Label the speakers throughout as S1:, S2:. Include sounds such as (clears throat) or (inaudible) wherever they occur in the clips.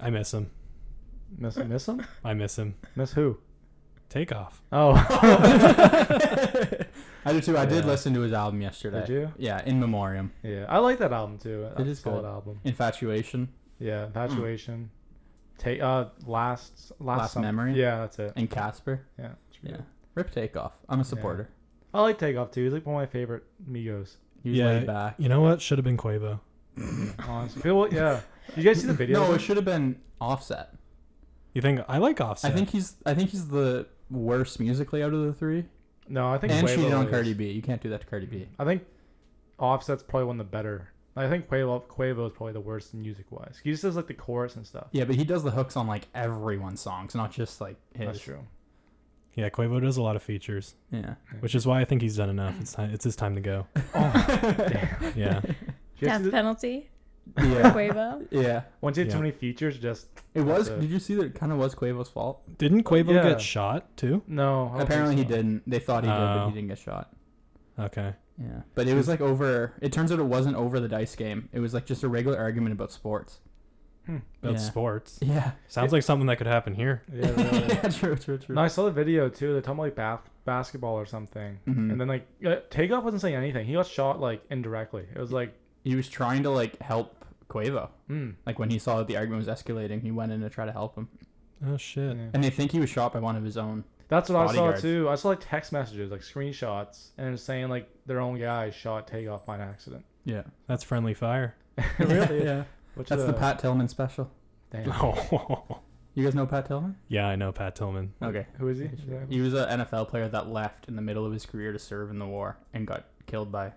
S1: I miss him.
S2: Miss miss
S3: (laughs)
S2: him?
S1: I miss him.
S2: Miss who?
S1: Takeoff.
S2: Oh, (laughs)
S3: (laughs) I do too. I did
S1: Yeah.
S3: listen to his album yesterday.
S2: Did you?
S3: Yeah, in memoriam.
S2: yeah. I like that album too. That's
S3: is
S2: a solid
S3: good.
S2: album.
S3: Infatuation
S2: Yeah, infatuation. Take uh last last,
S3: Mm. Last
S2: some-
S3: Memory?
S2: Yeah, that's it.
S3: and Casper.
S2: Yeah. it's really
S3: Yeah.
S2: good.
S3: Rip Takeoff. I'm a supporter.
S2: I like Takeoff too. He's like one of my favorite Migos.
S3: He was
S1: Yeah.
S3: laid back.
S1: You know what? Should have been Quavo.
S2: Honestly, People- yeah. Did you guys see
S3: (laughs)
S2: the video?
S3: No, it should have been Offset.
S1: You think I like Offset?
S3: I think he's I think he's the worst musically out of the three.
S2: No, I think
S3: And
S2: Quavo
S3: cheated on
S2: is.
S3: Cardi B. You can't do that to Cardi B.
S2: I think Offset's probably one of the better. I think Quavo Quavo is probably the worst music wise. He just does like the chorus and stuff.
S3: Yeah, but he does the hooks on like everyone's songs, not just like his.
S2: That's true.
S1: Yeah, Quavo does a lot of features,
S3: Yeah.
S1: which is why I think he's done enough. It's time. It's his time to go.
S2: Oh.
S3: (laughs)
S1: Yeah.
S2: Did you guys see
S4: Death
S2: the-
S4: penalty.
S3: Yeah.
S4: Quavo.
S1: (laughs)
S3: yeah.
S2: Once you have
S1: Yeah.
S2: too many features, just
S3: It was.
S2: That's it.
S3: Did you see that? It kind of was Quavo's fault.
S1: Didn't Quavo
S2: Yeah.
S1: get shot too?
S2: no. I don't
S3: Apparently he
S2: think so.
S3: didn't. They thought he did, but
S1: Oh.
S3: he didn't get shot.
S1: Okay.
S3: Yeah. But it was like over. It turns out it wasn't over the dice game. It was like just a regular argument about sports.
S2: Hmm.
S1: About
S3: Yeah.
S1: sports.
S3: (laughs) Yeah.
S1: Sounds like something that could happen here.
S2: Yeah, really.
S3: (laughs) yeah. True. True. True.
S2: no, I saw the video too. They're talking about like bas- basketball or something,
S3: Mhm.
S2: and then like uh, Takeoff wasn't saying anything. He got shot like indirectly. It was like,
S3: he was trying to like help Quavo.
S2: hmm.
S3: Like when he saw that the argument was escalating, he went in to try to help him.
S1: Oh shit.
S2: Yeah.
S3: And they think he was shot by one of his own.
S2: That's what I
S3: Bodyguards.
S2: saw too. I saw like text messages, like screenshots, and it was saying like their own guy shot Takeoff by an accident.
S3: Yeah.
S1: That's friendly fire.
S2: (laughs) Really?
S3: (laughs) yeah.
S2: Which
S3: That's
S2: is
S3: the
S2: a-
S3: Pat Tillman special.
S2: Damn.
S1: Oh.
S3: You guys know Pat Tillman?
S1: (laughs) yeah, I know Pat Tillman.
S2: Oh,
S3: Okay.
S2: Who is he?
S3: He was an NFL player that left in the middle of his career to serve in the war and got killed by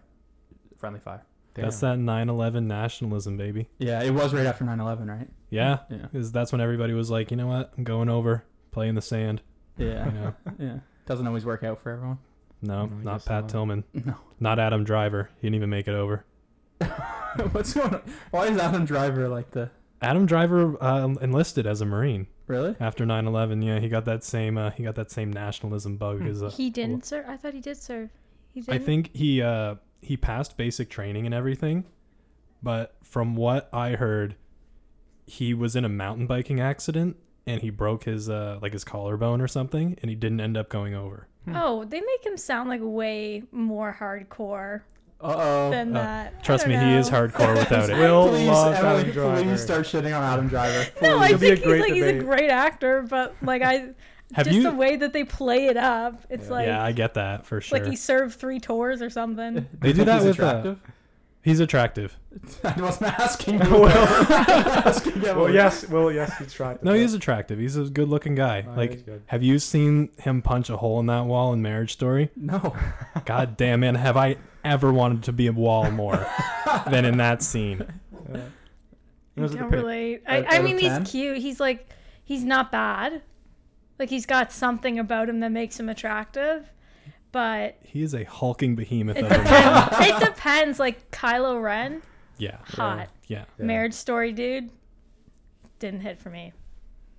S3: friendly fire.
S1: That's that 9/11 nationalism, baby.
S3: Yeah, it was right after 9/11, right?
S1: Yeah.
S3: Yeah.
S1: 'Cause that's when everybody was like, you know what? I'm going over, play in the sand. You (laughs)
S3: Yeah.
S2: (laughs)
S1: know?
S3: yeah. Doesn't always work out for everyone.
S1: No,
S2: No, I
S1: not
S2: guess
S1: Pat
S2: not.
S1: Tillman.
S3: No.
S1: Not Adam Driver. He didn't even make it over.
S3: (laughs) What's going on? Why is Adam Driver like the
S1: Adam Driver uh, enlisted as a Marine
S3: Really?
S1: after 9/11. Yeah, he got that same uh, he got that same nationalism bug because uh,
S4: Hmm, He didn't serve. I thought he did serve. He did.
S1: I think he uh, he passed basic training and everything, but from what I heard, he was in a mountain biking accident and he broke his uh, like his collarbone or something, and he didn't end up going over.
S4: Oh, they make him sound like way more hardcore
S3: Uh-oh.
S4: than
S1: Uh,
S4: that. I
S1: Trust
S4: don't
S1: me, he is
S4: know.
S1: hardcore
S4: (laughs)
S1: without it.
S2: Will
S3: please,
S2: loves
S3: Emily,
S2: Adam Driver.
S3: please start shitting on Adam
S2: (laughs)
S3: Driver.
S4: No, I
S2: It'll be a
S4: think he's
S2: great
S4: like he's a
S2: debate.
S4: great actor, but like I,
S1: (laughs) Have
S4: just
S1: you-
S4: the way that they play it up, it's like
S1: yeah, I get that for sure.
S4: like he served three tours
S1: (laughs)
S4: or something.
S1: they do
S3: think
S1: that
S3: (laughs) he's
S1: with uh,
S3: attractive?
S1: he's attractive.
S3: I wasn't asking you. (laughs)
S2: well,
S3: asking
S2: well,
S3: Emily.
S2: yes, well, yes, he tried.
S1: No, he is attractive. He's a good-looking guy.
S2: No, he is
S1: like,
S2: good.
S1: have you seen him punch a hole in that wall in Marriage Story?
S3: No.
S1: God damn, man, have I ever wanted to be a wall more than in that scene?
S2: He was at
S4: I
S2: the
S4: don't
S2: pit.
S4: relate. I,
S3: Out- out
S4: I
S3: of
S4: mean,
S3: 10?
S4: he's cute. He's like he's not bad. Like he's got something about him that makes him attractive, but
S1: He is a hulking behemoth
S4: it
S1: of
S4: (laughs)
S1: a man.
S4: depends. it depends. Like Kylo Ren,
S1: (laughs) Yeah.
S4: hot.
S1: Yeah.
S2: Yeah.
S4: Marriage Story, dude, didn't hit for me.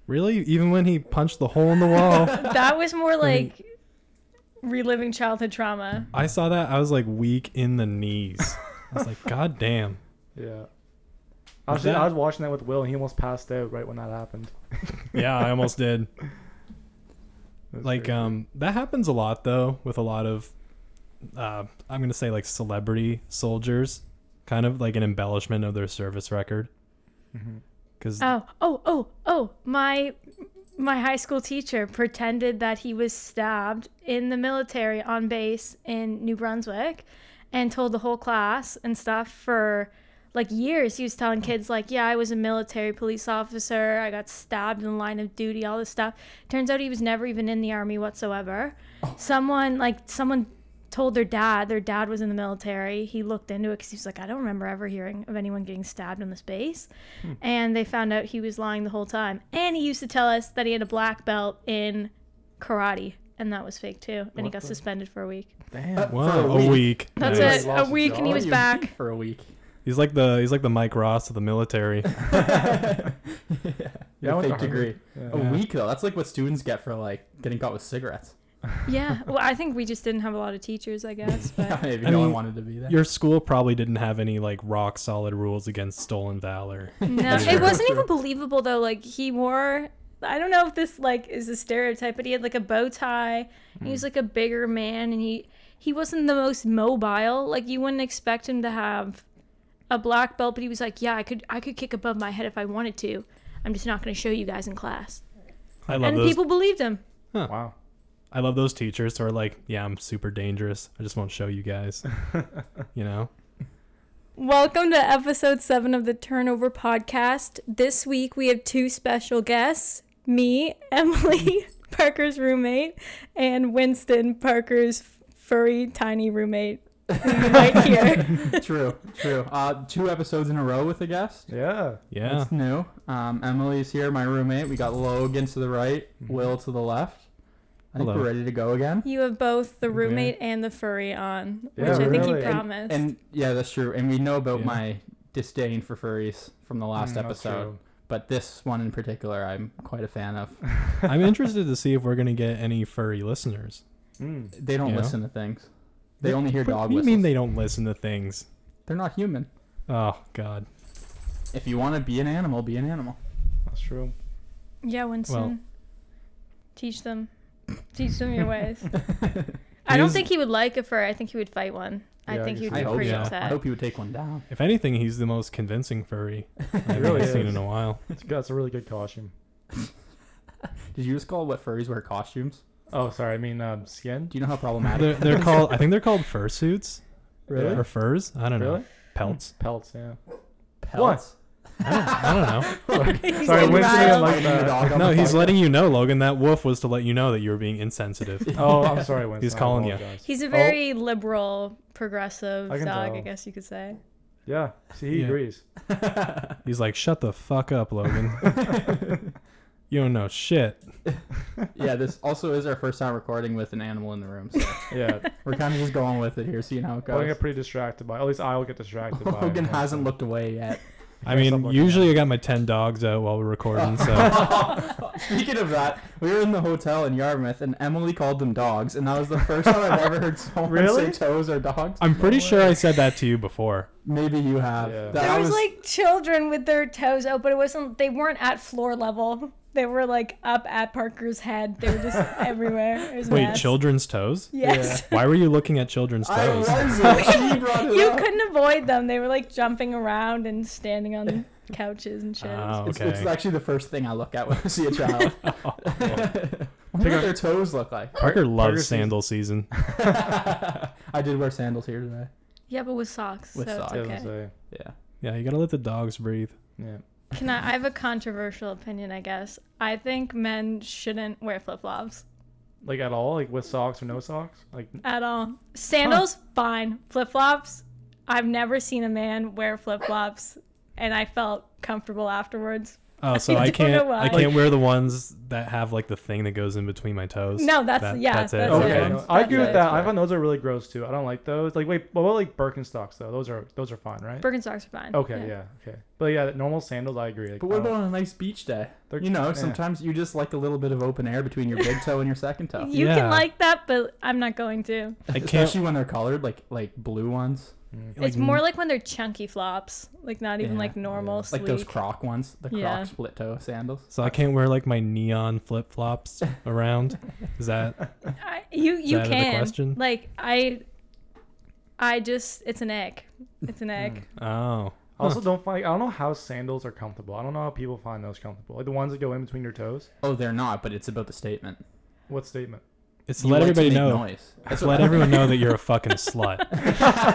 S1: Really? Even when he punched the hole in the wall,
S4: That was more like reliving childhood trauma.
S1: I saw that. I was like weak in the knees. I was like, God damn.
S2: Yeah. I was,
S1: that-
S2: I was watching that with Will, and he almost passed out right when that happened.
S1: Yeah, I almost did.
S2: That's
S1: Like,
S2: crazy.
S1: um, that happens a lot though with a lot of, uh, I'm gonna say like celebrity soldiers, kind of like an embellishment of their service record. Because
S4: Oh, oh, oh, oh! My my high school teacher pretended that he was stabbed in the military on base in New Brunswick, and told the whole class and stuff for like years. He was telling kids like, "Yeah, I was a military police officer. I got stabbed in the line of duty. All this stuff." Turns out he was never even in the army whatsoever. Someone like someone told their dad. Their dad was in the military. He looked into it because he was like, I don't remember ever hearing of anyone getting stabbed in this base.
S2: Hmm.
S4: And they found out he was lying the whole time. And he used to tell us that he had a black belt in karate, and that was fake too. And he got suspended for a week.
S2: damn.
S1: wow,
S3: For a
S1: a week.
S3: week.
S4: That's
S1: Nice.
S2: He
S4: it. A
S2: lost his
S4: week, and
S2: job.
S4: he was
S3: You-
S4: back.
S2: (laughs)
S3: for a
S4: (laughs)
S3: week. (laughs)
S1: He's like the he's like the Mike Ross of the military.
S3: Yeah,
S2: I went
S3: fake
S2: to Harvard.
S3: degree.
S2: Yeah.
S3: A week though. That's like what students get for like getting caught with cigarettes. (laughs)
S4: Yeah. Well, I think we just didn't have a lot of teachers, I guess. But
S3: Maybe
S1: I
S3: no one
S1: mean,
S3: wanted to be there.
S1: Your school probably didn't have any like rock solid rules against stolen valor.
S4: no,
S1: Sure.
S4: it wasn't even believable though. Like he wore, I don't know if this like is a stereotype, but he had like a bow tie. He
S1: Hmm.
S4: was like a bigger man, and he he wasn't the most mobile. Like you wouldn't expect him to have a black belt, but he was like, yeah, I could I could kick above my head if I wanted to. I'm just not going to show you guys in class.
S1: I love
S4: and
S1: those.
S4: people believed him.
S2: Wow.
S1: I love those teachers who are like, yeah, I'm super dangerous. I just won't show you
S3: (laughs)
S1: guys. you know,
S4: Welcome to episode seven of the Turnover Podcast. This week we have two special guests me, Emily, (laughs) Parker's roommate, and Winston, Parker's furry, tiny roommate. right here.
S3: (laughs) true, true. Uh, two episodes in a row with a guest.
S2: Yeah.
S1: yeah.
S3: It's new. Um, Emily's here, my roommate. We got Logan to the right, Will to the left. I think
S1: Mm-hmm. Hello.
S3: we're ready to go again.
S4: You have both the roommate and the furry on, which
S2: Yeah,
S4: I think
S2: really.
S4: he
S2: And-
S4: promised.
S3: And yeah, that's true. And we know about
S1: Yeah.
S3: my disdain for furries from the last
S2: Mm, that's
S3: episode,
S2: true.
S3: but this one in particular, I'm quite a fan of. (laughs)
S1: I'm interested to see if we're gonna get any furry listeners.
S2: Mm.
S3: They don't
S1: Yeah.
S3: listen to things. They only hear
S1: What
S3: dog
S1: do you
S3: whistles.
S1: mean they don't listen to things?
S3: They're not human.
S1: Oh God.
S3: If you want to be an animal, be an animal.
S2: That's true.
S4: yeah, Winston.
S1: well-
S4: Teach them. Teach them your ways. I don't
S1: He's-
S4: think he would like a furry. I think he would fight one. I
S2: Yeah, I
S4: think
S2: can
S4: he
S2: see
S4: would be
S3: that. I hope
S4: pretty
S1: so. I
S3: I
S4: (laughs) upset.
S3: hope you would take one down.
S1: If anything, he's the most convincing
S3: (laughs)
S1: furry I've
S2: really
S1: seen
S2: is.
S1: in a while.
S2: It's good. It's a really good costume.
S3: Did you just call what furries wear costumes?
S2: Oh, sorry. I mean, um, skin.
S3: Do you know
S1: (laughs)
S3: how problematic?
S1: They're, they're called. I think they're called fursuits
S2: Really?
S1: or furs. I don't know.
S2: Really?
S1: Pelts.
S2: Pelts. Yeah.
S3: (laughs) pelts?
S1: I don't know.
S4: He's
S2: Sorry,
S4: like
S2: Winston
S4: riled.
S2: didn't like
S3: Your
S2: that. (laughs)
S3: dog on
S1: No,
S3: the
S1: he's
S3: podcast?
S1: letting you know, Logan. That wolf was to let you know that you were being
S3: (laughs)
S1: insensitive.
S2: Oh, I'm sorry, Winston. I
S1: calling you.
S2: apologize.
S4: He's a very liberal, progressive
S2: I
S4: dog,
S2: can
S4: I
S2: tell.
S4: guess you could say.
S2: Yeah. See, he
S1: Yeah.
S2: agrees.
S3: (laughs)
S1: He's like, "Shut the fuck up, Logan. you don't know shit."
S3: yeah, this also is our first time recording with an animal in the
S4: (laughs)
S3: room. So
S2: Yeah.
S3: we're kind of just going with it here, seeing how it
S2: I get
S3: goes.
S2: pretty distracted by. At least I will get distracted by.
S3: Logan
S2: it.
S3: hasn't looked away yet.
S1: I
S2: Gotta stop
S1: mean,
S2: looking
S1: usually I got my ten dogs out while we're recording,
S3: (laughs)
S1: so
S3: Speaking of that, we were in the hotel in Yarmouth, and Emily called them dogs, and that was the first time I've ever heard someone
S2: Really?
S3: say toes are dogs.
S1: I'm pretty sure I said that to you before.
S3: Maybe you have.
S2: Yeah.
S3: That
S4: There was, like children with their toes out, but it wasn't, they weren't at floor level. They were like up at Parker's head. They were (laughs) just everywhere. It was a
S1: Wait,
S4: mess.
S1: children's toes?
S4: (laughs) Yes.
S1: Why were you looking at children's
S3: I
S1: toes?
S3: (laughs) was. She brought it
S4: (laughs) you
S3: up.
S4: couldn't avoid them. They were like jumping around and standing on couches and chairs.
S1: Oh,
S3: It's, it's
S1: okay.
S3: actually the first thing I look at when I see a child. what do
S2: Take a-
S3: their toes look
S1: (laughs)
S3: like? (laughs)
S1: Parker
S2: Parker
S1: loves
S2: sees-
S1: sandal season.
S3: I did wear sandals here today.
S4: Yeah, but with socks.
S3: With
S4: so
S3: socks.
S2: Yeah, I
S4: It's
S2: was gonna
S4: okay.
S2: say,
S3: Yeah.
S1: Yeah, you gotta let the dogs breathe.
S2: Yeah.
S4: Can I? I have a controversial opinion, I guess. I think men shouldn't wear flip flops
S2: Like at all? Like with socks or no socks? Like
S4: at all. Sandals, fine. Flip flops, I've never seen a man wear flip flops, and I felt comfortable afterwards. (laughs)
S1: Oh, so
S4: I
S1: I
S4: don't know
S1: can't
S4: why.
S1: I can't wear the ones that have like the thing that goes in between my toes.
S4: No, that's- yeah,
S1: That's it.
S4: that's
S2: Okay,
S4: Okay.
S1: okay.
S2: no, I agree
S3: That's
S2: with
S3: fair.
S2: that. I find those are really gross too. I don't like those. Like, wait, what about like Birkenstocks though? Those are those are fine, right?
S4: Birkenstocks are fine.
S2: okay, yeah. okay. But yeah, the normal sandals, I agree. Like,
S3: But what
S2: I don't-
S3: about on a nice beach day?
S2: They're- eh.
S3: You know,
S2: yeah.
S3: sometimes you just like a little bit of open air between your big toe and your second toe.
S1: (laughs)
S4: You
S1: Yeah.
S4: can like that, but I'm not going to.
S1: I can't
S3: Especially when they're colored, like like blue ones,
S1: Like,
S4: it's more like when they're chunky flops, like not even
S3: Yeah,
S4: like normal
S3: like those
S4: sleek.
S3: Croc ones, the Croc
S4: Yeah.
S3: split toe sandals.
S1: so I can't wear like my neon flip flops around. Is that
S4: I, you you
S1: that out of the
S4: can
S1: question?
S4: like I. I just it's an egg.
S3: (laughs)
S4: It's
S3: Hmm,
S4: an egg.
S1: oh.
S2: I also don't find. I don't know how sandals are comfortable. I don't know how people find those comfortable. Like the ones that go in between your toes.
S3: Oh, they're not, but it's about the statement.
S2: What statement?
S1: It's to
S3: You
S1: let
S3: like to
S1: everybody
S3: make
S1: know.
S3: (laughs) Noise.
S1: It's to let everyone know that you're a fucking slut.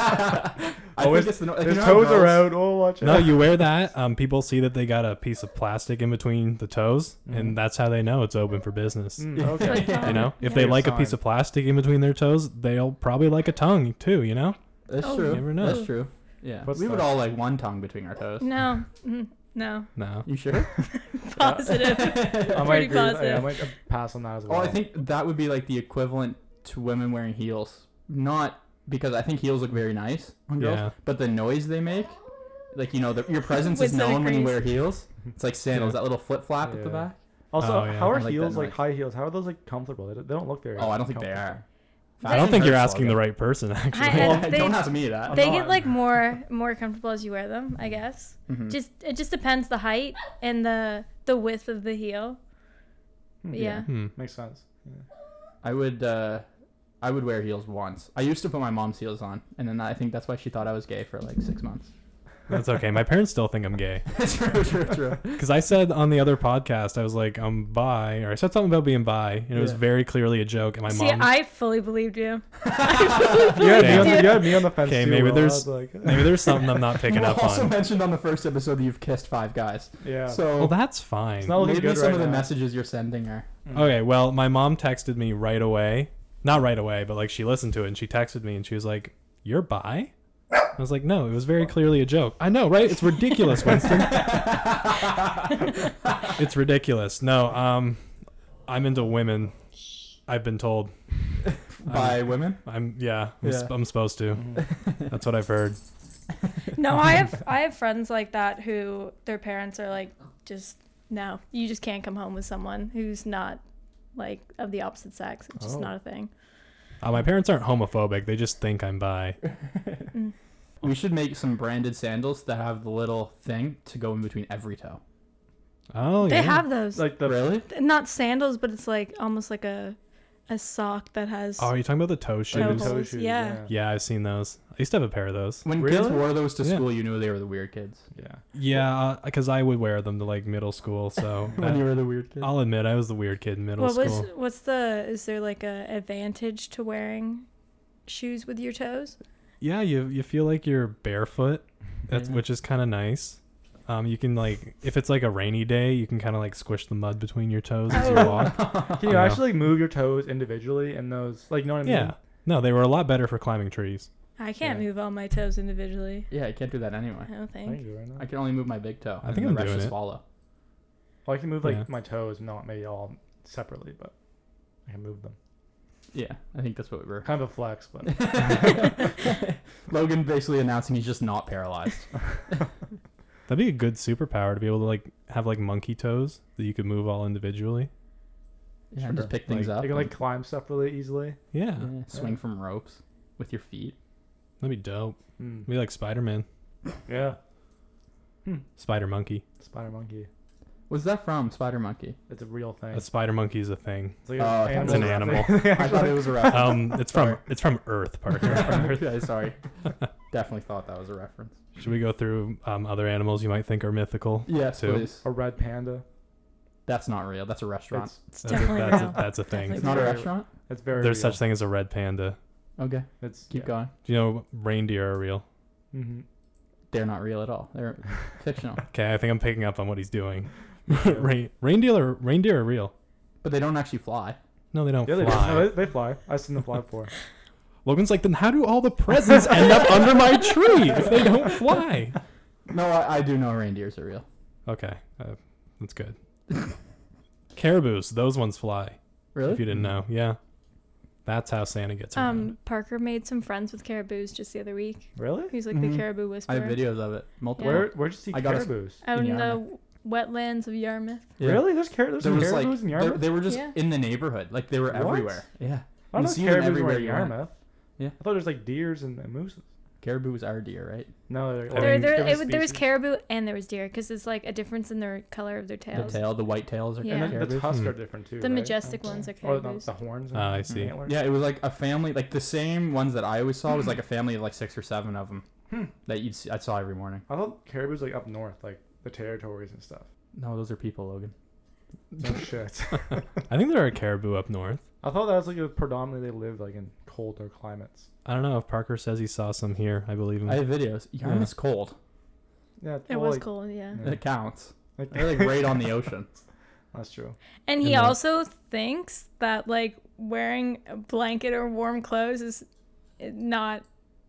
S3: I
S2: Oh,
S3: think
S2: his,
S3: it's the no- like, Uh, you
S2: his
S3: know how
S2: toes are
S3: girls-
S2: out. Oh, watch
S1: No,
S2: out.
S1: you wear that. Um, people see that they got a piece of plastic in between the toes, and that's how they know it's open for business.
S2: (laughs) Mm, okay.
S4: Like,
S1: You know, if
S4: Yeah.
S1: they
S2: Good
S1: like a
S2: sign.
S1: piece of plastic in between their toes, they'll probably like a tongue too. You know,
S3: That's
S4: Oh,
S3: true.
S1: you never know.
S3: That's true. Yeah.
S2: What's
S3: we would
S2: that?
S3: all like one tongue between our toes.
S4: No, Mm, no,
S3: (laughs)
S1: no.
S3: You sure?
S4: positive.
S2: I might
S4: Pretty
S2: agree. with- Yeah, I
S4: positive.
S2: might uh, pass on that as
S3: oh,
S2: well.
S3: I think that would be like the equivalent to women wearing heels. Not because I think heels look very nice on girls,
S1: Yeah.
S3: but the noise they make, like you know, the, your presence is
S4: (laughs) Winston
S3: known when you
S1: (laughs)
S4: agrees.
S3: wear heels. It's like sandals, that little flip flap at the
S2: Yeah.
S3: back.
S2: Also,
S1: Oh, yeah.
S2: how
S3: I
S2: are
S3: like
S2: heels
S3: that
S2: like
S3: noise.
S2: high heels? How are those like comfortable? They don't, they don't look very.
S3: Oh, I don't think they
S2: comfortable.
S3: are.
S1: I don't
S4: They-
S1: think you're
S3: Fashion
S1: asking the
S3: slogan.
S1: right person, (laughs) actually.
S3: (laughs)
S4: I-
S3: Well,
S4: They-
S3: don't ask me that.
S4: They
S2: I'm
S4: get
S2: not.
S4: like more more comfortable as you wear them, I guess.
S1: Mm-hmm.
S3: Mhm.
S4: Just it just depends the height and the the width of the heel.
S2: Hmm.
S4: Yeah.
S1: Hmm.
S2: Makes sense. Yeah.
S3: I would uh I would wear heels once. I used to put my mom's heels on, and then I think that's why she thought I was gay for like six months. (laughs)
S1: That's okay. My parents still think I'm gay.
S3: true, true, true.
S1: Because I said on the other podcast, I was like, I'm bi, or I said something about being bi, and it was
S3: Yeah.
S1: very clearly a joke. And my
S4: See,
S1: mom,
S4: I fully believed you. I fully
S2: You had, me on the,
S4: believed
S1: Damn.
S4: you.
S2: you had me on the fence.
S1: Okay,
S2: too,
S1: maybe
S2: Will. I
S1: there's-
S2: was like, (laughs)
S1: maybe there's something I'm not
S3: (laughs)
S1: picking
S3: you
S1: up
S3: also
S1: on.
S3: mentioned on the first episode that you've kissed five guys.
S2: yeah.
S3: So
S1: Well, that's fine.
S2: It's not looking
S3: maybe
S2: Oh, good
S3: some
S2: right
S3: of the
S2: now.
S3: messages you're sending her.
S1: Okay, well, my mom texted me right away. Not right away, but like she listened to it and she texted me and she was like, You're bi? I was like, No, it was very clearly a joke. I know, right? It's
S3: (laughs)
S1: ridiculous, Winston. it's ridiculous. No, um I'm into women. I've been told.
S3: By women?
S1: I'm yeah, I'm,
S3: Yeah.
S1: Sp- I'm supposed to.
S2: Mhm.
S1: That's what I've heard.
S4: No, I
S1: (laughs)
S4: have I have friends like that who their parents are like just no, you just can't come home with someone who's not like of the opposite sex. It's just
S2: Oh.
S4: not a thing.
S1: Uh, my parents aren't homophobic. They just think I'm
S4: (laughs)
S1: bi.
S3: We should make some branded sandals that have the little thing to go in between every toe.
S1: Oh,
S4: they
S1: yeah.
S4: have those.
S2: (laughs) like the
S3: Really?
S4: not sandals, but it's like almost like a a sock that has
S1: Oh, are you talking about the toe shoes?
S2: like the
S4: Toe
S2: toe
S4: holes,
S2: shoes.
S4: yeah.
S1: Yeah, I've seen those. I used to have a pair of those.
S3: When kids
S2: Really?
S3: wore those to
S1: Yeah.
S3: school, you knew they were the weird kids.
S2: Yeah.
S1: Yeah, because I would wear them to like middle school. (laughs) So that-
S3: were the weird kid.
S1: I'll admit I was the weird kid in middle
S4: what
S1: school.
S4: was what's the is there like a advantage to wearing shoes with your toes?
S1: Yeah, you you feel like you're barefoot, that's
S3: Yeah.
S1: which is kind of nice. Um, you can like if it's like a rainy day, you can kind of like squish the mud between your toes as you
S4: Oh.
S1: walk.
S4: (laughs)
S2: Can you
S1: Yeah.
S2: actually move your toes individually and those like you know what I mean?
S1: yeah, no, they were a lot better for climbing trees.
S4: I can't
S3: Yeah.
S4: move all my toes individually.
S3: Yeah, I can't do that anyway.
S4: I don't
S2: I
S4: think.
S2: can do it right now.
S3: I can only move my big toe.
S1: I
S3: and
S1: think
S3: the
S1: I'm
S3: rest
S1: doing
S3: just
S1: it.
S3: follow.
S2: Well, I can move like
S1: Yeah.
S2: my toes, not maybe all separately, but I can move them.
S3: Yeah, I think that's
S2: (laughs)
S3: what we were.
S2: Kind of a flex,
S1: (laughs)
S2: but
S3: Logan basically announcing he's just not paralyzed.
S1: That'd be a good superpower to be able to like have like monkey toes that you could move all individually.
S3: Yeah, and just
S2: Sure.
S3: pick things
S1: Like,
S3: up.
S2: you can like
S3: and-
S2: climb stuff really easily.
S1: (laughs) Yeah,
S3: yeah, swing from ropes with your feet.
S1: that'd be dope.
S2: Hmm.
S1: Be like Spider Man,
S2: Yeah.
S1: Spider Monkey.
S2: Spider monkey.
S3: Was that from Spider Monkey?
S2: It's a real thing.
S1: A spider monkey is a
S2: (laughs)
S1: thing.
S2: It's, like
S3: Oh, I thought
S1: It's an
S2: (laughs)
S1: animal.
S3: I thought it was a reference.
S1: Um, it's from
S3: Sorry.
S1: it's from Earth, (laughs) Parker.
S3: (laughs) Yeah, sorry. Definitely thought that was a reference.
S1: Should we go through um, other animals you might think are mythical?
S3: Yes,
S1: Two.
S3: please.
S2: A red panda.
S3: That's not real. That's a restaurant.
S2: It's,
S4: It's
S1: That's a-
S4: definitely
S1: that's,
S4: real.
S1: a, that's a thing.
S3: it's
S4: Definitely
S3: not a
S2: very-
S3: restaurant.
S2: it's very.
S1: There's
S2: real.
S1: such thing as a red panda.
S3: Okay,
S2: It's
S3: keep going.
S1: Do you know reindeer are real?
S2: Mm-hmm.
S3: They're not real at all. They're fictional,
S1: Okay, I think I'm picking up on what he's doing. (laughs)
S2: Mm-hmm.
S1: Rain, reindeer, are, reindeer are real.
S3: but they don't actually fly.
S1: No, they don't
S2: Yeah, they, do.
S1: fly.
S2: No, they, they fly. I've seen
S1: (laughs)
S2: them fly before.
S1: Logan's like, then how do all the presents end up under my tree if they don't fly?
S3: No, I, I do know reindeers are real.
S1: Okay, uh, that's good. Caribous, those ones fly.
S3: Really?
S1: If you didn't know, yeah, that's how Santa gets around.
S4: Um Parker made some friends with caribous just the other week.
S2: Really?
S4: He's like
S3: Mhm.
S4: the caribou
S3: I
S4: whisperer.
S3: have videos of it. Multiple.
S2: Where Where'd you see
S3: I got a-
S2: caribous?
S4: out
S3: in
S4: in the wetlands of Yarmouth.
S3: Yeah.
S2: Really? There's, car- there's
S3: There
S2: some
S3: was
S2: caribous
S3: like
S2: in
S3: they,
S2: Yarmouth.
S3: they were just
S4: Yeah.
S3: in the neighborhood. Like they were
S2: What?
S3: everywhere. Yeah.
S2: I
S3: you
S2: don't
S3: see
S2: know
S3: them
S2: caribou were
S3: everywhere
S2: in
S3: you went.
S2: Yarmouth.
S3: Yeah.
S2: I thought there's like deers and, and moose.
S3: Caribou's our deer, right?
S2: No, they're,
S1: I
S2: like,
S4: There,
S1: mean,
S4: there,
S2: different
S4: it, was- there was
S2: species.
S4: caribou and there was deer because it's like a difference in the color of their tails.
S3: The tail, the white tails are
S4: Yeah.
S2: And then the
S3: caribou.
S2: tusks
S1: Hmm.
S2: are different too.
S4: The
S2: right?
S4: majestic ones are
S2: Or the,
S4: caribous.
S2: the horns.
S1: Ah, I
S2: and
S1: see.
S2: antlers.
S3: Yeah, it was like a family, like the same ones that I always saw
S4: Hmm.
S3: was like a family of like six or seven of them that you I saw every morning.
S2: I thought caribou's like up north, like the territories and stuff.
S3: No, those are people, Logan.
S2: No (laughs) shit.
S1: I think there are caribou up north.
S2: I thought that was like a predominantly they live like in colder climates.
S1: I don't know if Parker says he saw some here. I believe him.
S3: I have videos. Yarmouth's cold.
S2: Yeah,
S4: It
S2: well,
S4: was
S2: like,
S4: cool, yeah.
S2: yeah.
S3: It counts.
S2: (laughs) Like-
S3: They're like right on the ocean.
S2: (laughs) That's true.
S4: And
S1: in
S4: he
S1: the-
S4: also thinks that like wearing a blanket or warm clothes is eh, not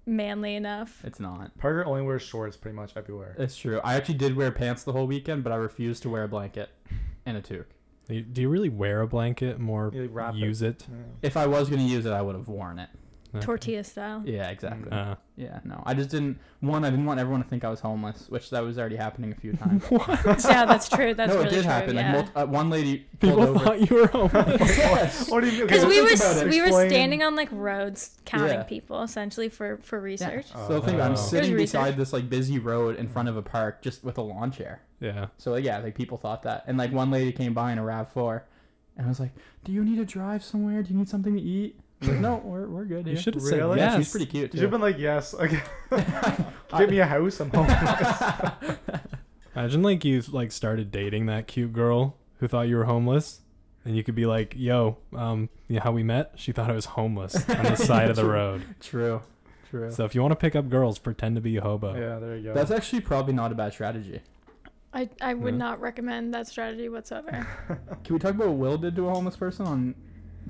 S4: manly enough.
S3: It's not.
S2: Parker only wears shorts pretty much everywhere.
S3: It's true. I actually did wear pants the whole weekend, but I refused to wear a blanket and a toque.
S1: You- Do you really wear a blanket more
S2: You wrap it.
S1: use it?
S3: (laughs)
S2: Yeah.
S3: If I was gonna use it, I would have worn it.
S1: Okay.
S4: tortilla style.
S3: (laughs) Yeah, exactly.
S1: Uh,
S3: Yeah, no. I just didn't one, I didn't want everyone to think I was homeless, which that was already happening a few times.
S4: yeah, that's true. That's
S3: no,
S4: really
S3: it did
S4: true.
S3: happen.
S4: Yeah.
S3: Like multi- uh, one lady pulled
S1: people
S3: over. (laughs)
S1: thought you were homeless.
S3: yes.
S2: What do you mean?
S4: because
S3: Okay,
S4: we
S3: well,
S4: were
S3: think about
S4: s-
S3: it.
S4: we were
S2: Explain-
S4: standing on like roads counting
S3: Yeah.
S4: people essentially for for
S3: Yeah.
S4: research.
S3: So think about it. I'm
S1: Oh.
S3: sitting
S4: There's
S3: beside
S4: research.
S3: this like busy road in front of a park just with a lawn chair.
S1: yeah.
S3: So like, yeah, like people thought that. And like one lady came by in a RAV4 and I was like, "Do you need to drive somewhere? Do you need something to eat?" I was like, "No, we're, we're good
S1: You
S3: here."
S1: should have
S2: Really?
S1: said yes.
S3: Yeah, she's pretty cute
S2: You should have
S3: too.
S2: been like, yes, okay. give me a house. I'm
S3: (laughs)
S2: home. (laughs)
S1: Imagine like you like started dating that cute girl who thought you were homeless, and you could be like, "Yo, um, you know how we met? She thought I was homeless on
S3: (laughs)
S1: the side of the road."
S3: True. True.
S1: So if you want to pick up girls, pretend to be a hobo.
S2: yeah, there you go.
S3: That's actually probably not a bad strategy.
S4: I, I would
S1: Yeah.
S4: not recommend that strategy whatsoever.
S3: Can we talk about what Will did to a homeless person on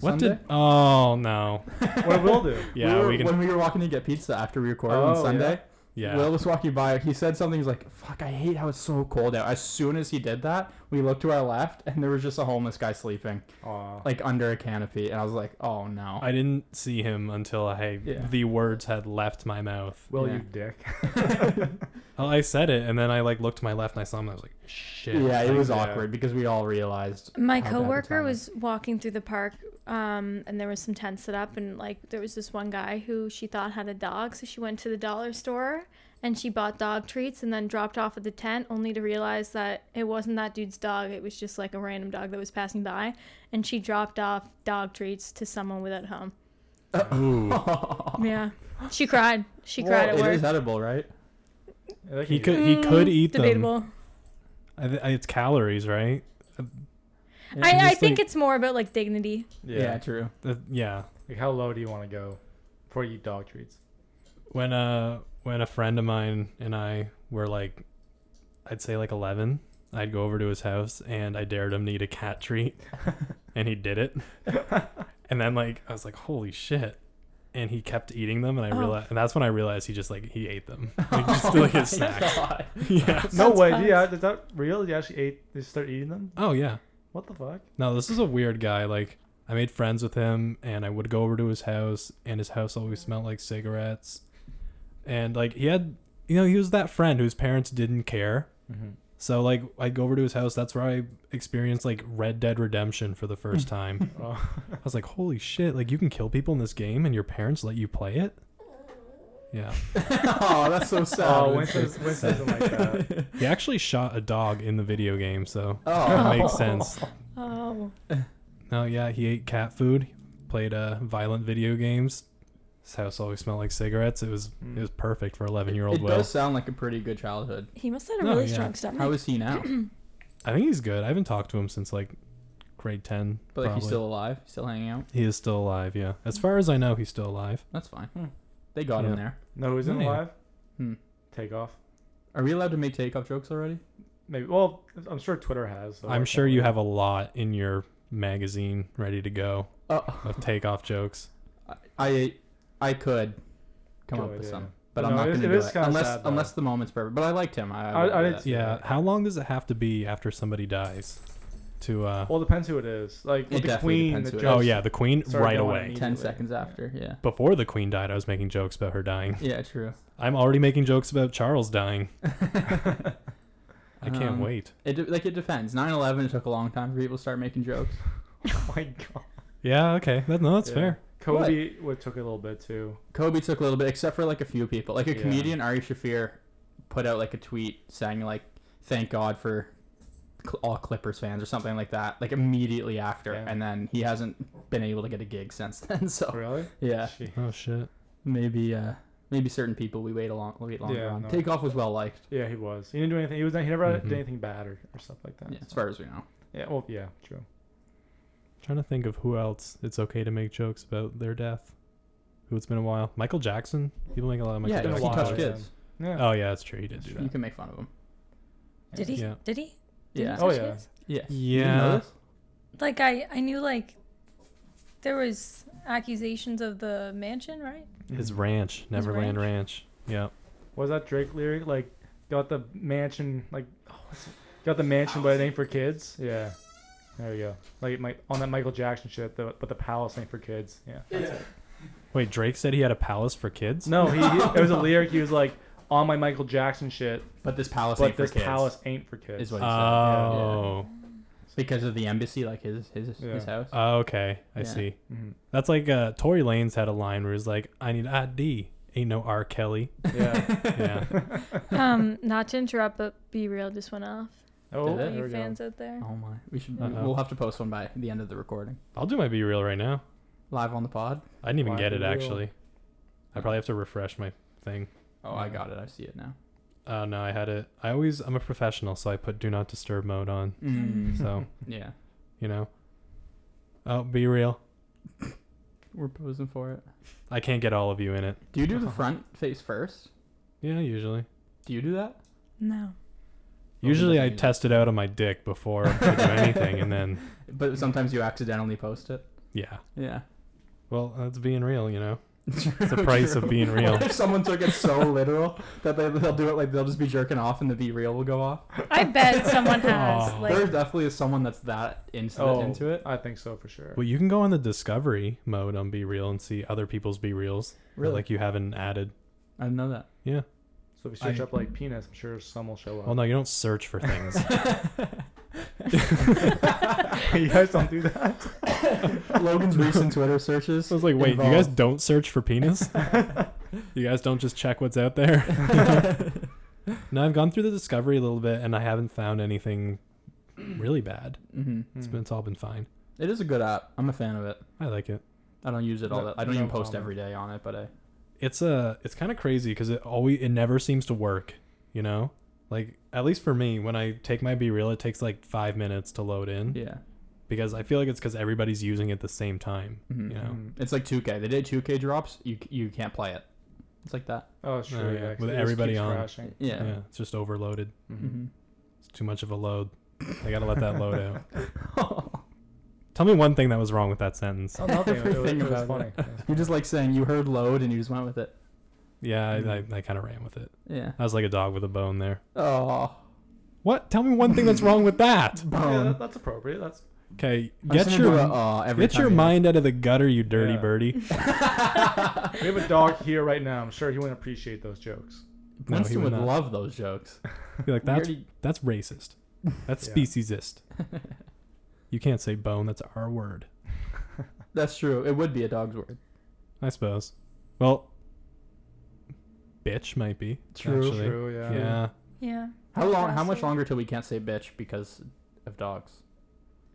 S1: What
S3: Sunday?
S1: did? Oh no.
S2: what we'll
S3: (laughs)
S2: do.
S1: Yeah,
S3: we
S1: we,
S3: were,
S1: can.
S3: when we were walking to get pizza after we recorded
S2: Oh,
S3: on Sunday,
S1: yeah.
S3: Will was walking by. He said something. He's like, "Fuck, I hate how it's so cold out." As soon as he did that, we looked to our left, and there was just a homeless guy sleeping,
S2: Aw.
S3: like under a canopy. And I was like, "Oh no!"
S1: I didn't see him until I
S3: Yeah.
S1: the words had left my mouth.
S2: Will
S3: Yeah.
S2: you dick? (laughs)
S1: Well, I said it, and then I like looked to my left and I saw him. And I was like, "Shit."
S3: yeah, it
S1: Like,
S3: was
S2: yeah.
S3: awkward because we all
S4: (laughs)
S3: realized.
S4: (laughs)
S3: How
S4: My
S3: bad the
S4: coworker
S3: timing.
S4: was walking through the park, um, and there was some tents set up, and like there was this one guy who she thought had a dog, so she went to the dollar store and she bought dog treats, and then dropped off at the tent, only to realize that it wasn't that dude's dog; it was just like a random dog that was passing by, and she dropped off dog treats to someone without home.
S3: (laughs)
S1: Ooh.
S4: Yeah, she cried. She cried at
S3: Well, It
S4: work.
S3: is edible, right?
S2: I think
S1: He
S2: you
S1: could he could
S4: Mm,
S1: eat them.
S4: debatable.
S1: I th- it's calories, right?
S4: I, I
S1: just,
S4: think
S1: like-
S4: it's more about like dignity.
S2: did.
S3: Yeah,
S2: Yeah.
S3: true.
S1: Uh, yeah.
S2: Like, how low do you want to go before you eat dog
S3: (laughs)
S2: treats?
S1: when uh when a friend of mine and I were like I'd say like 11 I'd go over to his house and I dared him to eat a cat
S3: (laughs)
S1: treat and he did it and then like I was like holy shit and he kept eating them and I
S4: Oh.
S1: realized and that's when I realized he just like he ate
S3: (laughs)
S1: them like just like his snack (laughs)
S3: God.
S1: yeah
S2: No
S4: That's
S2: way.
S4: fun.
S2: Yeah, is that real? You actually ate? Did you start eating them?
S1: oh yeah
S2: What the fuck?
S1: no this is a weird guy like I made friends with him and I would go over to his house and his house always smelled like cigarettes and like he had you know he was that friend whose parents didn't care
S2: Mm-hmm.
S1: So like I'd go over to his house. That's where I experienced like Red Dead Redemption for the first time.
S2: Oh.
S1: I was like, holy shit! Like you can kill people in this game, and your parents let you play it. Yeah,
S3: (laughs) oh, that's so sad.
S2: Oh,
S3: Winston.
S2: Winston's, Winston's
S3: (laughs)
S2: like that.
S1: he actually shot a dog in the video game, so
S3: Oh,
S1: that makes sense.
S4: Oh,
S1: No, yeah, he ate cat food, played uh violent video games. His house always smelled like cigarettes. It was
S2: Mm.
S1: it was perfect for eleven year
S3: Hmm. It
S1: old Will.
S3: does sound like a pretty good childhood.
S4: he must have had a
S1: No,
S4: really
S1: yeah.
S4: strong stomach.
S3: How is he now?
S1: I think he's good. I haven't talked to him since like grade ten.
S3: But like, he's
S1: probably.
S3: still alive, still hanging out.
S1: he is still alive. Yeah, as far as I know, he's still alive.
S3: That's fine.
S2: Hmm.
S3: They got
S1: Yeah.
S3: him there.
S2: No, who's in
S1: Yeah.
S2: alive?
S3: Hmm.
S2: Take off.
S3: Are we allowed to make takeoff jokes already?
S2: Maybe. Well, I'm sure Twitter has.
S3: Oh,
S2: so I
S1: I'm
S2: can't
S1: sure you
S2: really-
S1: have a lot in your magazine ready to go
S3: Oh, (laughs)
S1: of takeoff jokes.
S3: I, I, I could come
S2: Good
S3: up with
S2: idea.
S3: some, but
S2: No,
S3: I'm not
S2: it-
S3: going to
S2: it
S3: do
S2: is
S3: it
S2: kinda
S3: unless
S2: sad, though.
S3: unless the moment's perfect. But I liked him. I,
S2: I-
S3: would
S2: I
S3: do
S2: did
S3: that.
S2: too.
S1: Yeah. How long does it have to be after somebody dies to uh
S3: Oh,
S2: Well, it depends who it is. Like
S3: It
S2: with the
S3: definitely
S2: Queen,
S3: depends
S2: the
S3: who it
S2: judge.
S1: Oh yeah, the queen
S2: Sorry,
S1: right
S2: don't
S1: away.
S2: wanna
S3: ten
S2: Easily.
S3: seconds after. Yeah.
S1: Before the queen died, I was making jokes about her dying.
S3: Yeah, true.
S1: I'm already making jokes about Charles dying. I can't
S3: Um,
S1: wait.
S3: It de- like it depends. 9/11 it took a long time for people to start making jokes.
S2: Oh (laughs) my god.
S1: Yeah, okay. That, no, that's
S2: Yeah.
S1: fair.
S2: Kobe would took a little bit too.
S3: Kobe took a little bit, except for like a few people. Like a
S2: Yeah.
S3: comedian, Ari Shafir, put out like a tweet saying like, "Thank God for cl- all Clippers fans" or something like that. Like immediately after,
S2: Yeah.
S3: and then he hasn't been able to get a gig since (laughs) then. So
S2: Really?
S3: Oh, yeah,
S2: Gee.
S1: Oh shit.
S3: maybe uh, maybe certain people we wait a long, wait longer
S2: Yeah,
S3: on.
S2: no.
S3: Takeoff was well liked,
S2: Yeah, he was. He didn't do anything. He was. He never
S1: Mhm.
S2: did anything bad or, or stuff like that.
S3: yeah, as far as we know.
S2: Yeah. Well, yeah. True.
S1: trying to think of who else it's okay to make jokes about their death. Who it's been a while. Michael Jackson. People make a lot of Michael
S3: yeah,
S2: been a
S3: he
S1: Jackson.
S2: while,
S1: jokes.
S3: touched
S2: yeah.
S3: kids.
S2: Yeah.
S1: Oh yeah, that's true. He did do
S3: You
S1: that.
S3: can make fun of him.
S4: Did he?
S1: Yeah.
S4: Did he? Did
S3: Yeah.
S4: he
S2: Oh,
S4: touch
S2: yeah.
S4: kids?
S3: Yeah. You didn't know
S1: Yeah.
S3: this?
S4: like I, I knew like there was accusations of the mansion right
S1: His ranch, Neverland Ranch. Yeah.
S2: What was that Drake lyric? Like, got the mansion. Like, (laughs) oh, what's it? got the mansion, but it ain't for kids. Yeah. There you go. Like my, on that Michael Jackson shit, the, but the palace ain't for kids. Yeah. That's
S1: Wait, Drake said he had a palace for kids.
S2: No, he, he- it was a lyric. He was like, on my Michael Jackson shit,
S3: But this palace
S2: but
S3: ain't for
S2: this
S3: kids.
S2: palace ain't for kids.
S3: Is what
S1: Oh,
S3: he said. yeah, yeah. Because of the embassy, like his his
S2: Yeah.
S3: his house.
S1: Oh, okay, I
S3: Yeah.
S1: see.
S2: Mhm.
S1: (laughs) That's like uh, Tory Lanez had a line where he's like, "I need ID." Ain't no R. Kelly.
S2: Yeah.
S1: Yeah.
S4: (laughs) um, not to interrupt, but Be Real just went off.
S2: Oh,
S3: Did it?
S2: there
S4: All
S2: we
S4: you
S2: go.
S4: fans out there.
S3: oh my, we should.
S1: Uh-oh.
S3: We'll have to post one by the end of the recording,
S1: I'll do my be real right now.
S3: live on the pod.
S1: I didn't even
S2: Why
S1: get
S2: be
S1: it
S2: real?
S1: actually. I probably have to refresh my thing.
S3: Oh, I got it. I see it now.
S1: Oh no, I had it. I always I'm a professional, so I put do not disturb mode on.
S2: (laughs)
S3: Mm.
S1: So
S3: (laughs) yeah,
S1: you know. Oh, be real.
S3: we're posing for it.
S1: I can't get all of you in it.
S3: Do you do the front face first?
S1: Yeah, usually.
S3: Do you do that?
S4: No.
S3: Oh, he
S1: Usually
S3: doesn't
S1: I
S3: use it.
S1: test it out on my dick before I
S3: (laughs)
S1: do anything, and then
S3: But sometimes you accidentally post it.
S1: yeah.
S3: (laughs) Yeah.
S1: Well, that's being real, you know.
S3: It's
S1: the price of being real.
S3: What if someone took it so literal that they, they'll do it like they'll just be jerking off and the be real will go off?
S4: I bet someone
S1: (laughs)
S4: has.
S1: Aw.
S4: Like,
S3: there definitely is someone that's that into,
S2: Oh,
S3: into it.
S2: I think so for sure.
S1: Well, you can go on the discovery mode on Be Real and see other people's Be Reals. that,
S3: Really?
S1: Like you haven't added.
S3: I didn't know that.
S1: Yeah.
S2: so if you search
S1: I-
S2: up like penis, I'm sure some will show up.
S1: Well, no, you don't search for things. (laughs)
S2: (laughs) you guys don't do that.
S3: Logan's recent Twitter searches.
S1: I was like, wait, you guys don't search for
S3: (laughs)
S1: penis? you guys don't just check what's out there? no, I've gone through the discovery a little bit and I haven't found anything really bad.
S3: hmm
S1: It's
S2: Hmm.
S1: been it's all been fine.
S3: It is a good app. I'm a fan of it.
S1: I like it.
S3: I don't use it all
S2: No-
S3: that. I don't
S2: no
S3: even post
S2: comment.
S3: every day on it, but I.
S1: It's uh it's kind of crazy because it always it never seems to work. You know, like at least for me, when I take my Be Real, it takes like five minutes to load in
S3: Yeah.
S1: because I feel like it's because everybody's using it at the same time.
S3: Mhm.
S1: You know,
S2: Mhm.
S3: It's like 2K. The day 2K drops, you you can't play it. It's like that.
S2: Oh, it's
S1: Oh,
S2: true.
S1: yeah,
S2: yeah, 'cause
S1: with
S2: it just
S1: everybody
S2: keeps
S1: on.
S2: crashing.
S1: yeah.
S3: Yeah.
S1: it's just overloaded.
S2: Mhm. (laughs)
S3: hmm
S1: It's too much of a load. I Mm-hmm. gotta let that load out. Tell me one thing that was wrong with that sentence.
S2: Oh, nothing. It was, it
S3: Everything
S2: was
S3: about
S2: funny.
S3: it. You're just like saying you heard load and you just went with it.
S1: Yeah, I, I, I kind of ran with it.
S3: Yeah.
S1: I was like a dog with a bone there.
S3: Oh.
S1: What? Tell me one thing that's wrong with (laughs) that.
S2: Yeah,
S3: Bone.
S2: that, that's appropriate. That's
S1: Okay,
S3: I'm
S1: get
S3: just
S1: your
S3: gonna do a, uh, every
S1: get
S3: time
S1: your
S3: you- (laughs)
S1: mind out of the gutter, you dirty
S2: Yeah.
S1: birdie.
S2: we have a dog here right now. I'm sure he wouldn't appreciate those jokes.
S1: No, he
S3: Winston
S1: would
S3: would
S1: not.
S3: love those jokes.
S1: Be (laughs) like
S3: We
S1: that's
S3: already-
S1: that's racist. That's
S2: Yeah.
S1: speciesist. (laughs) You can't say bone. That's our word,
S3: That's true. It would be a dog's word.
S1: I suppose. Well, bitch might be
S3: True.
S1: actually.
S2: True. Yeah.
S1: Yeah,
S4: yeah.
S3: How long? How
S4: Awesome.
S3: much longer till we can't say bitch because of dogs?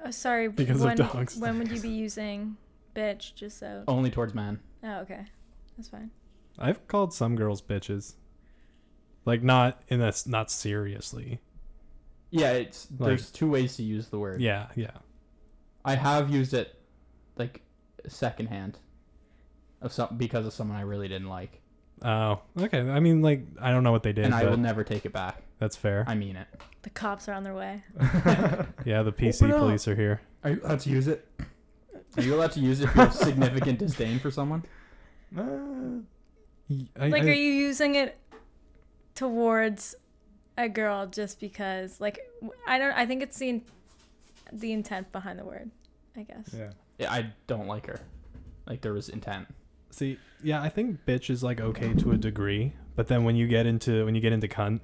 S4: Oh, sorry. w-
S1: Because of
S4: when,
S1: dogs.
S4: When would you be using bitch just so?
S3: Only towards man.
S4: Oh, okay. That's fine.
S1: I've called some girls bitches. Like not in this, not seriously.
S3: Yeah. It's
S1: Like-
S3: there's two ways to use the word.
S1: Yeah, yeah.
S3: I have used it, like secondhand, of some because of someone I really didn't like,
S1: Oh, okay. I mean, like I don't know what they did,
S3: and I
S1: but
S3: will never take it back.
S1: that's fair.
S3: I mean it.
S4: The cops are on their way.
S3: (laughs)
S1: yeah, the PC
S3: up.
S1: police are here.
S3: Are you allowed to use it? Are you allowed to use it if you have significant disdain for someone?
S2: (laughs) Uh,
S1: Y- I-
S4: Like,
S1: I-
S4: are you using it towards a girl just because? Like, w- I don't. I think it's the in, the intent behind the word. I guess.
S2: yeah.
S3: Yeah, I don't like her. Like there was intent.
S1: See, yeah, I think bitch is like okay to a degree, but then when you get into when you get into cunt,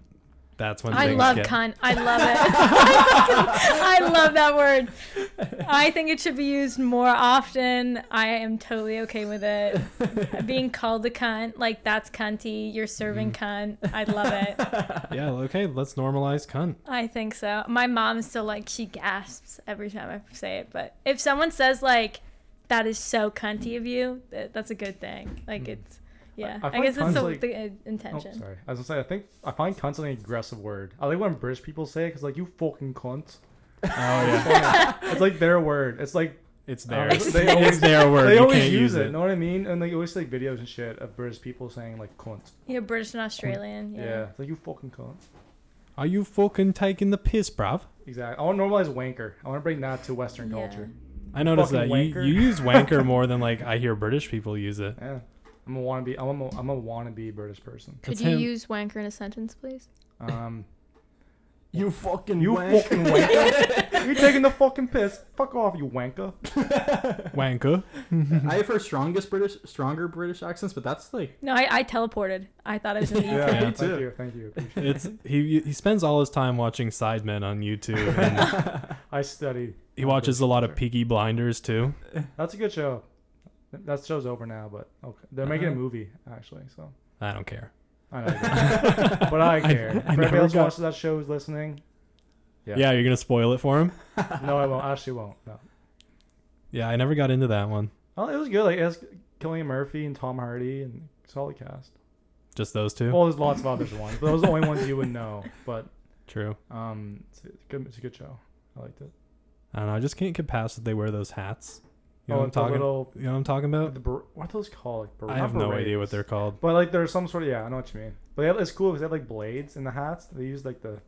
S1: that's when
S4: I
S1: things
S4: love
S1: get.
S4: cunt. I love it. I fucking- I love that word. I think it should be used more often. I am totally okay with it. Being called a cunt, like that's cunty. You're serving
S1: Mm.
S4: cunt. I love it.
S1: Yeah, okay, let's normalize cunt.
S4: I think so. My mom's still like she gasps every time I say it, but if someone says like that is so cunty of you, that, that's a good thing. Like it's yeah.
S2: I- I
S4: I,
S2: find
S4: guess that's
S2: cunt's
S4: the,
S2: like-
S4: the uh,
S2: Oh,
S4: intention.
S2: sorry. I was gonna say. I think I find cunt's an aggressive word. I like when British people say it because like you fucking cunt.
S1: Oh yeah,
S4: (laughs)
S2: It's like their word. It's like
S1: it's
S4: Oh.
S2: I don't
S1: there.
S2: know,
S1: it's
S2: they always
S1: their word.
S2: they
S1: you
S2: always
S1: can't
S2: use, it.
S1: it.
S2: Know what I mean? And like you always see like videos and shit of British people saying like cunt.
S4: yeah, British and Australian.
S2: Yeah.
S4: yeah.
S2: It's like you fucking cunt.
S1: Are you fucking taking the piss, bruv?
S2: Exactly. I want to normalize wanker. I want to bring that to Western
S4: Yeah.
S2: culture.
S1: I noticed that
S2: Fucking
S1: you,
S2: wanker.
S1: you use
S4: (laughs)
S1: wanker more than like I hear British people use it.
S2: Yeah. I'm a wannabe. I'm a, I'm a wannabe British person.
S4: Could
S1: That's
S4: you
S1: him.
S4: use wanker in a sentence, please?
S2: Um,
S3: You fucking
S2: You
S3: wank.
S2: fucking wanker. You're taking the fucking piss. Fuck off, you wanker.
S1: Wanker.
S3: I have heard strongest British, stronger British accents, but that's like
S4: (laughs) No, I, I teleported. I thought I
S2: (laughs)
S4: was in the
S1: Yeah.
S4: UK.
S1: Me
S2: Thank
S3: too.
S2: you. Thank you. Appreciate it.
S1: It's he he spends all his time watching Sidemen on YouTube.
S4: (laughs)
S1: And
S2: I studied.
S1: he watches a lot of Peaky Blinders too.
S2: That's a good show. Th- That show's over now, but okay. They're making
S1: Uh-huh.
S2: a movie actually, so
S1: I don't care.
S2: I know.
S1: (laughs)
S2: you don't. (laughs) but I care.
S1: I
S2: if
S1: never
S2: anybody else
S1: got-
S2: watches that show who's listening, Yeah.
S1: Yeah, you're gonna spoil it for him.
S2: no, I won't. I Actually, won't. No.
S1: Yeah, I never got into that one.
S2: Oh, it was good. Like it was Killian Murphy and Tom Hardy and solid cast.
S1: Just those two.
S2: Well, there's lots of others ones, but those are the only ones you would know. But
S1: True.
S2: um, it's a good. It's a good show. I liked it.
S1: I don't know. I just can't get past that they wear those hats. You know
S2: oh,
S1: what I'm
S2: it's a
S1: talking.
S2: little.
S1: you know what I'm talking about?
S2: The, ber- what are those called? Like, ber-
S1: I
S2: not
S1: have no
S2: berets.
S1: idea what they're called.
S2: But like, there's some sort of yeah, I know what you mean. But yeah, it's cool because they have like blades in the hats. They use like the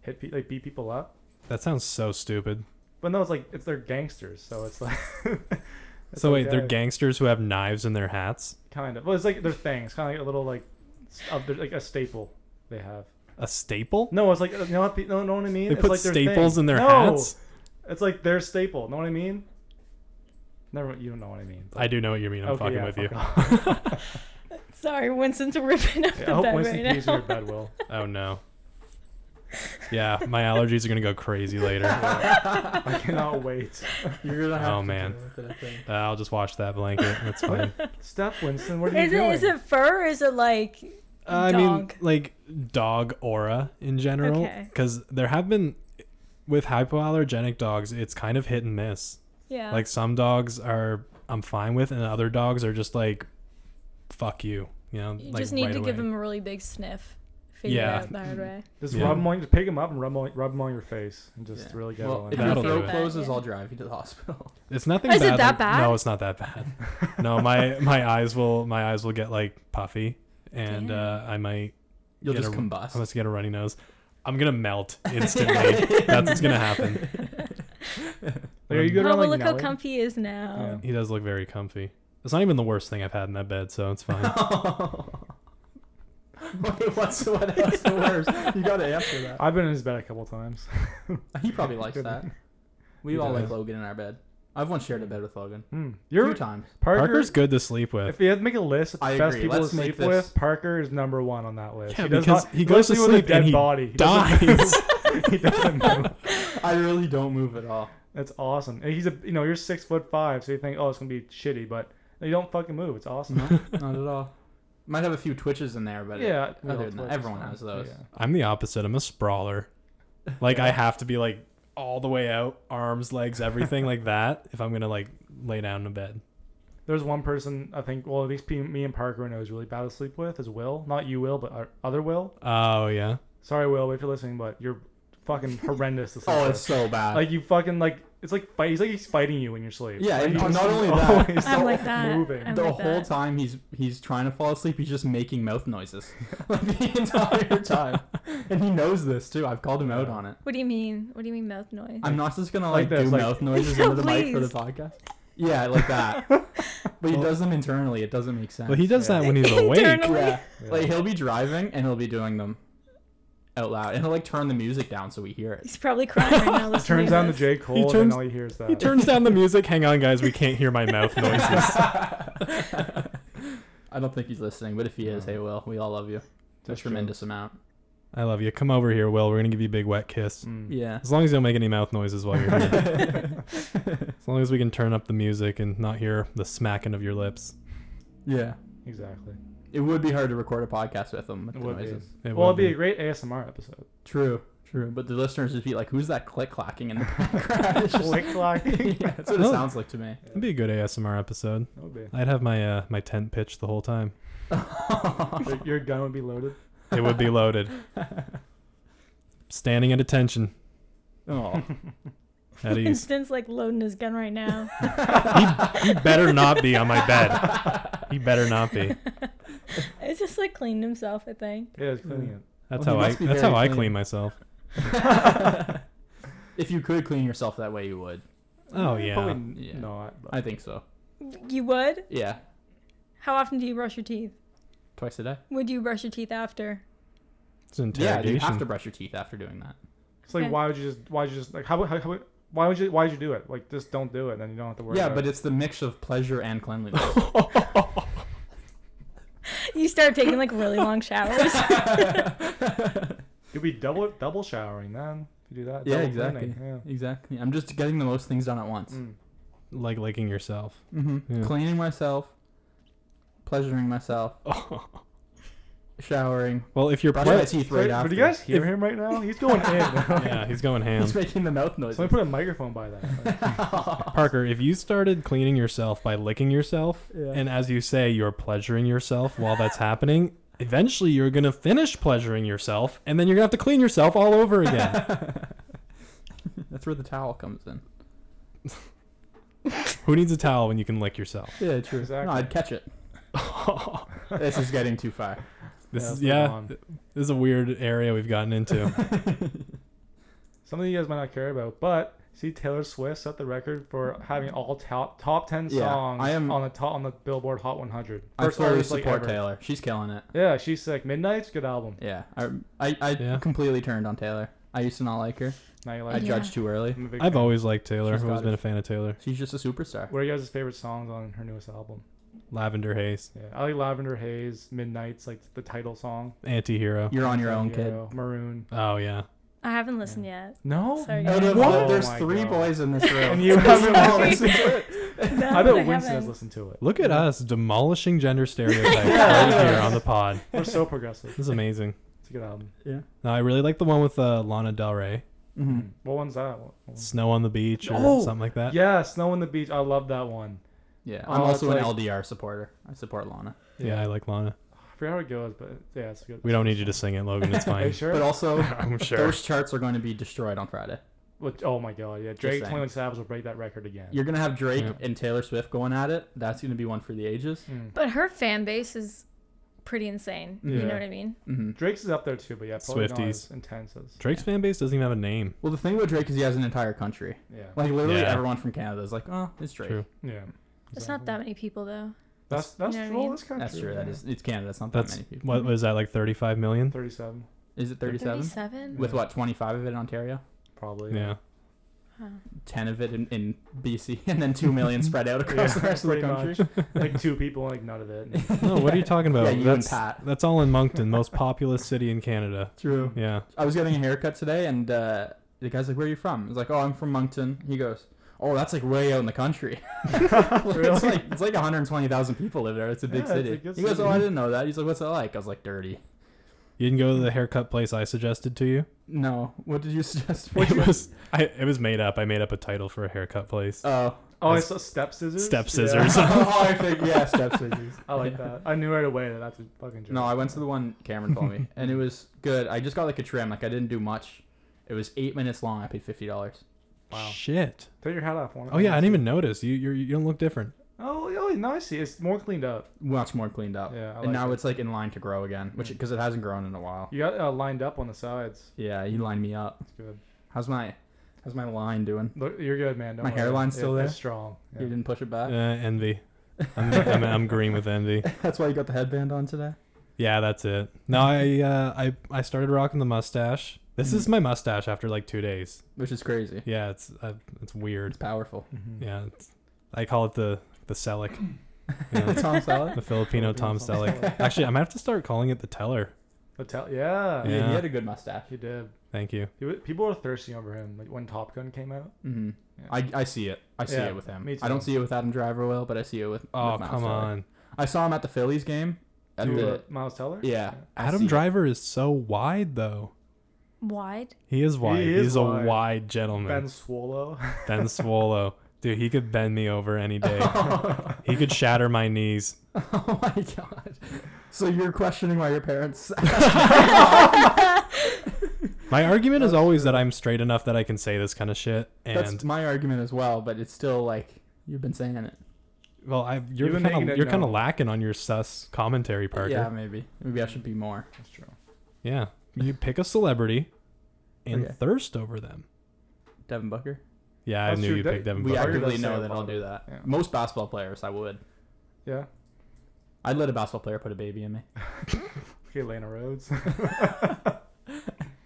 S2: hit pe- like beat people up.
S1: That sounds so stupid.
S2: But no, it's like it's they're gangsters, so it's (laughs) like. it's
S1: so
S2: like
S1: wait, they're
S2: that,
S1: gangsters who have knives in their hats.
S2: Kind of. Well, it's like their thing. It's kind of like a little like, s- of their, like a staple they have.
S1: A staple?
S2: No, it's like uh, you know, what pe- no, know what I mean.
S1: They
S2: it's
S1: put
S2: like thing.
S1: staples in their
S2: no!
S1: hats.
S2: It's like their staple. Know what I mean? Never. You don't know what I mean.
S1: I do know what you mean. I'm
S2: Okay,
S1: fucking
S2: yeah,
S1: with
S2: fuck
S1: you.
S2: off.
S4: (laughs)
S2: (laughs)
S4: Sorry, Winston's ripping up
S2: Yeah, I
S4: the
S2: hope
S4: bed
S2: Winston
S4: right
S2: pees in
S4: now.
S2: your bed,
S4: (laughs)
S2: Will.
S1: Oh no. Yeah, my allergies are gonna go crazy
S2: (laughs)
S1: later.
S2: I
S1: (laughs)
S2: cannot wait.
S3: you're gonna have
S1: Oh,
S3: to
S1: man.
S3: deal with it, I think.
S1: Uh, I'll just watch that blanket.
S2: (laughs)
S1: That's fine.
S2: Stop, Winston. What are you
S4: Is it,
S2: doing?
S4: is it fur or is it like
S1: Uh, I mean,
S4: Dog.
S1: like dog aura in general,
S4: Okay.
S1: because there have been with hypoallergenic dogs, it's kind of hit and miss.
S4: yeah.
S1: Like some dogs are I'm fine with, and other dogs are just like, fuck you. You know,
S4: you
S1: like
S4: just need
S1: right
S4: to give
S1: away.
S4: him a really big sniff. Figure
S1: Yeah.
S4: it out the hard way.
S2: Just
S1: Yeah.
S2: rub 'em on, just pick 'em up and rub 'em on, rub 'em on your face and just
S3: Yeah.
S2: really get
S3: Well,
S2: on.
S3: if
S1: you-
S2: it.
S3: your
S1: That'll do
S3: throat
S1: it.
S3: closes,
S4: Yeah.
S3: I'll drive you to the hospital. (laughs)
S1: It's nothing
S4: Oh, Is it
S1: bad.
S4: that
S1: like-
S4: bad?
S1: No, it's not that bad. no, my my eyes will my eyes will get like puffy, and
S4: Damn.
S1: uh, I might
S3: You'll
S1: get
S3: just
S1: a,
S3: combust.
S1: I must get a runny nose. I'm gonna melt
S4: (laughs)
S1: instantly. That's what's gonna happen.
S2: Like, are you good
S4: oh,
S2: on
S4: well,
S2: like
S4: look how
S2: Nelly?
S4: comfy he is now.
S2: Yeah.
S1: He does look very comfy. It's not even the worst thing I've had in that bed, so it's
S3: (laughs)
S1: fine.
S3: Wait, what's what, what's the worst? You gotta answer that.
S2: I've been in his bed a couple times.
S3: (laughs)
S2: (laughs)
S3: He probably likes that. We all
S1: does.
S3: like Logan in our bed. I've once shared a bed with Logan.
S2: Hmm.
S3: Two
S2: You're
S3: times.
S2: Parker.
S1: Parker's good to sleep with.
S2: if you had to make a list of the
S3: I
S2: best
S3: agree.
S2: people
S3: Let's
S2: to
S3: make
S2: sleep
S3: this-
S2: with, Parker is number one on that list.
S1: Yeah,
S2: he does
S1: because
S2: not,
S1: he goes to
S2: goes with a
S1: sleep
S2: dead
S1: and he
S2: body. He doesn't-
S1: (laughs) dies.
S2: he doesn't move.
S3: I really don't move at all.
S2: (laughs) That's awesome. And he's a you know you're six foot five, so you think oh it's gonna be shitty, but you don't fucking move. It's awesome.
S3: Not at all. Might have a few twitches in there, but
S2: yeah,
S3: other
S2: no,
S3: than that,
S2: it's
S3: everyone
S2: fine.
S3: has those.
S2: Yeah.
S1: I'm the opposite. I'm a sprawler. Like I have to be like all the way out, arms, legs, everything like that if I'm going to like lay down in a bed.
S2: There's one person I think, well, at least P- me and Parker know is really bad to sleep with is Will. Not you, Will, but our other Will.
S1: Oh yeah.
S2: Sorry, Will, if you're listening, but you're fucking
S3: (laughs)
S2: horrendous to sleep
S3: Oh,
S2: with.
S3: it's so bad.
S2: like you fucking like it's like fight. He's like he's fighting you in your sleep.
S3: Yeah,
S2: Like,
S3: and
S2: he's
S3: not
S2: just (laughs)
S3: only that-
S2: always
S4: I'm like that.
S2: moving.
S4: I'm
S3: the
S4: like
S3: whole
S4: that.
S3: time he's he's trying to fall asleep, he's just making mouth (laughs) noises like the entire time, and he knows this too. I've called him out on it.
S4: What do you mean? What do you mean mouth noise?
S3: I'm not just gonna
S2: Like
S3: like,
S2: this,
S3: do
S2: like-
S3: mouth noises
S4: No,
S3: into the mic for the
S4: please.
S3: podcast. Yeah, like that.
S4: (laughs)
S3: but he does them internally. It doesn't make sense.
S1: Well, he does
S2: Yeah.
S1: that when he's (laughs) awake.
S4: Internal-
S3: yeah.
S2: Yeah.
S3: like he'll be driving and he'll be doing them out loud, and he'll like turn the music down so we hear it. (laughs)
S4: He's probably crying
S2: (laughs)
S4: right now.
S2: He turns down the J Cole, and then
S1: turns-
S2: all he hears that.
S1: He turns down the music. Hang on guys, we can't hear my mouth
S4: (laughs)
S1: noises.
S3: I don't think he's listening, but if he is,
S2: No.
S3: hey, Will, we all love you a
S2: That's
S3: tremendous amount.
S1: I love you. Come over here, Will. We're going to give you a big wet kiss.
S2: Mm.
S3: Yeah.
S1: As long as you don't make any mouth noises while you're (laughs) here.
S2: (laughs)
S1: as long as we can turn up the music and not hear the smacking of your lips.
S3: (laughs) Yeah.
S2: exactly.
S3: It would be hard to record a podcast with them. With
S2: It
S3: the
S2: would be.
S3: noises.
S1: It
S2: well,
S1: will
S2: it'd be a great ASMR episode.
S3: True, true. But the listeners would be like, "Who's that click
S2: (laughs)
S3: clacking in the background?" (laughs) (laughs) It's just-
S2: Click clack. (laughs)
S3: yeah, that's what it
S1: No.
S3: sounds like to me. (laughs)
S1: It'd be a good ASMR episode.
S2: That would be.
S1: I'd have my uh, my tent pitched the whole time.
S2: Your, your gun would be loaded.
S1: It would
S3: (laughs)
S1: be loaded. Standing at attention
S3: Oh,
S1: at
S3: (laughs)
S1: ease.
S4: (laughs) Winston's like loading his gun
S2: (laughs)
S4: right now.
S1: he better not be on my bed. He better not
S4: (laughs)
S1: be.
S4: it's just like cleaned himself, I think.
S2: Yeah, it's cleaning it.
S1: That's
S3: Well, he
S1: how I
S3: must be
S1: that's
S3: very
S1: how I
S3: clean.
S1: clean myself.
S3: (laughs) if you could clean yourself that way, you would.
S1: Oh yeah.
S2: Probably
S3: Yeah.
S2: not. But
S3: I think so.
S4: You would?
S3: Yeah,
S4: How often do you brush your teeth?
S3: twice a day.
S4: Would you brush your teeth after?
S1: It's
S3: Yeah,
S1: interrogation.
S3: you have to brush your teeth after doing that.
S2: It's like
S4: Okay.
S2: why would you just why would you just like how, how, how why would you why would you do it? Like just don't do it, then you don't have to worry.
S3: Yeah,
S2: about
S3: but
S2: it.
S3: it's the mix of pleasure and cleanliness.
S4: You start taking like
S2: (laughs)
S4: really long showers.
S2: you'd be double double showering then if you do that.
S3: yeah,
S2: double
S3: exactly.
S2: cleaning, Yeah.
S3: (laughs) Exactly. I'm just getting the most things done at once.
S2: Mm.
S1: like licking
S3: (laughs)
S1: yourself.
S3: hmm
S1: Yeah.
S3: Cleaning myself, pleasuring myself, showering,
S1: well, if you're
S3: brushing my
S1: ple-
S3: teeth
S2: Wait,
S3: right after.
S2: but do you guys hear
S3: If-
S2: him right now? He's going in.
S3: (laughs)
S1: yeah, he's going ham.
S3: He's making the mouth noise.
S2: Somebody put a microphone by
S3: (laughs)
S2: that.
S1: Parker, if you started cleaning yourself by licking yourself,
S2: Yeah.
S1: and as you say, you're pleasuring yourself while that's happening, eventually you're gonna finish pleasuring yourself, and then you're gonna have to clean yourself all over
S3: (laughs)
S1: again.
S3: That's where the towel comes in.
S1: Who needs a towel when you can lick yourself?
S3: Yeah, true. No,
S2: Exactly.
S3: I'd catch it. this is getting too far.
S1: This is
S2: Yeah, let's move
S1: yeah,
S2: on.
S1: th- this is a weird area we've gotten
S3: (laughs)
S1: into.
S2: Something you guys might not care about, but see Taylor Swift set the record for having all top top ten
S3: Yeah,
S2: songs
S3: I am-
S2: on the top on the Billboard Hot 100.
S3: I
S2: First
S3: fully
S2: artist, like,
S3: support
S2: ever.
S3: Taylor. She's killing it.
S2: Yeah, she's sick. Midnight's a good album.
S3: Yeah, I I, I
S1: Yeah.
S3: completely turned on Taylor. I used to not like her.
S2: Now you
S3: I
S2: like. it.
S3: judged too early.
S2: I'm a big
S1: I've
S2: fan.
S1: always liked Taylor.
S3: She's
S1: I've always
S3: got it.
S1: been a fan of Taylor.
S3: She's just a superstar.
S2: What are you guys' favorite songs on her newest album?
S1: Lavender Haze,
S2: Yeah, I like Lavender Haze, Midnight's like the title song.
S1: anti-hero.
S3: You're on your own, kid.
S2: Hero, Maroon.
S1: Oh yeah.
S4: I haven't listened yet.
S2: No.
S4: Sorry,
S3: Out of
S2: What?
S3: all, there's
S2: Oh my
S3: three
S2: God.
S3: boys
S2: (laughs)
S3: in this room.
S2: And you haven't (laughs)
S4: Sorry.
S2: listened to
S4: (laughs)
S2: it.
S4: No,
S2: I bet Winston has
S4: haven't.
S2: listened to it.
S1: Look at us demolishing gender
S3: (laughs)
S1: stereotypes
S3: Yeah.
S1: right here on the pod.
S2: We're so progressive.
S1: This is amazing.
S2: It's a good album.
S3: yeah.
S1: No, I really like the one with uh, Lana Del Rey,
S3: hmm
S2: Mm-hmm. What one's that? What- what-
S1: "Snow on the Beach" or
S2: Oh,
S1: something like that.
S2: Yeah, Snow on the Beach. I love that one.
S3: Yeah.
S2: Oh,
S3: I'm also
S2: it's
S3: an
S2: like-
S3: LDR supporter. I support Lana.
S1: Yeah, I like Lana.
S2: I forgot how it goes, but yeah, it's good.
S1: We don't need you to sing it, Logan.
S3: (laughs)
S1: It's
S2: Are you
S1: fine.
S2: (laughs) sure?
S3: But also,
S1: (laughs) I'm sure.
S3: those charts are going to be destroyed on Friday.
S2: Which- oh my god, yeah. Drake,
S3: saying.
S2: 21 Savage will break that record again.
S3: You're gonna have Drake
S1: Yeah.
S3: and Taylor Swift going at it. That's gonna be one for the ages.
S2: Mm.
S4: But her fan base is pretty insane. You
S2: Yeah.
S4: know what I mean?
S3: hmm
S2: Drake's is up there too, but yeah, probably not
S1: Swifties.
S2: as intense as
S1: Drake's fan base doesn't even have a name.
S3: Well, the thing with Drake is he has an entire country.
S2: yeah,
S3: Like literally
S1: Yeah.
S3: everyone from Canada is like, oh, it's Drake.
S1: True.
S2: yeah.
S4: It's not that many people though.
S2: That's that's
S4: You know what I
S2: true.
S4: mean?
S2: That's kind of
S3: That's true. That is it's Canada. It's not that
S1: That's
S3: many people.
S1: what was that like 35 million?
S2: 37
S3: Is it 37?
S4: 37?
S3: With what 25 of it in Ontario,
S2: probably.
S1: Yeah.
S3: 10 of it in, in BC, (laughs) and then two million spread out across the
S2: Yeah,
S3: rest of the
S2: pretty
S3: country.
S2: much.
S1: (laughs)
S2: like two people, like none of it. (laughs)
S1: No, what are you talking about?
S3: (laughs) Yeah, you and
S1: that's
S3: Pat.
S1: that's all in Moncton, most populous city in Canada.
S3: True.
S1: Yeah.
S3: I was getting a haircut today, and uh, the guy's like, "Where are you from?" I was like, "Oh, I'm from Moncton." He goes, "Oh, that's like way out in the country. (laughs) It's like it's like 120,000 people live there. It's a big
S2: Yeah, it's
S3: city."
S2: a good
S3: he goes, "Oh,
S2: city.
S3: I didn't know that." He's like, "What's it like?" I was like, "Dirty."
S1: You didn't go to the haircut place I suggested to you.
S3: No. What did you suggest?
S1: It was I it was made up. I made up a title for a haircut place.
S3: Oh,
S2: Oh, I saw step scissors.
S1: Step
S2: Yeah. (laughs)
S1: scissors.
S3: oh, I think
S1: (laughs)
S3: yeah, step scissors.
S2: I like that. I knew right away that that's a fucking joke.
S3: No, I went to the one Cameron told me,
S2: (laughs)
S3: and it was good. I just got like a trim. Like I didn't do much. It was eight minutes long. I paid fifty dollars.
S2: Wow.
S1: Shit.
S2: Take your hat off. One.
S1: Oh yeah, I didn't even notice. You you're, you don't look different.
S2: Oh, oh, no, I see. It's more cleaned up.
S3: Much more cleaned up.
S2: Yeah, I like
S3: Oh, and now
S2: it.
S3: it's like in line to grow again, which because it hasn't grown in a while.
S2: You got uh, lined up on the sides.
S3: Yeah, you lined me up.
S2: It's good.
S3: How's my how's my line doing?
S2: Look, you're good, man. Don't
S3: My
S2: worry.
S3: hairline's
S2: It-
S3: still there?
S2: It's strong. Yeah.
S3: You didn't push
S1: Uh,
S3: it back.
S1: envy. I'm, I'm I'm green with envy.
S3: (laughs) That's why you got the headband on today.
S1: Yeah, that's it. No, I uh, I I started rocking the mustache. This is my mustache after like two days.
S3: Which is crazy.
S1: Yeah, it's uh, it's weird.
S2: (laughs)
S3: It's powerful.
S2: Mm-hmm.
S1: Yeah, it's, I call it the the Selleck, you know,
S3: (laughs) Tom
S2: (laughs)
S3: Selleck.
S1: the Filipino Tom Selleck. Actually, I might have to start calling it the Teller.
S2: The tel- yeah,
S1: Yeah.
S3: Yeah. He had a good mustache.
S2: he did.
S1: Thank you.
S2: He wa- people were thirsty over him. Like when Top Gun came out.
S3: hmm
S2: Yeah.
S3: I, I see it. I see
S2: Yeah,
S3: it with him.
S2: me
S3: I don't
S2: too.
S3: see it with Adam Driver. Will, but I see it with.
S1: Oh
S3: with Miles
S1: come
S3: Teller.
S1: on,
S3: I saw him at the Phillies game. At
S2: Who,
S3: the,
S2: uh, Miles Teller.
S3: Yeah. I see
S1: Adam
S3: it.
S1: Driver is so wide though.
S4: Wide?
S1: He is wide.
S2: is
S1: He's
S2: wide.
S1: a wide gentleman.
S2: Ben Swallow. (laughs)
S1: (laughs) Ben Swallow, dude, he could bend me over any
S2: (laughs)
S1: day. he could shatter my knees.
S3: (laughs) Oh my god. So you're questioning why your parents (laughs)
S1: My argument is always that I'm straight enough that I can say this kind of shit.
S3: That's
S1: And
S3: my argument as well, but it's still like you've been saying it.
S1: well, I,
S2: You've
S1: you're
S2: been
S1: kind
S2: making
S1: of
S2: it
S1: you're kind of
S2: known.
S1: lacking on your sus commentary, Parker.
S3: Yeah, maybe. Maybe I should be more.
S2: That's true.
S1: Yeah. You pick a celebrity and
S3: Okay.
S1: thirst over them.
S3: Devin Booker.
S1: Yeah,
S2: That's
S1: I knew
S2: true.
S1: you
S2: That-
S1: picked Devin
S3: We
S2: Booker
S1: Booker.
S2: act-
S3: actively
S2: does say
S3: know
S2: a
S3: that
S2: lot
S3: I'll
S2: of
S3: do
S2: it.
S3: that.
S2: Yeah.
S3: Most basketball players I would.
S2: Yeah.
S3: I'd let a basketball player put a baby in me.
S2: Okay, Lana Rhodes.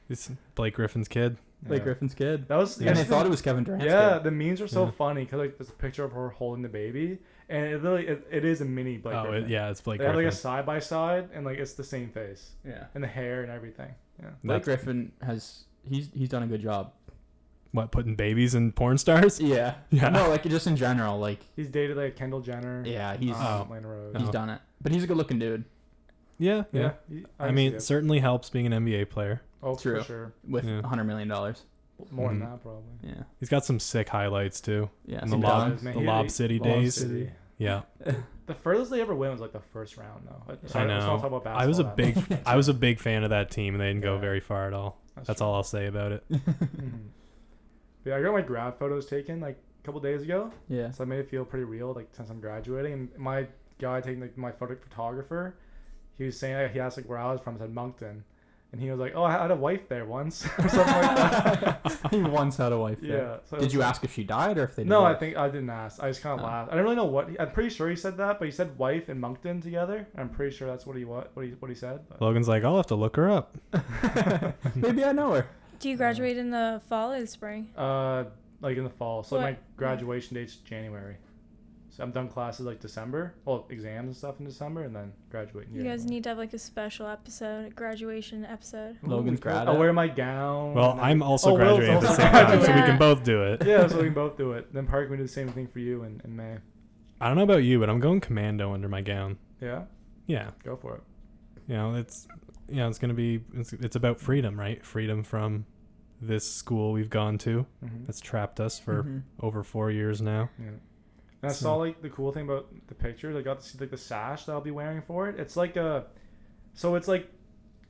S1: It's Blake Griffin's kid.
S3: Blake
S2: Yeah.
S3: Griffin's kid.
S2: That was
S3: And they thought it was Kevin Durant's
S2: Yeah,
S3: kid.
S2: the memes are so
S1: Yeah.
S2: funny because like there's a picture of her holding the baby, and it literally it, it is a mini Blake.
S1: oh,
S2: Griffin.
S1: it, yeah, it's Blake
S2: they have
S1: Griffin.
S2: like a side by side, and like it's the same face
S3: Yeah.
S2: and the hair and everything. Yeah,
S1: That's-
S3: Blake Griffin has he's he's done a good job.
S1: what putting babies in porn
S2: (laughs)
S1: stars?
S3: Yeah.
S1: Yeah.
S3: No, like just in general, like
S2: he's dated like Kendall Jenner.
S3: yeah, he's
S2: um, Lana Rhodes.
S3: he's
S1: Oh.
S3: done it. But he's a good looking dude
S1: Yeah, yeah.
S2: yeah, he-
S1: I,
S2: can
S1: mean,
S2: see it.
S1: certainly helps being an NBA player.
S2: oh
S3: true.
S2: for sure,
S3: with
S1: Yeah.
S3: a hundred million dollars.
S2: more
S1: Mhm.
S2: than that probably.
S3: Yeah.
S1: He's got some sick highlights too.
S3: Yeah.
S1: And
S3: some
S1: the
S2: He does,
S3: dog.
S1: lobs.
S2: man.
S1: the
S2: He-
S1: Lob
S2: he-
S1: City
S2: Lob
S1: days.
S2: City.
S1: Yeah,
S2: The furthest they ever went was like the first round, though. But-
S1: I
S2: Sorry, let's not
S1: know.
S2: talk about
S1: I was a
S2: basketball (laughs)
S1: big, I was a big fan of that team, and they didn't go
S2: Yeah.
S1: very far at all.
S2: that much.
S1: That's all I'll say about it.
S2: true. Mhm. Yeah, I got my grad photos taken like a couple days ago.
S3: Yeah.
S2: So I made it feel pretty real, like since I'm graduating. And my guy taking like my photo photographer, he was saying like, he asked like where I was from, I said Moncton, and he was like, "Oh, I had a wife there once." (laughs) (laughs) or something like that.
S3: (laughs) he once had a wife.
S2: yeah.
S3: Yeah.
S2: so it
S3: Did
S2: was
S3: you
S2: like-
S3: ask if she died or if they?
S2: No, I
S3: divorced?
S2: think I didn't ask. I just kind of
S3: Oh.
S2: laughed. I don't really know what. He, I'm pretty sure he said that, but he said wife and Moncton together. I'm pretty sure that's what he what what he what he said. But.
S1: Logan's like, I'll have to look her up.
S3: (laughs) Maybe I know her.
S4: Do you graduate in the fall or the spring?
S2: (laughs) Uh, like in the fall. So like, my
S4: What-
S2: graduation date's January. So I'm done classes like December. Well, exams and stuff in December, and then graduating.
S4: You guys need to have like a special episode, a graduation episode.
S3: Logan's grad.
S2: I'll wear my gown.
S1: Well,
S2: and (laughs) then-
S1: I'm also
S2: Oh, Will's
S1: graduating at the
S2: also
S1: same time, so we
S4: graduating.
S1: can both do it.
S2: yeah, (laughs) so we can both do it. Then Parker, we do the same thing for you in, in May.
S1: I don't know about you, but I'm going commando under my gown.
S2: Yeah,
S1: Yeah,
S2: go for it.
S1: you know, it's, you know, it's gonna be, it's, it's about freedom, right? Freedom from this school we've gone to
S2: hmm
S1: that's trapped us for
S2: Mm-hmm.
S3: Mhm.
S1: over four years now.
S2: Yeah. And I
S1: So-
S2: saw like the cool thing about the pictures. I got to see like the sash that I'll be wearing for it. It's like a, so it's like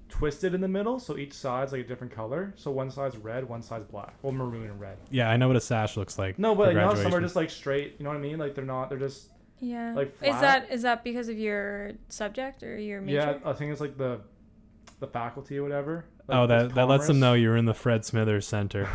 S2: twisted in the middle. So each side's like a different color. So one side's red, one side's black, well maroon and red.
S1: Yeah, I know what a sash looks like.
S2: No,
S1: for
S2: but you know how some are
S1: graduation.
S2: just like straight. You know what I mean? Like they're not. They're just
S4: Yeah.
S2: Like
S4: is
S2: flat?
S4: that is that because of your subject or your major?
S2: yeah. uh, I think it's like the, the faculty or whatever. Like,
S1: oh,
S2: there's
S1: that that lets them know
S2: (laughs) commerce.
S1: you were in the Fred Smithers Center.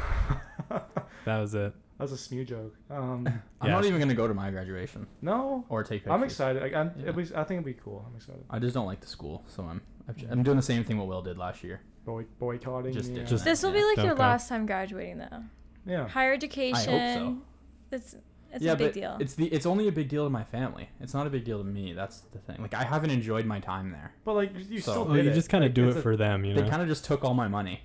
S2: that
S1: That was it.
S2: was a smew joke. Um, (laughs)
S3: I'm
S1: Yeah.
S3: not even gonna go to my graduation
S2: no,
S3: or take pictures.
S2: I'm excited. Like, I'm,
S3: Yeah.
S2: it'll be, I think it'll be cool. I'm excited.
S3: I just don't like the school, so I'm I've- I'm doing the same thing what Will did last year.
S2: Boy, boycotting.
S3: Just-
S2: yeah.
S1: just-
S4: This will be
S3: Yeah.
S4: like your
S1: Okay.
S4: last time graduating though.
S2: yeah.
S4: Higher education. It's it's a big
S3: but
S4: deal.
S3: it's the it's only a big deal to my family. It's not a big deal to me. That's the thing. Like I haven't enjoyed my time there.
S2: But like you
S3: So-
S2: still
S1: Well,
S2: did
S1: Oh, you
S2: it.
S1: just kind of
S2: Like,
S1: do
S2: it's
S1: it
S2: a-
S1: for them, you
S3: They
S1: know.
S3: kind of just took all my money,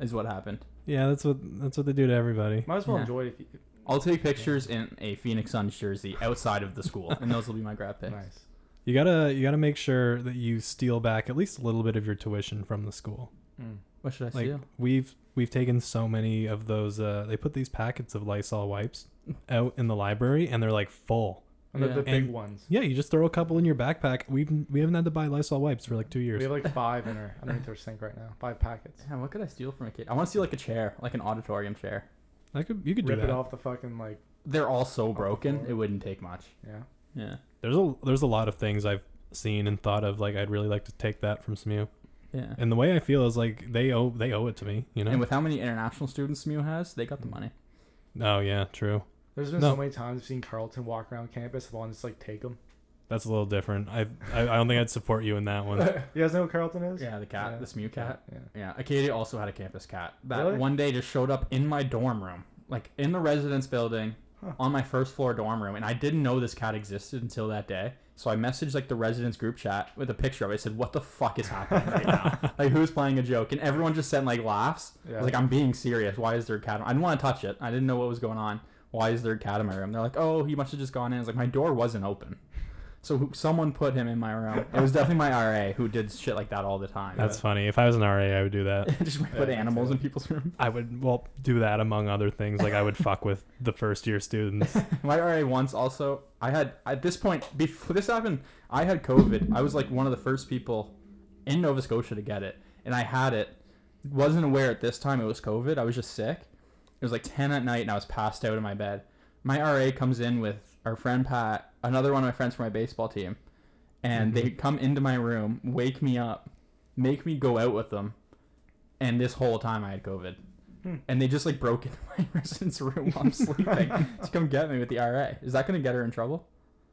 S3: is what happened.
S1: Yeah, that's what that's what they do to everybody.
S2: Might as well
S3: Yeah.
S2: enjoy it. If you,
S3: I'll take pictures in a Phoenix Suns jersey outside of the school, and those will be my grad pics.
S2: nice.
S1: You gotta you gotta make sure that you steal back at least a little bit of your tuition from the school.
S2: Mm.
S3: What should I
S1: Like
S3: steal?
S1: we've we've taken so many of those. Uh, they put these packets of Lysol wipes out in the library, and they're like full.
S2: And the,
S3: Yeah.
S2: the big
S1: And-
S2: ones.
S1: Yeah, you just throw a couple in your backpack. We've we haven't had to buy Lysol wipes for like two
S2: We
S1: years.
S2: have
S1: (laughs)
S2: like five in our underneath our sink right now. Five packets.
S3: Damn, what could I steal from a kid? I want to steal like a chair, like an auditorium chair.
S1: I could you could do
S2: Rip it
S1: that.
S2: off the fucking like
S3: They're all so
S2: the
S3: broken,
S2: floor.
S3: it wouldn't take much.
S2: yeah.
S3: Yeah,
S1: There's a there's a lot of things I've seen and thought of. Like I'd really like to take that from SMU.
S3: yeah.
S1: And the way I feel is like they owe they owe it to me. You know.
S3: And with how many international students SMU has, they got the money.
S1: oh yeah, true.
S2: There's been
S1: No.
S2: so many times I've seen Carlton walk around campus. I want to just like take him.
S1: That's a little different. I I, I don't think I'd support you in that one.
S3: (laughs)
S2: You guys know who Carlton is?
S3: Yeah, the cat,
S2: Yeah.
S3: the SMU cat.
S2: Yeah.
S3: Yeah, Acadia also had a campus cat that
S2: Really?
S3: one day just showed up in my dorm room, like in the residence building,
S2: Huh.
S3: on my first floor dorm room, and I didn't know this cat existed until that day. So I messaged like the residence group chat with a picture of it. I said, "What the fuck is happening right
S2: (laughs)
S3: now? like, who's playing a joke?" And everyone just sent like laughs. I
S2: Yeah.
S3: was like, "I'm being serious. Why is there a cat?" I didn't want to touch it. I didn't know what was going on. Why is there a cat in my room? They're like, "Oh, he must have just gone in." It's like my door wasn't open. So who- someone put him in my room. It was definitely my RA who did shit like that all the time.
S1: That's funny. If I was an RA, I would do that.
S3: (laughs) just
S2: Yeah,
S3: put
S2: me
S3: animals
S2: too.
S3: in people's room. (laughs)
S1: I would well do that among other things. Like I would fuck with the first year students.
S3: My RA once also, I had at this point before this happened, I had COVID. I was like one of the first people in Nova Scotia to get it, and I had it. wasn't aware at this time it was COVID. I was just sick. It was like ten at night, and I was passed out in my bed. My RA comes in with our friend Pat, another one of my friends from my baseball team, and they come into my room, wake me up, make me go out with them, and this whole time I had COVID.
S2: Hmm.
S3: And they just like broke into (laughs) my residence room while I'm sleeping to come get me with the RA. Is that gonna get her in trouble?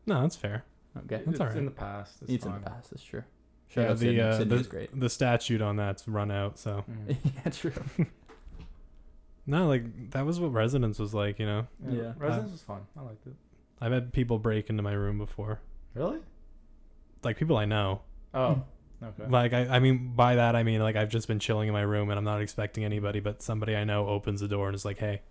S1: No, that's fair.
S3: Okay,
S2: It's
S1: alright.
S2: in the past. It's,
S3: it's in
S2: fine.
S3: the past. That's true. Shout
S1: Yeah,
S3: out Sydney.
S1: the, uh,
S3: Sydney
S1: the,
S3: was great.
S1: the statute on that's run out. So
S3: (laughs)
S2: Mm.
S3: yeah, true.
S1: no, like that was what residence was like. You know,
S2: Yeah.
S3: (laughs) Yeah.
S2: Residence was fun. I liked it.
S1: I've had people break into my room before,
S2: Really?
S1: like people I know.
S2: Oh. Okay.
S1: Like I, I mean by that I mean like I've just been chilling in my room and I'm not expecting anybody, but somebody I know opens the door and is like, "Hey,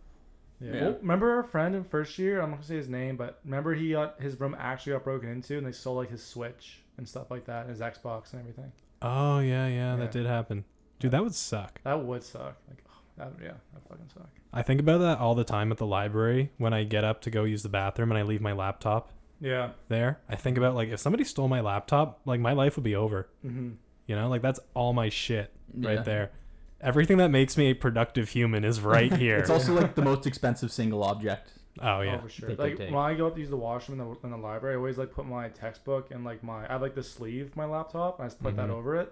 S2: Yeah.
S3: Yeah.
S2: Well, remember our friend in first year? I'm not gonna say his name, but remember he got his room actually got broken into, and they stole like his Switch and stuff like that, and his Xbox and everything.
S1: oh yeah, yeah,
S2: Yeah.
S1: that did happen, dude. That would suck.
S2: That would suck. Like, oh, that yeah, that fucking suck.
S1: I think about that all the time at the library when I get up to go use the bathroom and I leave my laptop
S2: Yeah.
S1: there. I think about like if somebody stole my laptop, like my life would be over.
S2: Mm-hmm.
S1: You know, like that's all my shit right
S3: Yeah.
S1: there. Everything that makes me a productive human is
S2: (laughs)
S1: right here.
S3: It's also like the most expensive single (laughs) object.
S1: oh yeah.
S2: Oh, for sure.
S3: They could
S2: like
S3: take.
S2: when I go up to use the washroom in the, in the library, I always like put my textbook and like my I have like the sleeve of my laptop, and I just put that
S1: Mhm.
S2: over it,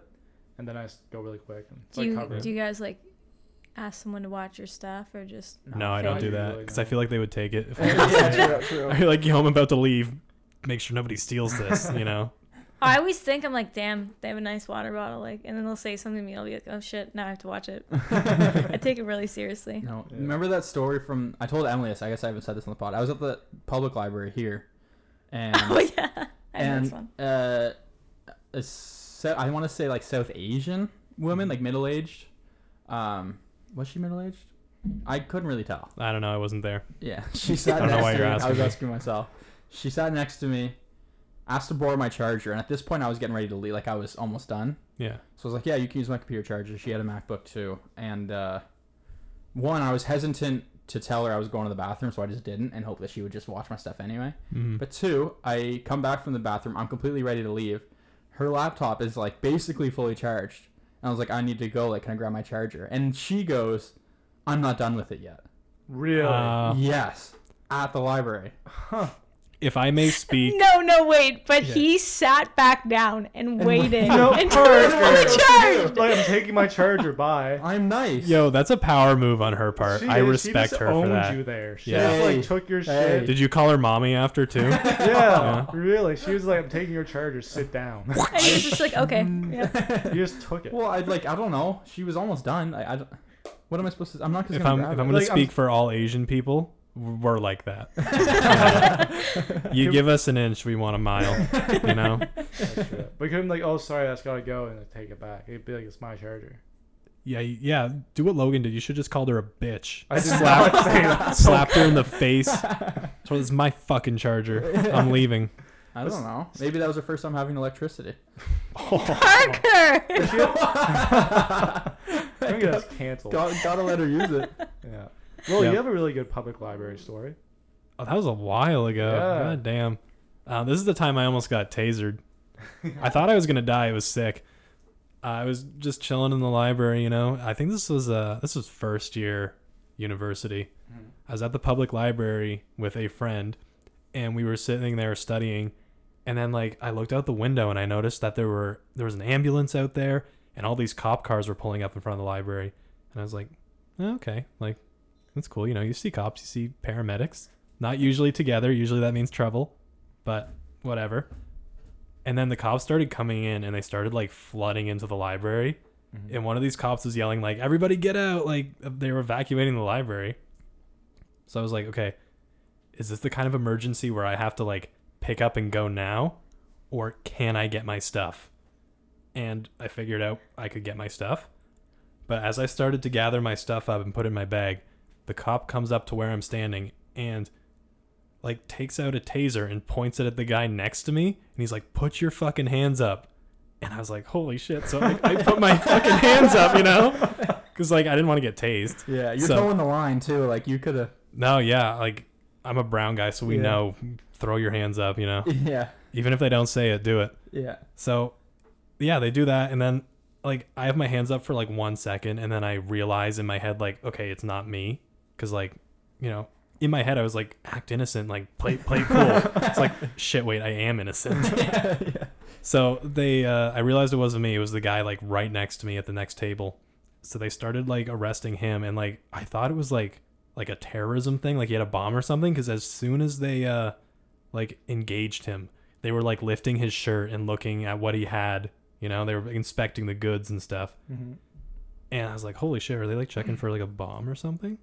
S2: and then I just go really quick and it's,
S4: Do
S2: like
S4: you
S2: covered.
S4: do you guys like ask someone to watch your stuff or just?
S1: no, I don't
S4: I
S1: do
S4: do
S1: that
S2: really Oh,
S1: because I
S2: don't. (laughs)
S1: feel like they would take it. If I,
S3: yeah,
S1: I (laughs) like, yo, I'm about to leave. Make sure nobody steals this. You
S2: (laughs)
S1: know.
S4: I always think I'm like, damn, they have a nice water bottle, like, and then they'll say something to me. I'll be like, oh shit, now I have to
S2: (laughs)
S4: watch it. I take it really seriously.
S3: No,
S2: Yeah.
S3: remember that story from I told Emily this. I guess I haven't said this on the pod. I was at the public library here, and
S4: (laughs) Oh yeah, I know
S3: and
S4: this one.
S3: uh, a set, I want to say like South Asian woman, like middle aged. Um, was she middle aged? I couldn't really tell.
S1: I don't know. I wasn't there. (laughs)
S3: Yeah, she sat.
S1: don't know
S3: next
S1: why
S3: to
S1: you're
S3: me.
S1: asking
S3: I was
S1: me.
S3: asking myself. She sat next to me, asked to borrow my charger, and at this point, I was getting ready to leave. Like I was almost done.
S1: Yeah.
S3: So I was like, yeah, you can use my computer charger. She had a MacBook too. And uh, one, I was hesitant to tell her I was going to the bathroom, so I just didn't and hope that she would just watch my stuff anyway.
S1: Mhm.
S3: But two, I come back from the bathroom. I'm completely ready to leave. Her laptop is like basically fully charged. And I was like, I need to go. Like, can I grab my charger? And she goes, I'm not done with it yet.
S2: Really?
S1: Uh,
S3: yes. At the library.
S1: if I may speak,
S4: No, no, wait. But
S1: Yeah.
S4: he sat back down and (laughs) waited
S2: No,
S4: until it was
S2: Parker.
S4: fully
S1: (laughs)
S4: charged.
S2: like I'm taking my charger. Bye.
S3: I'm nice.
S1: yo, that's a power move on her part.
S2: She
S1: I
S2: did- she
S1: respect
S2: just
S1: her for
S2: owned
S1: that.
S2: You there. She
S1: Yeah.
S2: just
S3: Hey.
S2: like took your
S3: Hey.
S2: shit.
S1: Did you call her mommy after
S2: (laughs)
S1: too?
S2: Yeah, really. She was like, "I'm taking your charger. Sit down." (laughs)
S4: And he was just like, okay.
S1: (laughs)
S4: yeah.
S2: you just took it.
S3: Well, I'd like, I don't know. She was almost done. I, I don't- what am I supposed to? I'm not just
S1: if
S3: gonna
S1: I'm
S3: grab
S1: if
S3: it.
S1: I'm gonna
S2: Like, I'm-
S1: speak for all Asian people, we're like that.
S2: (laughs)
S1: (laughs) you give us an inch, we want a mile. You
S2: (laughs)
S1: know.
S2: That's true. We couldn't like, "Oh, sorry, that's gotta go," and like, take it back. It'd be like, "It's my charger."
S1: Yeah, you- yeah. Do what Logan did. You should just called her a bitch.
S2: I did
S1: Slap-
S2: not
S1: (laughs)
S2: say that.
S1: slapped her in the
S2: (laughs)
S1: face. So it's my fucking charger. I'm leaving.
S3: I don't know. Maybe that was the first time having electricity. (laughs)
S4: Parker!
S2: I think that's canceled.
S3: Got, gotta let her use it.
S2: Yeah. Well,
S1: Yeah.
S2: you have a really good public library story.
S1: Oh, that was a while ago.
S2: Yeah.
S1: God damn. Uh, this is the time I almost got tasered. I thought I was gonna die. It was sick. I was just chilling in the library, you know. I think this was uh this was first year university. I was at the public library with a friend, and we were sitting there studying. And then like I looked out the window and I noticed that there were there was an ambulance out there, and all these cop cars were pulling up in front of the library. And I was like, "Oh, okay, like that's cool. You know, you see cops, you see paramedics. Not usually together. Usually that means trouble, but whatever. And then the cops started coming in and they started like flooding into the library. And one of these cops was yelling like, "Everybody get out!" Like they were evacuating the library. So I was like, "Okay, is this the kind of emergency where I have to like pick up and go now, or can I get my stuff?" And I figured out I could get my stuff. But as I started to gather my stuff up and put it in my bag, the cop comes up to where I'm standing and like takes out a taser and points it at the guy next to me and he's like, Put your fucking hands up. And I was like, Holy shit. So like, I put my fucking hands up, you know? Because like I didn't want to get tased.
S3: Yeah, you're
S1: So-
S3: towing the line too. Like you could have.
S1: No, yeah, like I'm a brown guy, so we
S3: Yeah.
S1: know throw your hands up, you know?
S3: (laughs) Yeah,
S1: Even if they don't say it, do it.
S3: yeah.
S1: So, yeah, they do that, and then like I have my hands up for like one second, and then I realize in my head like, okay, it's not me, because like, you know, in my head I was like, act innocent, like play play
S3: (laughs)
S1: cool. it's like shit, wait, I am innocent. So they, uh, I realized it wasn't me. It was the guy like right next to me at the next table. So they started like arresting him, and like I thought it was like like a terrorism thing, like he had a bomb or something. Because as soon as they uh like engaged him, they were like lifting his shirt and looking at what he had You know, they were inspecting the goods and stuff.
S2: Mm-hmm.
S1: And I was like, holy shit, are they like checking for like a bomb or something?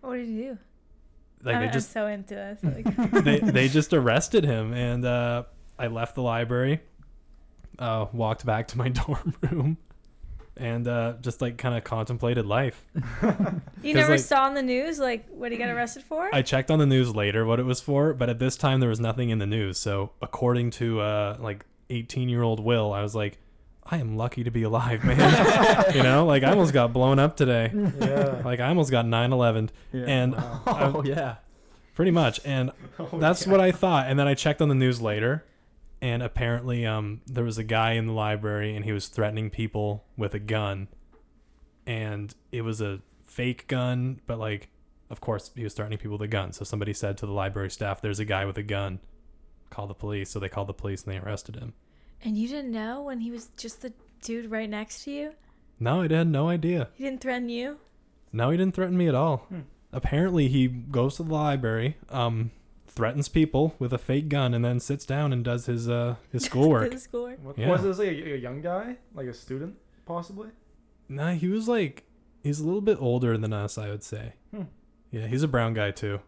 S4: What did you do?
S1: Like
S4: I'm,
S1: they
S4: I'm
S1: just
S4: so
S1: (laughs)
S4: into this. Like,
S1: they, they just arrested him and uh, I left the library, uh, walked back to my (laughs) dorm room and uh, just like kind of contemplated life.
S4: you
S1: 'Cause,
S4: never
S1: like-
S4: saw on the news like what he got arrested for?
S1: I checked on the news later what it was for, but at this time there was nothing in the news. So according to uh, like 18 year old Will, I was like, I am lucky to be alive, man. (laughs) you know, like I almost got blown up today.
S2: Yeah.
S1: Like I almost got 9 11
S3: Yeah.
S1: and (laughs) Um,
S3: oh yeah. Oh,
S1: pretty much.
S3: (laughs)
S1: And that's what I thought. And then I checked on the news later. And apparently, um, there was a guy in the library and he was threatening people with a gun. And it was a fake gun, but like, of course, he was threatening people with a gun. So somebody said to the library staff, There's a guy with a gun. Call the police. So they called the police and they arrested him.
S4: and you didn't know when he was just the dude right next to you?
S1: No, I had no idea.
S4: He didn't threaten you?
S1: No, he didn't threaten me at all.
S4: Hmm.
S1: Apparently, he goes to the library, um, threatens people with a fake gun, and then sits down and does his uh,
S4: (laughs)
S1: his schoolwork.
S4: His schoolwork.
S2: What,
S1: Yeah.
S2: Was this like a, a young guy, like a student, possibly?
S1: Nah, he was like he's a little bit older than us, I would say.
S2: Hmm.
S1: Yeah, he's a brown guy too.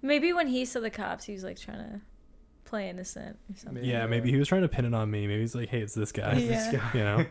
S4: Maybe when he saw the cops, he was like trying to play innocent or something.
S2: uh,
S1: Yeah, maybe he was trying to pin it on me. Maybe he's like, "Hey, it's this guy,"
S4: Yeah.
S2: This guy.
S1: you
S2: (laughs)
S1: know.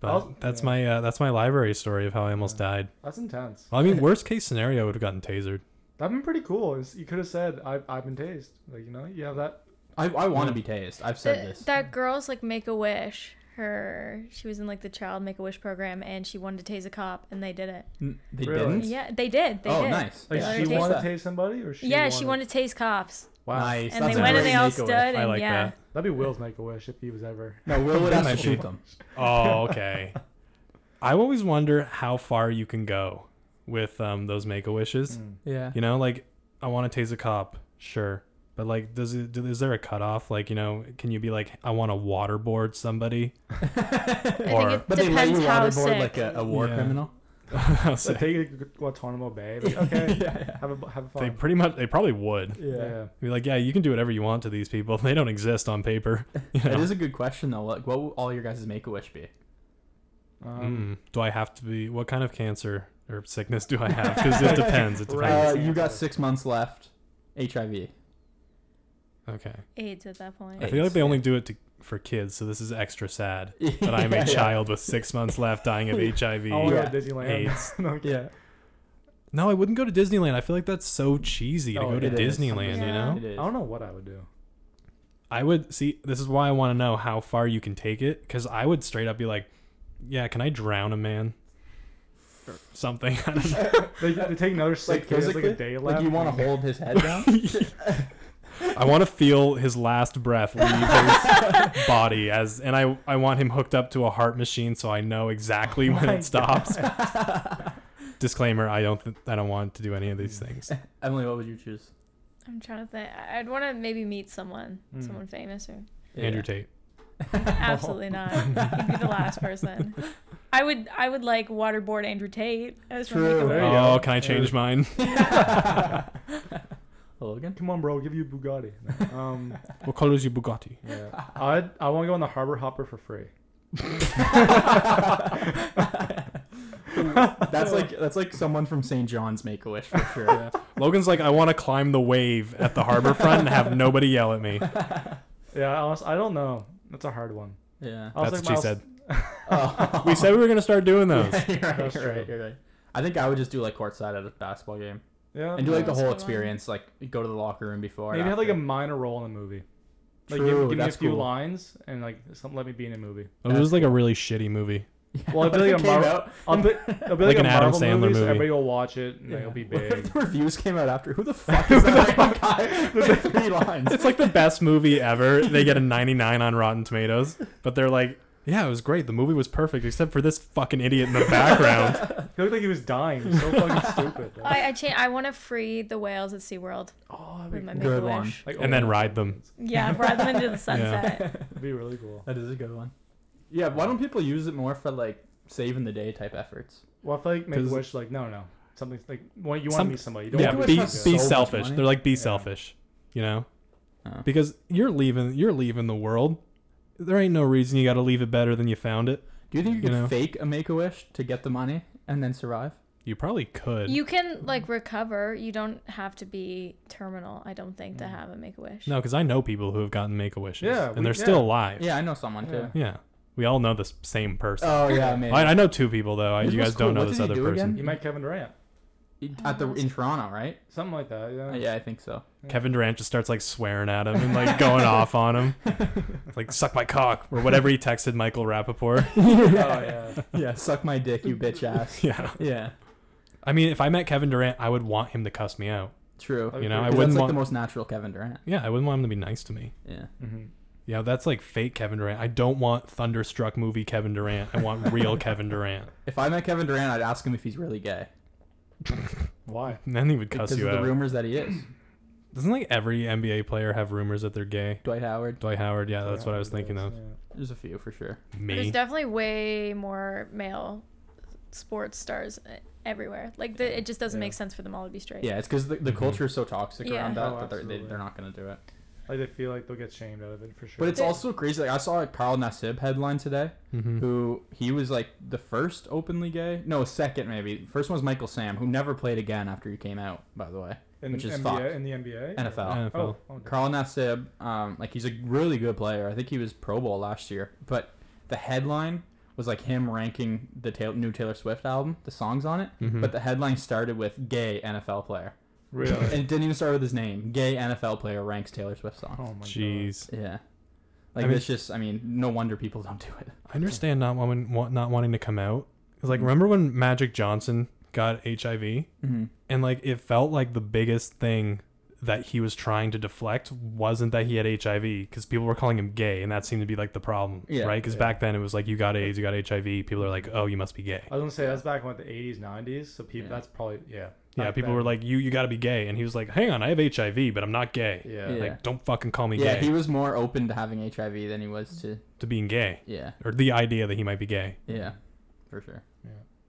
S1: But
S2: I'll-
S1: that's
S2: yeah.
S1: my uh, that's my library story of how I almost died.
S2: That's intense.
S4: (laughs)
S1: Well, I mean, worst case scenario, I would have gotten tasered.
S2: That'd been pretty cool. It's- You could have said, I've, I've been tased. Like, you know, you have that.
S3: I, I want to be tased. I've said
S4: Th-
S3: this.
S4: that girl's like make a wish. Her she was in like the child make a wish program and she wanted to tase a cop and they did it.
S3: N- they
S2: Really?
S3: didn't.
S4: Yeah, they did. They
S3: oh,
S4: did.
S3: nice.
S2: Like,
S4: Yeah.
S2: she
S4: Tase
S2: wanted
S3: that.
S2: to tase somebody or she
S4: yeah,
S2: wanted...
S4: she wanted to tase cops.
S2: Wow.
S3: Nice.
S4: And
S3: That's
S4: they
S3: a
S4: went and
S3: great
S4: they all
S3: make-a-wish.
S4: stood and
S1: I like
S4: yeah.
S2: That'd be Will's make-a-wish if he was ever...
S3: No, Will would
S1: That
S3: have to
S1: might be-
S3: shoot them.
S1: that. Oh, okay. I always wonder how far you can go with um, those make a wishes.
S3: Mm, Yeah.
S1: You know, like I want to tase a cop, sure, but like, does it? Do, is there a cutoff? Like, you know, can you be like, I want to waterboard somebody? (laughs)
S4: I think it
S3: But they let you
S4: depends how
S3: waterboard
S4: sick.
S3: like a, a war
S1: Yeah.
S3: criminal.
S1: I'll
S2: So
S1: say.
S2: take it to Guantanamo Bay. Like, okay,
S3: yeah.
S2: (laughs) have a have a
S1: (laughs)
S2: fun.
S1: They pretty much, they probably would
S2: yeah.
S1: be like, yeah, you can do whatever you want to these people. (laughs) They don't exist on paper. (laughs) You
S3: That
S1: know?
S3: is a good question though. Like, what would all your guys' make a wish be?
S2: Um,
S1: Mm. Do I have to be? What kind of cancer or sickness do I have? Because
S3: (laughs)
S1: it depends. It
S2: Right.
S1: depends.
S3: Uh, you got six months left. HIV.
S1: okay.
S4: AIDS at that point.
S1: I feel like
S3: AIDS,
S1: they only
S3: yeah.
S1: do it to, for kids, so this is extra sad that
S2: (laughs)
S3: (laughs)
S1: I'm a child with six months left dying of
S2: I want
S1: HIV.
S2: to
S3: Yeah.
S2: go to Disneyland.
S1: AIDS.
S2: (laughs) No, okay.
S3: Yeah.
S1: No, I wouldn't go to Disneyland. I feel like that's so cheesy to
S2: Oh,
S1: go to
S3: it is.
S1: Disneyland, you
S4: Yeah.
S1: know?
S3: It
S2: I
S3: is.
S2: don't know what I would do.
S1: I would see. This is why I want to know how far you can take it, because I would straight up be like, "Yeah, can I drown a man?" Or something. (laughs) I don't know.
S2: They, they take another
S3: Like
S2: six days,
S3: physically,
S2: like a day left.
S3: like you
S2: (laughs)
S3: want to hold his head
S1: (laughs)
S3: down.
S1: I want to feel his last breath leave
S2: (laughs)
S1: his body as, and I I want him hooked up to a heart machine so I know exactly when
S2: Oh my
S1: it stops. Disclaimer: I don't th- I don't want to do any of these
S2: (laughs)
S1: things.
S3: (laughs) Emily, what would you choose?
S4: I'm trying to think. I- I'd want to maybe meet someone,
S3: Hmm.
S2: Mm.
S4: someone famous
S3: (laughs)
S4: or
S1: (laughs) Andrew Tate.
S4: absolutely not. He'd be the last person. I would I would like waterboard Andrew Tate. As my
S3: True.
S4: make-a-wish.
S2: There you
S1: Oh,
S2: go.
S1: can I change
S2: There's-
S1: mine?
S3: (laughs)
S2: (laughs)
S3: Logan.
S2: Come on, bro, I'll give you a Bugatti. No, Um,
S1: What color is your Bugatti?
S2: yeah. I'd, I want to go on the Harbor Hopper for free.
S3: (laughs) That's like that's like someone from St. John's Make a Wish for
S2: (laughs)
S3: sure.
S1: Logan's like, I want to climb the wave at the harbor front and have nobody yell at me.
S2: Yeah, honest, I don't know. That's a hard one.
S3: Yeah.
S2: I was
S1: That's what
S2: like
S1: she
S2: Miles-
S1: said.
S2: (laughs)
S3: Oh.
S1: We said we were gonna start doing those.
S3: you're right,
S2: Oh. That's
S3: you're
S2: true.
S3: right, you're right. I think I would just do like courtside at a basketball game
S2: Yeah.
S3: and do like the
S4: That's a
S3: whole
S4: good one.
S3: experience. Like go to the locker room before.
S2: Maybe
S3: and
S2: have like a
S3: after.
S2: minor role in a movie. Like
S3: True,
S2: give, give me a
S3: that's
S2: few
S3: cool.
S2: lines and like some, let me be in a movie.
S1: (laughs) It was like a really shitty movie.
S3: (laughs)
S2: Well, it'd be like a
S3: If it came
S2: Marvel- (laughs)
S3: out- (laughs)
S2: I'll be, it'll be
S1: Like
S2: like,
S1: an
S2: a
S1: Adam
S2: Marvel
S1: Sandler
S2: movie, so
S1: movie.
S2: everybody will watch it and
S3: yeah.
S2: it'll be
S3: What if (laughs)
S2: big.
S3: the reviews came out after?
S2: (laughs)
S3: Who the fuck is that (laughs) guy with the three lines?
S1: It's like the best movie ever. They get a 99 on Rotten Tomatoes, but they're like, yeah, it was great. The movie was perfect, except for this fucking idiot in the background.
S2: He looked like he was dying. He was so
S3: (laughs)
S2: fucking stupid. though.
S4: I I, cha- I want to free the whales at SeaWorld
S2: oh, that'd be
S4: with my
S2: cool.
S4: make
S3: Good
S4: a
S3: one.
S4: wish.
S2: Like,
S1: And then
S2: oh,
S1: ride them.
S4: Yeah, rather
S3: (laughs)
S4: than to the sunset.
S2: That'd be really cool.
S3: That is a good one. Yeah, why don't people use it more for like saving the day type efforts?
S2: Well, I feel like make a
S1: 'Cause-
S2: wish like no, no, something like well, you want
S1: Some-
S2: to meet somebody. You don't
S1: Yeah,
S2: want
S1: be
S2: to
S1: be
S3: costs so much
S1: selfish.
S3: money.
S1: They're like, be selfish, you know,
S3: Uh.
S1: because you're leaving. You're leaving the world. there ain't no reason you got to leave it better than you found it.
S3: Do you think you,
S1: You
S3: could
S1: know.
S3: fake a make a wish to get the money and then survive?
S1: You probably could.
S4: You can like recover. You don't have to be terminal. I don't think
S3: Mm.
S4: to have a make a wish.
S1: no, because I know people who have gotten make a wishes,
S2: Yeah,
S1: and
S2: we-
S1: they're
S2: yeah.
S1: still alive.
S3: Yeah, I know someone
S2: Yeah.
S3: too.
S1: Yeah. we all know the s- same person.
S2: (laughs)
S3: Oh yeah, maybe.
S1: I, I know two people though. I,
S3: This
S1: you
S3: was
S1: guys
S3: cool.
S1: don't know
S3: What
S1: this
S3: did he
S1: other
S3: do
S1: person.
S3: again?
S2: You met Kevin Durant,
S3: At the in Toronto, right?
S2: something like that. Yeah.
S3: Oh, Yeah, I think so.
S1: Kevin Durant just starts like swearing at him and like going off on
S3: (laughs)
S1: him, like "suck my cock" or whatever he texted Michael
S3: (laughs)
S1: Rappaport.
S2: (laughs) Oh yeah.
S3: Yeah, suck my dick, you
S2: (laughs)
S3: bitch ass.
S1: yeah,
S3: Yeah,
S1: I mean, if I met Kevin Durant, I would want him to cuss me out.
S3: true.
S2: Okay.
S1: You know, I
S3: Oh, 'Cause
S1: wouldn't
S3: that's like
S1: want.
S3: the most natural Kevin Durant.
S1: yeah, I wouldn't want him to be nice to me.
S3: Yeah.
S2: hmm
S1: Yeah, that's like fake Kevin Durant. I don't want thunderstruck movie Kevin Durant. I want
S3: (laughs)
S1: real Kevin Durant. (laughs)
S3: If I met Kevin Durant, I'd ask him if he's really gay
S2: Why?
S1: And then he would
S3: because
S1: cuss
S3: of
S1: you
S3: the
S1: out.
S3: rumors that he
S1: (clears throat)
S3: is.
S1: Doesn't like every NBA player have rumors that they're gay?
S3: Dwight Howard.
S1: Dwight Howard. Yeah, that's what I was
S2: it
S1: thinking
S2: is,
S1: of.
S2: yeah.
S3: There's a few for sure.
S4: There's
S1: Me.
S4: definitely way more male sports stars eh, everywhere. Like the, it just doesn't
S2: Yeah.
S4: make sense for them all to be straight.
S3: Yeah, it's because the, the
S1: Mhm.
S3: culture is so toxic
S4: Yeah.
S3: around that
S2: Oh,
S3: that they're, they,
S2: absolutely.
S3: they're not going to do it.
S2: Like they feel like they'll get shamed out of it for sure.
S3: But it's
S4: They-
S3: also crazy. Like I saw a Carl Nassib headline today,
S1: Mhm.
S3: who he was like the first openly gay. No, second maybe. First one was Michael Sam, who never played again after he came out. By the way,
S2: in
S3: which is
S2: NBA,
S3: fucked.
S2: in the NBA,
S3: NFL.
S1: NFL.
S2: Oh, okay.
S3: Carl Nassib, um, like he's a really good player. I think he was Pro Bowl last year. But the headline was like him ranking the ta- new Taylor Swift album, the songs on it.
S1: Mhm.
S3: But the headline started with "Gay NFL player,"
S1: (laughs)
S3: and
S2: really?
S3: it didn't even start with his name. "Gay NFL player ranks Taylor Swift song."
S2: Oh my god.
S1: Jeez.
S3: Yeah, like
S1: mean-
S3: it's just. I mean, no wonder people don't do it.
S1: I understand not wanting wa- not wanting to come out. 'Cause, like remember when Magic Johnson got HIV
S3: Mm-hmm.
S1: and like it felt like the biggest thing that he was trying to deflect wasn't that he had HIV because people were calling him gay and that seemed to be like the problem,
S3: Yeah.
S1: right? Because
S2: Yeah.
S1: back then it was like you got AIDS, you got HIV. People are like, oh, you must be gay.
S2: I was gonna say that's back in like the 80s, 90s. So people,
S3: Yeah.
S2: that's probably yeah.
S1: yeah,
S2: back
S1: people
S2: then.
S1: were like, you you got to be gay, and he was like, hang on, I have HIV, but I'm not gay.
S2: yeah.
S3: Yeah.
S1: Like, don't fucking call me
S3: Yeah,
S1: gay
S3: he was more open to having HIV than he was to.
S1: to being gay
S3: Yeah,
S1: or the idea that he might be gay.
S3: yeah, for sure.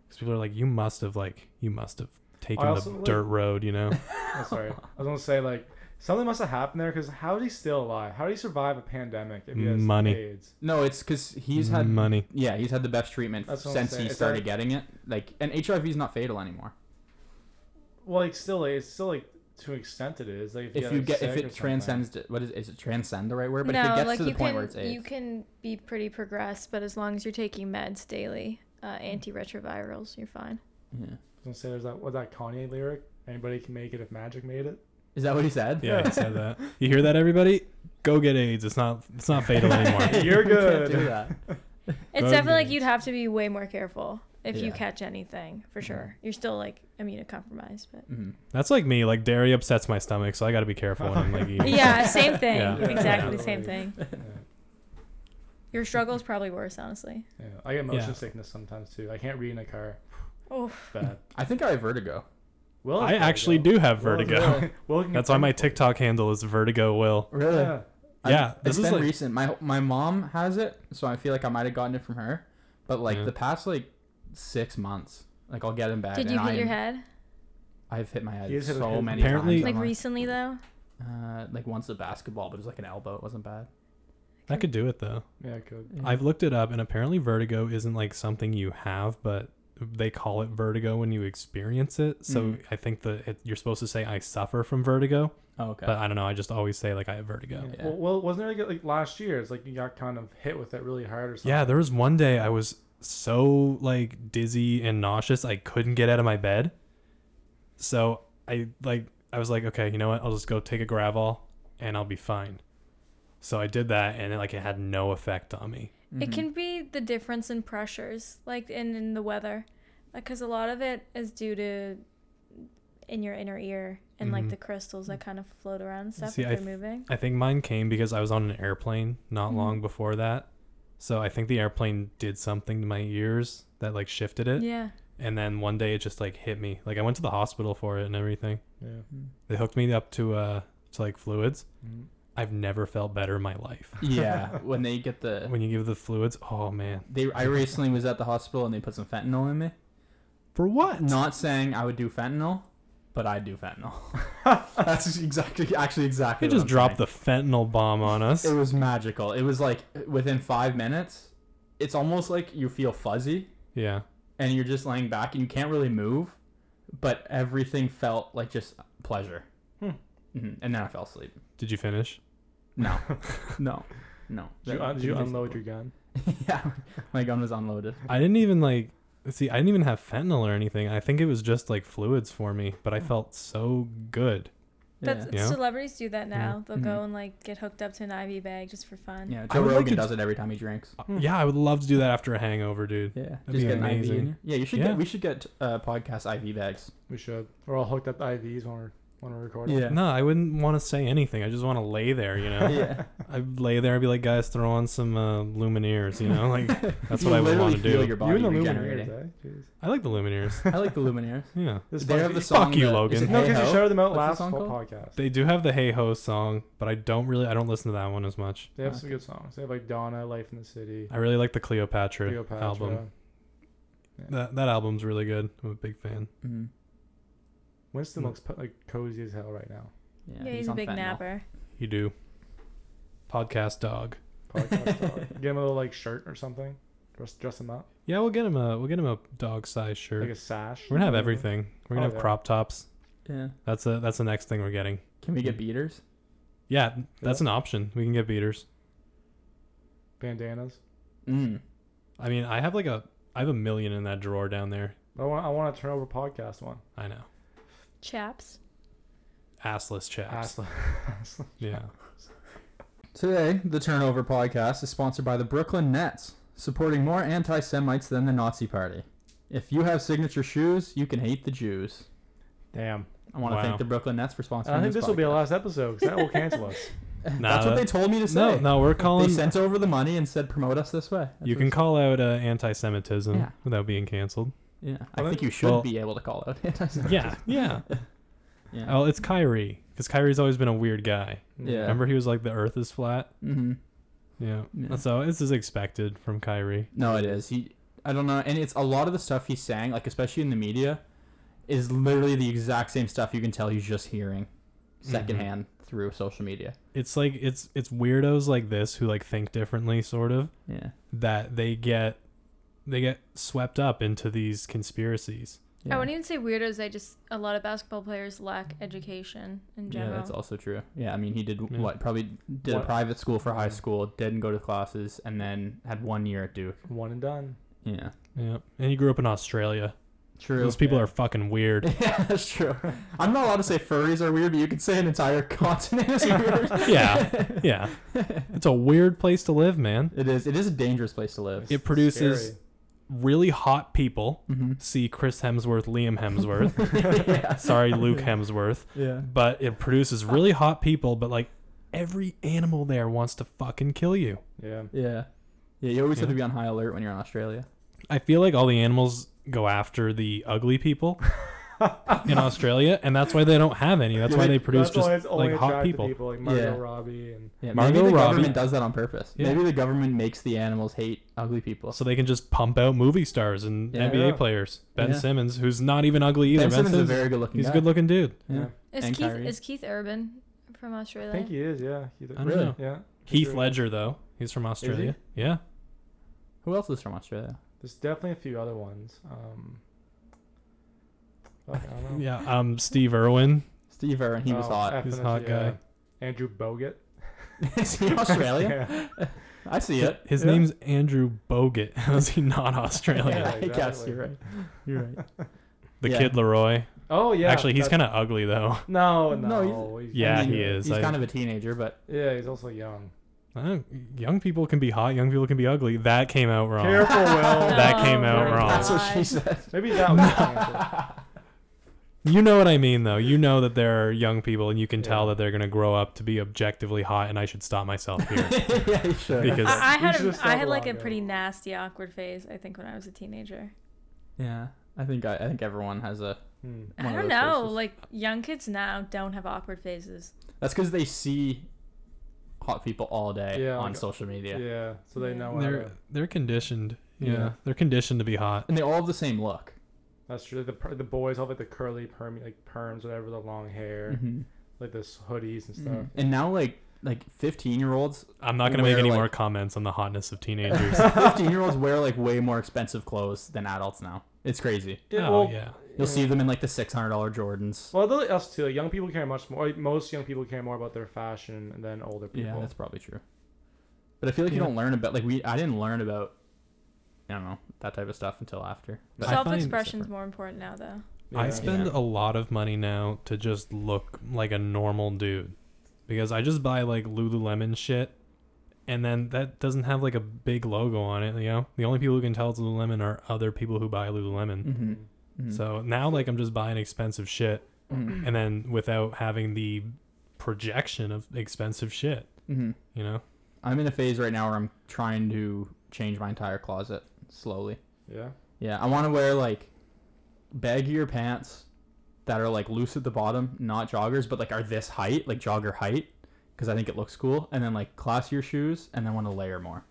S1: Because people are like, you must have like you must have taken
S2: I
S1: the
S2: also, like-
S1: dirt road, you
S2: (laughs)
S1: know.
S2: I'm sorry. I was gonna say like something must have happened there because how did he still alive? How did he survive a pandemic if he has
S1: Money.
S2: AIDS?
S3: No, it's because he's had.
S2: (laughs)
S1: money.
S3: Yeah, he's had the best treatment
S2: That's what I'm
S3: since
S2: saying.
S3: he
S2: It's
S3: started
S2: like-
S3: getting it. Like, and HIV is not fatal anymore.
S2: Well, like still, like, it's still like to an extent it is. Like if,
S3: if
S2: got,
S3: you
S2: like,
S3: get, if
S2: sick or
S3: it
S2: something.
S3: transcends, to, what is is it transcend the right word? But
S4: no,
S3: if it gets
S4: like
S3: to the
S4: you
S3: point
S4: can
S3: where it's AIDS,
S4: you can be pretty progressed, but as long as you're taking meds daily, uh,
S3: Mm.
S4: antiretrovirals, you're fine.
S3: yeah.
S2: I was gonna say there's that what that Kanye lyric. Anybody can make it if magic made
S3: (laughs)
S2: it.
S3: is that what he said?
S1: Yeah, he
S3: (laughs)
S1: said that. You hear that, everybody? Go get AIDS. It's not. It's not
S2: (laughs)
S1: fatal anymore.
S2: You're
S3: You
S2: good.
S3: can't do that.
S4: It's
S1: Drug
S4: definitely like
S1: use.
S4: you'd have to be way more careful if you
S3: Yeah. Mm-hmm.
S4: catch anything for sure. You're still like immunocompromised, but
S3: Mhm.
S1: That's like me. Like dairy upsets my stomach, so I got to be careful when
S2: (laughs)
S1: I'm like (laughs) eating.
S4: yeah, same thing.
S1: Yeah.
S2: Yeah.
S4: Exactly
S2: Yeah.
S4: same thing.
S2: (laughs) Yeah,
S4: Your struggle's probably worse, honestly.
S2: yeah. I get motion
S1: Yeah.
S2: sickness sometimes too. I can't read in a car.
S4: Oh,
S2: Bad.
S3: I think I have vertigo.
S2: Will
S1: I actually do have vertigo. (laughs) That's why my TikTok handle is Vertigo Will.
S3: Really?
S2: Yeah.
S3: I-
S1: Yeah,
S3: it's
S1: this is
S3: been
S1: like-
S3: recent. My my mom has it, so I feel like I might have gotten it from her. But like
S1: Yeah.
S3: the past like six months, like I'll get in bed.
S4: did you
S3: and
S4: hit
S3: I'm,
S4: your head?
S3: I've hit my head
S2: He has hit his
S3: so
S2: head.
S3: many
S1: Apparently-
S3: times.
S4: Like
S3: I'm
S4: recently though?
S3: uh, like once a basketball, but it was like an elbow. It wasn't bad.
S1: I could do it though.
S2: Yeah, I could.
S3: Yeah.
S1: I've looked it up, and apparently vertigo isn't like something you have, but they call it vertigo when you experience it. So
S2: Mm-hmm.
S3: Mm.
S1: I think that it, you're supposed to say I suffer from vertigo,
S3: Oh, okay.
S1: but I don't know. I just always say like I have vertigo.
S2: Yeah.
S3: Yeah.
S2: Well, well, wasn't there like, like last year? It's like you got kind of hit with it really hard or something.
S1: Yeah, there was one day I was so like dizzy and nauseous I couldn't get out of my bed. So I like I was like, okay, you know what? I'll just go take a gravel and I'll be fine. So I did that and it, like it had no effect on me.
S3: Mm-hmm.
S4: It can be the difference in pressures, like in, in the weather, because a lot of it is due to in your inner ear and like
S1: Mhm.
S4: the crystals that kind of float around and stuff
S1: See,
S4: if
S1: I
S4: they're
S1: th-
S4: moving.
S1: I think mine came because I was on an airplane not long before that. So I think the airplane did something to my ears that like shifted it
S4: Yeah.
S1: and then one day it just like hit me. Like I went to the hospital for it and everything.
S2: Yeah.
S1: They hooked me up to uh to like fluids.
S2: Mhm.
S1: I've never felt better in my life.
S3: yeah, (laughs) when they get the
S1: when you give the fluids oh man
S3: They, I recently was at the hospital and they put some fentanyl in me.
S1: for what
S3: Not saying I would do fentanyl, but I do fentanyl. (laughs) That's exactly, actually, exactly.
S1: He
S3: what
S1: just
S3: I'm
S1: dropped
S3: saying.
S1: the fentanyl bomb on
S3: (laughs)
S1: us.
S3: It was magical. It was like within five minutes, it's almost like you feel fuzzy
S1: yeah.
S3: and you're just laying back and you can't really move, but everything felt like just pleasure.
S2: Hmm.
S3: hmm And then I fell asleep.
S1: Did you finish?
S3: (laughs) No, no, no.
S2: Did you,
S3: That-
S2: did you unload your gun?
S3: (laughs) yeah, my gun was unloaded.
S1: I didn't even like see. I didn't even have fentanyl or anything. I think it was just like fluids for me, but
S3: Hmm.
S1: I felt so good.
S4: That's
S1: Yeah.
S4: celebrities do that now. They'll go
S3: Mhm.
S4: and like get hooked up to an IV bag just for fun.
S3: yeah. yeah,
S1: I
S3: Joe
S1: would like
S3: Rogan
S1: to-
S3: does it every time he drinks.
S1: Uh, Yeah, I would love to do that after a hangover, dude.
S3: Yeah,
S1: That'd
S3: just
S1: be
S3: get an IV.
S1: amazing.
S3: In there. Yeah, you should
S1: Yeah.
S3: get. We should get uh, podcast IV bags.
S2: We should. We're all hooked up to IVs when we're when we're recording.
S1: No, I wouldn't want to say anything. I just want to lay there, you know.
S3: (laughs) yeah.
S1: I'd lay there and be like, guys, throw on some uh, Lumineers, you know.
S3: (laughs)
S1: Like that's
S3: You
S1: what I would
S3: literally
S1: want to
S3: Feel
S1: do.
S3: your
S2: you
S3: body
S2: and the
S3: regenerating.
S2: Lumineers, eh? Jeez.
S1: I like the Lumineers.
S3: I like the Lumineers.
S1: yeah,
S2: This
S3: They
S2: podcast-
S3: have the
S1: Fuck
S3: song.
S1: you,
S3: that-
S1: Logan.
S3: is it
S2: No,
S3: Hey
S2: because you
S3: Ho?
S2: shouted them out
S3: What's
S2: last
S3: the song
S2: full
S3: called?
S2: podcast. They,
S1: they do have the Hey Ho song, but I don't really. I don't listen to that one as much.
S2: have some good songs. They have like Donna, Life in the City,
S1: I really like the Cleopatra,
S2: Cleopatra.
S1: album. That that album's really good. I'm a big fan.
S3: Mhm.
S2: Winston
S1: Hmm.
S2: looks pu- like cozy as hell right now.
S4: Yeah, he's, a
S3: on
S4: big
S3: fentanyl.
S4: napper.
S1: You do. Podcast dog.
S2: Podcast dog. Give him a little like shirt or something. Dress, dress him up
S1: Yeah, we'll get him a we'll get him a dog size shirt.
S2: like a sash.
S1: We're gonna have everything. We're gonna
S2: Oh,
S1: have
S2: yeah.
S1: crop tops.
S3: Yeah.
S1: That's a that's the next thing we're getting.
S3: Can we get beaters?
S1: Yeah, that's an option. We can get beaters.
S2: Bandanas.
S3: Mm.
S1: I mean, I have like a I have a million in that drawer down there.
S2: I want. I want to turn over podcast one.
S1: I know.
S4: Chaps.
S1: Assless chaps. (laughs)
S2: Asla.
S1: Yeah.
S3: Today, the Turnover Podcast is sponsored by the Brooklyn Nets, supporting more anti Semites than the Nazi Party. If you have signature shoes, you can hate the Jews.
S2: Damn.
S3: I want to
S1: Wow.
S3: thank the Brooklyn Nets for sponsoring.
S2: And I think this will be
S3: podcast.
S2: the last episode because that will cancel us.
S1: Nah,
S3: That's what
S1: that-
S3: they told me to
S1: No,
S3: say.
S1: no, we're
S3: they
S1: calling.
S3: sent over the money and said promote us this way. That's
S1: You
S3: what
S1: can
S3: it's-
S1: call out uh, anti-Semitism
S3: Yeah.
S1: without being canceled.
S3: Yeah, I
S1: Well,
S3: think you should
S1: well-
S3: be able to call out (laughs)
S1: (laughs)
S3: anti-Semitism.
S1: Yeah, yeah.
S3: Yeah.
S1: Well, it's Kyrie because Kyrie's always been a weird guy.
S3: Yeah.
S1: Remember, he was like the Earth is flat.
S3: Mm-hmm.
S1: Yeah.
S3: Yeah.
S1: So this is expected from Kyrie.
S3: No, it is. He, I don't know, and it's a lot of the stuff he's saying, like especially in the media, is literally the exact same stuff you can tell he's just hearing secondhand
S1: Mm-hmm.
S3: through social media.
S1: It's like it's it's weirdos like this who like think differently, sort of,
S3: Yeah.
S1: that they get they get swept up into these conspiracies.
S3: Yeah,
S4: I wouldn't even say weirdos. I just a lot of basketball players lack education in
S3: yeah
S4: general.
S3: that's also true. Yeah, I mean, he did
S1: Yeah.
S3: what? Probably did a
S2: What?
S3: private school for high
S2: Yeah.
S3: school, didn't go to classes, and then had one year at Duke.
S2: One and done.
S3: Yeah.
S1: Yeah. And you grew up in Australia.
S3: True.
S1: Those people
S2: Yeah.
S1: are fucking weird.
S3: (laughs) yeah, that's true. I'm not allowed to say furries are weird, but you could say an entire (laughs) continent is weird.
S1: yeah. Yeah. It's a weird place to live, man.
S3: It is. It is a dangerous place to live.
S2: It's
S1: It produces
S2: scary.
S1: really hot people.
S3: (laughs) Mm-hmm.
S1: See Chris Hemsworth, Liam Hemsworth.
S3: (laughs) yeah.
S1: Sorry,
S3: (laughs)
S1: Luke Hemsworth.
S3: Yeah.
S1: But it produces really hot people, but like every animal there wants to fucking kill you. (laughs)
S2: Yeah.
S3: Yeah. Yeah, you always have
S1: Yeah.
S3: to be on high alert when you're in Australia.
S1: I feel like all the animals go after the ugly people in
S2: (laughs)
S1: Australia, and that's why they don't have any. That's
S3: Yeah,
S1: why
S3: they-
S1: they produce
S2: That's why
S1: just
S2: it's only
S1: like hot
S2: attracted
S1: people.
S2: people like Margot
S3: Yeah.
S2: Robbie and
S3: Yeah,
S1: Margot
S3: maybe the
S1: Robbie-
S3: government does that on purpose.
S1: Yeah.
S3: Maybe the government makes the animals hate ugly people.
S1: So they can just pump out movie stars and
S3: Yeah.
S1: NBA
S2: Yeah.
S1: players. Ben
S3: Yeah.
S1: Simmons, who's not even ugly either.
S3: ben Simmons is a very good looking
S1: he's
S3: guy.
S1: a good looking dude.
S3: Yeah.
S4: Is
S3: And
S4: Keith
S3: Kyrie.
S4: is Keith Urban from
S2: I
S4: Australia?
S2: think he is. Yeah. He's
S1: I don't
S3: Really?
S1: know.
S2: Yeah. for
S1: Heath
S2: sure.
S1: Ledger though, he's from Australia. Yeah,
S3: Who else is from Australia?
S2: There's definitely a few other ones. Um, fuck, I don't know.
S1: (laughs) yeah. Um, Steve Irwin.
S3: Steve Irwin, he was
S2: Oh,
S3: hot.
S1: He's a
S2: Effin'
S1: hot
S2: is-
S1: guy.
S2: Andrew Bogut.
S3: (laughs) is he
S1: (laughs)
S3: Australia?
S2: Yeah.
S3: I see it.
S1: His
S2: Yeah.
S1: name's Andrew Bogut. (laughs) How is he
S2: (laughs)
S1: not Australian?
S2: Yeah,
S3: Yeah, (laughs) I guess
S2: exactly.
S3: you're right. You're right.
S1: The
S3: Yeah.
S1: kid Leroy.
S2: Oh yeah.
S1: Actually, he's
S2: that's-
S1: kind of ugly though.
S2: No,
S3: No,
S2: no.
S3: he's-
S2: he's,
S1: Yeah,
S3: I mean,
S1: he is.
S3: He's
S1: I-
S3: kind of a teenager, but
S2: Yeah, he's also young.
S1: I don't- Uh, young people can be hot. Young people can be ugly. That came out wrong.
S2: Careful, Will.
S1: (laughs)
S4: Oh,
S1: That came out
S4: my
S1: wrong.
S3: that's what she
S4: God.
S3: said. (laughs)
S2: Maybe that was. the
S1: You know what I mean, though. You know that there are young people, and you can tell
S2: Yeah.
S1: that they're going to grow up to be objectively hot, and I should stop myself (laughs)
S3: (laughs)
S1: here.
S3: yeah, you should.
S1: Because-
S4: I, I
S2: You
S4: had
S2: should've
S4: a, I
S2: stopped
S4: had
S2: a
S4: like a
S2: while ago.
S4: pretty nasty awkward phase. I think when I was a teenager.
S3: yeah, I think I, I think everyone has a.
S2: hmm.
S3: one of
S4: I don't
S3: those
S4: know.
S3: phases.
S4: Like young kids now don't have awkward phases.
S3: That's because they see hot people all day
S2: Yeah,
S3: on
S2: like-
S3: social media,
S2: yeah. so they know. how
S1: they're
S2: to-
S1: they're conditioned. Yeah,
S3: Yeah.
S1: they're conditioned to be hot.
S3: and they all have the same look.
S2: That's true. Like the per- the boys all have, like the curly perm like perms whatever the long hair
S3: Mhm.
S1: Mm-hmm.
S2: like this hoodies and stuff.
S4: Mm.
S3: Mhm. And now like like 15 year
S2: (laughs)
S3: olds
S1: I'm not gonna make
S3: Where,
S1: any
S3: like-
S1: more comments on the hotness of teenagers.
S3: 15 year olds wear like way more expensive clothes than adults now. It's crazy.
S1: oh yeah.
S3: You'll see them in like the $600 Jordans.
S2: Well, though, us too. Like, young people care much more. like, most young people care more about their fashion than older people.
S3: Yeah, that's probably true. But I feel like you don't learn about like we I didn't learn about I don't know that type of stuff until
S2: (laughs)
S3: after. But
S1: I find
S4: Self expression's
S3: different.
S4: more important now, though.
S1: I
S2: Yeah.
S1: spend
S3: Yeah.
S1: a lot of money now to just look like a normal dude because I just buy like Lululemon shit and then that doesn't have like a big logo on it, you know? The only people who can tell it's Lululemon are other people who buy Lululemon.
S3: Mhm.
S2: Mm-hmm.
S1: So now like I'm just buying expensive shit
S3: Mhm.
S1: and then without having the projection of expensive shit,
S3: Mhm.
S1: you know?
S3: I'm in a phase right now where I'm trying to change my entire closet slowly.
S2: Yeah.
S3: Yeah, I want to wear like baggier pants that are like loose at the bottom, not joggers, but like are this height, like jogger height, because I think it looks cool. And then like classier shoes, and then want to layer more.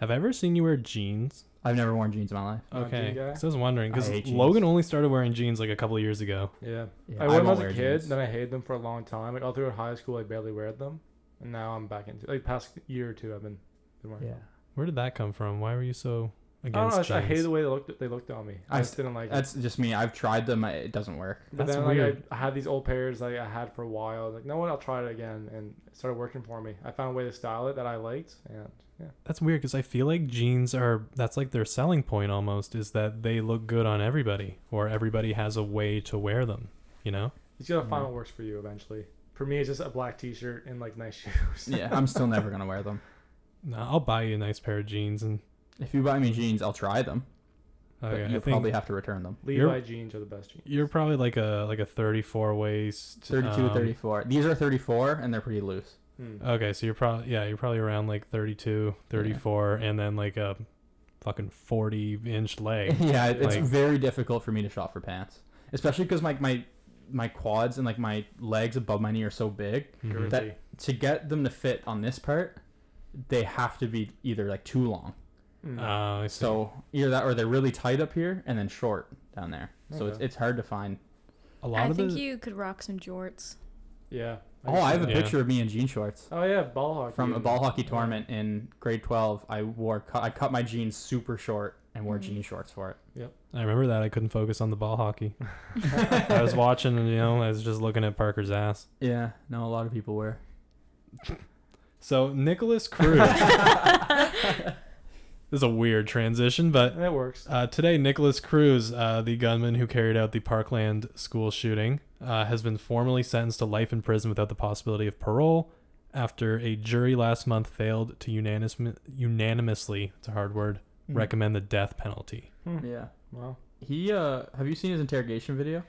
S1: Have I ever seen you wear jeans?
S3: I've never worn jeans in my life.
S2: Not a Oh, jean
S1: Okay.
S2: guy?
S1: 'cause I was wondering
S3: I
S1: cuz
S3: hate jeans.
S1: Logan only started wearing jeans like a couple of years ago.
S2: Yeah.
S3: Yeah,
S2: I wore them
S3: won't
S2: as a
S3: wear
S2: kid,
S3: jeans.
S2: then I hated them for a long time. Like all through high school, I barely wear them, and now I'm back into like past year or two, I've been. been wearing
S3: Yeah,
S2: them.
S1: Where did that come from? Why were you so
S2: Oh, I don't
S1: against
S2: know. I,
S1: jeans?
S2: just- I hated the way they looked. They looked on me. I,
S3: I
S2: just didn't like it.
S3: that's just me. I've tried them. I, it doesn't work.
S2: But
S1: that's
S2: then, like, I-
S1: weird.
S2: I, had these old pairs like I had for a while. I was Like, no one, I'll try it again, and it started working for me. I found a way to style it that I liked, and yeah,
S1: That's weird because I feel like jeans are that's like their selling point almost is that they look good on everybody or everybody has a way to wear them, you know?
S2: you just gotta find
S3: Mm.
S2: what works for you eventually. For me, it's just a black T-shirt and like nice (laughs) shoes.
S3: Yeah, I'm still never gonna wear them.
S1: No, I'll buy you a nice pair of jeans and
S3: If you buy me jeans, I'll try them.
S1: okay,
S3: but
S1: I
S3: you'll
S1: think
S3: probably have to return them.
S2: Levi
S1: You're-
S2: jeans are the best jeans.
S1: you're probably like a like a 34 waist
S3: 32,
S1: um,
S3: 34. These are 34, and they're pretty loose.
S2: Hmm.
S1: Okay, so you're probably yeah, you're probably around like 32, 34 and then like a fucking 40 inch leg.
S3: (laughs) yeah, it- it's
S1: Like-
S3: very difficult for me to shop for pants, especially because my my my quads and like my legs above my knee are so big.
S1: Mhm.
S3: That- To get them to fit on this part, they have to be either like too long,
S2: Hmm.
S1: Oh,
S3: uh,
S1: I see.
S3: so either that or they're really tight up here and then short down there. So it's
S2: Okay.
S3: it's hard to find.
S1: a lot
S4: I
S1: of the
S4: think you could rock some jorts.
S2: yeah.
S3: Oh, I have a
S1: Yeah.
S3: picture of me in jean shorts
S2: Oh yeah, ball hockey.
S3: from a
S2: and-
S3: ball hockey tournament in grade twelve. I wore cut, I cut my jeans super short and wore
S4: Mhm.
S3: jean shorts for it.
S1: I remember that I couldn't focus on the ball
S3: (laughs)
S1: hockey. I was watching, and, you know, I was just looking at Parker's ass.
S3: Yeah, no, a lot of people wear.
S1: So Nicholas
S3: (laughs)
S1: Cruz. this is a weird transition, but
S2: That works.
S1: uh, today Nicholas Cruz, uh, the gunman who carried out the Parkland school shooting, uh, has been formally sentenced to life in prison without the possibility of parole after a jury last month failed to unanimous, unanimously, it's a hard word,
S3: Mhm.
S1: recommend the death penalty.
S3: Yeah,
S2: Wow.
S3: he. uh Have you seen his interrogation video?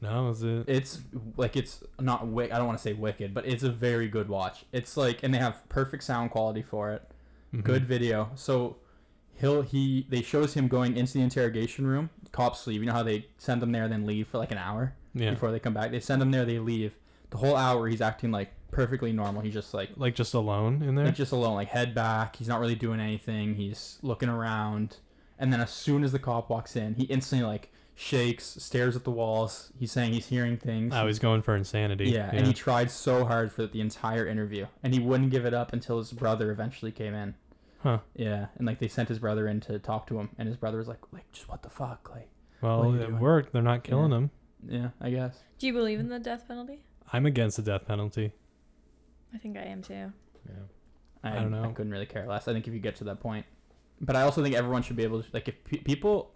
S1: No, is it?
S3: it's like it's not wick. I don't want to say wicked, but it's a very good watch. It's like, and they have perfect sound quality for it.
S1: Mhm.
S3: Good video. So he'll he they shows him going into the interrogation room. Cops leave. You know how they send them there and then leave for like an hour
S1: Yeah.
S3: before they come back. They send them there. They leave. The whole hour he's acting like perfectly normal. He's just like
S1: Like just alone in there?
S3: like just alone, like head back. He's not really doing anything. He's looking around, and then as soon as the cop walks in, he instantly like shakes, stares at the walls. He's saying he's hearing things.
S1: I was Oh, going for insanity.
S3: Yeah, and he tried so hard for the entire interview, and he wouldn't give it up until his brother eventually came in.
S1: Huh.
S3: Yeah, and like they sent his brother in to talk to him, and his brother was like, like just what the fuck, like.
S1: well,
S3: what are you
S1: it
S3: doing?
S1: worked. They're not killing
S3: Yeah.
S1: him.
S3: Yeah, I guess.
S4: Do you believe in the death penalty?
S1: I'm against the death penalty.
S4: I think I am
S3: Mm.
S4: too.
S2: Yeah.
S3: I,
S1: I don't know.
S3: I couldn't really care less. I think if you get to that point, but I also think everyone should be able to like if pe- people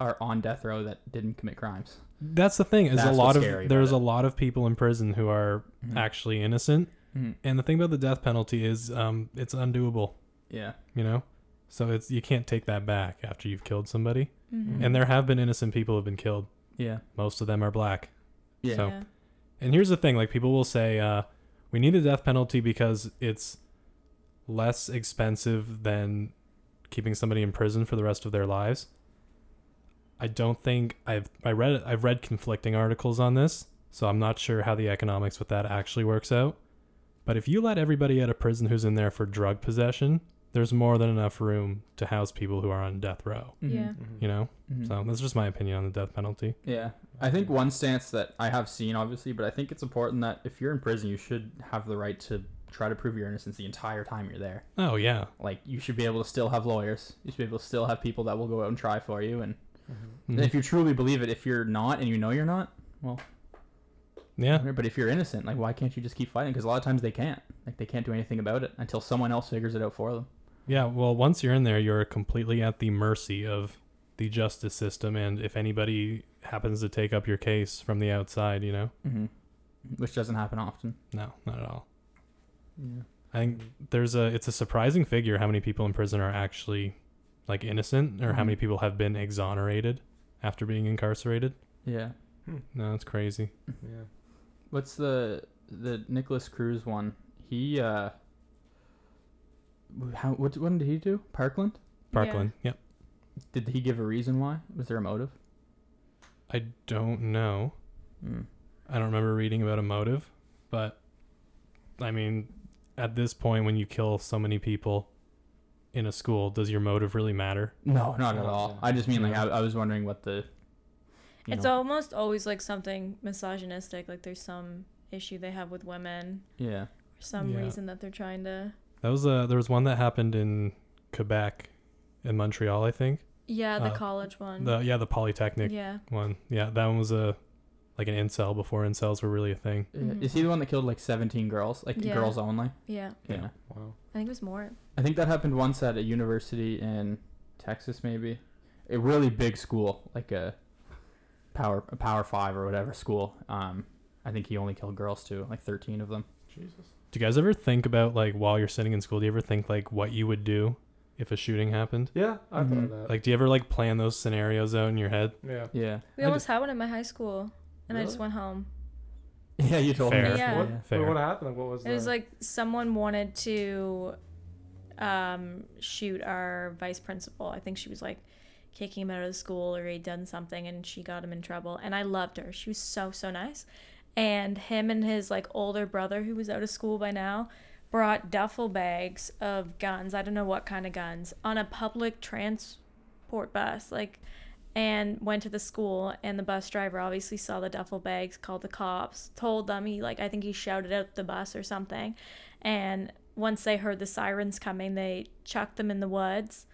S3: are on death row that didn't commit crimes.
S1: That's the thing. Is
S3: That's
S1: a lot
S3: what's
S1: of
S3: scary about
S1: there's
S3: it.
S1: a lot of people in prison who are
S3: Mhm.
S1: actually innocent.
S3: Mhm.
S1: And the thing about the death penalty is, um, it's undoable.
S3: Yeah.
S1: You know, so it's you can't take that back after you've killed somebody.
S4: Mhm.
S1: And there have been innocent people who've been killed.
S3: Yeah.
S1: Most of them are black.
S3: Yeah.
S1: So- And here's the thing: like people will say, uh, we need a death penalty because it's less expensive than keeping somebody in prison for the rest of their lives. I don't think I've I read I've read conflicting articles on this, so I'm not sure how the economics with that actually works out. But if you let everybody out of prison who's in there for drug possession there's more than enough room to house people who are on death row.
S3: Mm-hmm.
S4: Yeah.
S2: Mm-hmm.
S1: You know,
S3: Mhm.
S1: so that's just my opinion on the death penalty.
S3: Yeah. I think one stance that I have seen, obviously, but I think it's important that if you're in prison, you should have the right to try to prove your innocence the entire time you're there.
S1: Oh yeah,
S3: Like, you should be able to still have lawyers. You should be able to still have people that will go out and try for you. And
S2: Mm-hmm.
S1: Mhm.
S3: if you truly believe it, if you're not and you know you're not,
S1: yeah,
S3: but if you're innocent, like, why can't you just keep fighting? Because a lot of times they can't. Like, they can't do anything about it until someone else figures it out for them.
S1: yeah. Well, once you're in there, you're completely at the mercy of the justice system, and if anybody happens to take up your case from the outside, you know,
S3: Mm-hmm. Which doesn't happen often.
S1: no, not at all.
S3: Yeah.
S1: I think there's a it's a surprising figure how many people in prison are actually like innocent or how
S3: Mhm.
S1: many people have been exonerated after being incarcerated.
S3: Yeah.
S1: No, it's crazy.
S2: Yeah.
S3: What's the the Nicholas Cruz one? He uh, wh- how what when did he do? Parkland?
S1: Parkland. Yep.
S3: Did he give a reason why? Was there a motive?
S1: I don't know.
S3: Hmm.
S1: I don't remember reading about a motive, but I mean, at this point when you kill so many people in a school, does your motive really matter?
S3: No, not at
S2: Oh,
S3: all.
S2: yeah.
S3: I just mean like
S1: Yeah.
S3: I, I was wondering what the. you
S4: It's
S3: know-
S4: almost always like something misogynistic. Like there's some issue they have with women,
S3: yeah.
S4: or some
S1: Yeah.
S4: reason that they're trying to.
S1: That was a there was one that happened in Quebec in Montreal, I think.
S4: Yeah, the
S1: Uh,
S4: college one.
S1: The yeah, the polytechnic
S4: Mm-hmm. yeah,
S1: one. Yeah, that one was a like an incel before incels were really a thing.
S3: Yeah.
S4: Mhm.
S3: Is he the one that killed like seventeen girls, like
S4: Yeah.
S3: girls only?
S4: yeah.
S1: Yeah.
S2: Wow.
S4: I think it was more.
S3: I think that happened once at a university in Texas, maybe a really big school, like a power a power five or whatever school. Um, I think he only killed girls too, like thirteen of them.
S2: Jesus.
S1: Do you guys ever think about like while you're sitting in school? Do you ever think like what you would do if a shooting happened?
S2: Yeah, I thought
S3: Mhm.
S2: of that.
S1: Like, do you ever like plan those scenarios out in your head?
S2: yeah.
S3: Yeah.
S4: We
S1: I
S4: almost had one at my high school, and I
S2: Really?
S4: just went home.
S3: (laughs) Yeah, you told
S1: Fair.
S3: me.
S4: Yeah.
S2: What,
S3: Yeah.
S2: wait,
S1: Fair.
S2: what happened? Like, What was
S4: It was
S2: the-
S4: like someone wanted to um, shoot our vice principal. I think she was like kicking him out of the school or he'd done something and she got him in trouble. And I loved her. She was so, so nice. And him and his like older brother, who was out of school by now, brought duffel bags of guns. I don't know what kind of guns on a public transport bus. Like, and went to the school and the bus driver obviously saw the duffel bags called the cops told them he like i think he shouted out the bus or something and once they heard the sirens coming they chucked them in the woods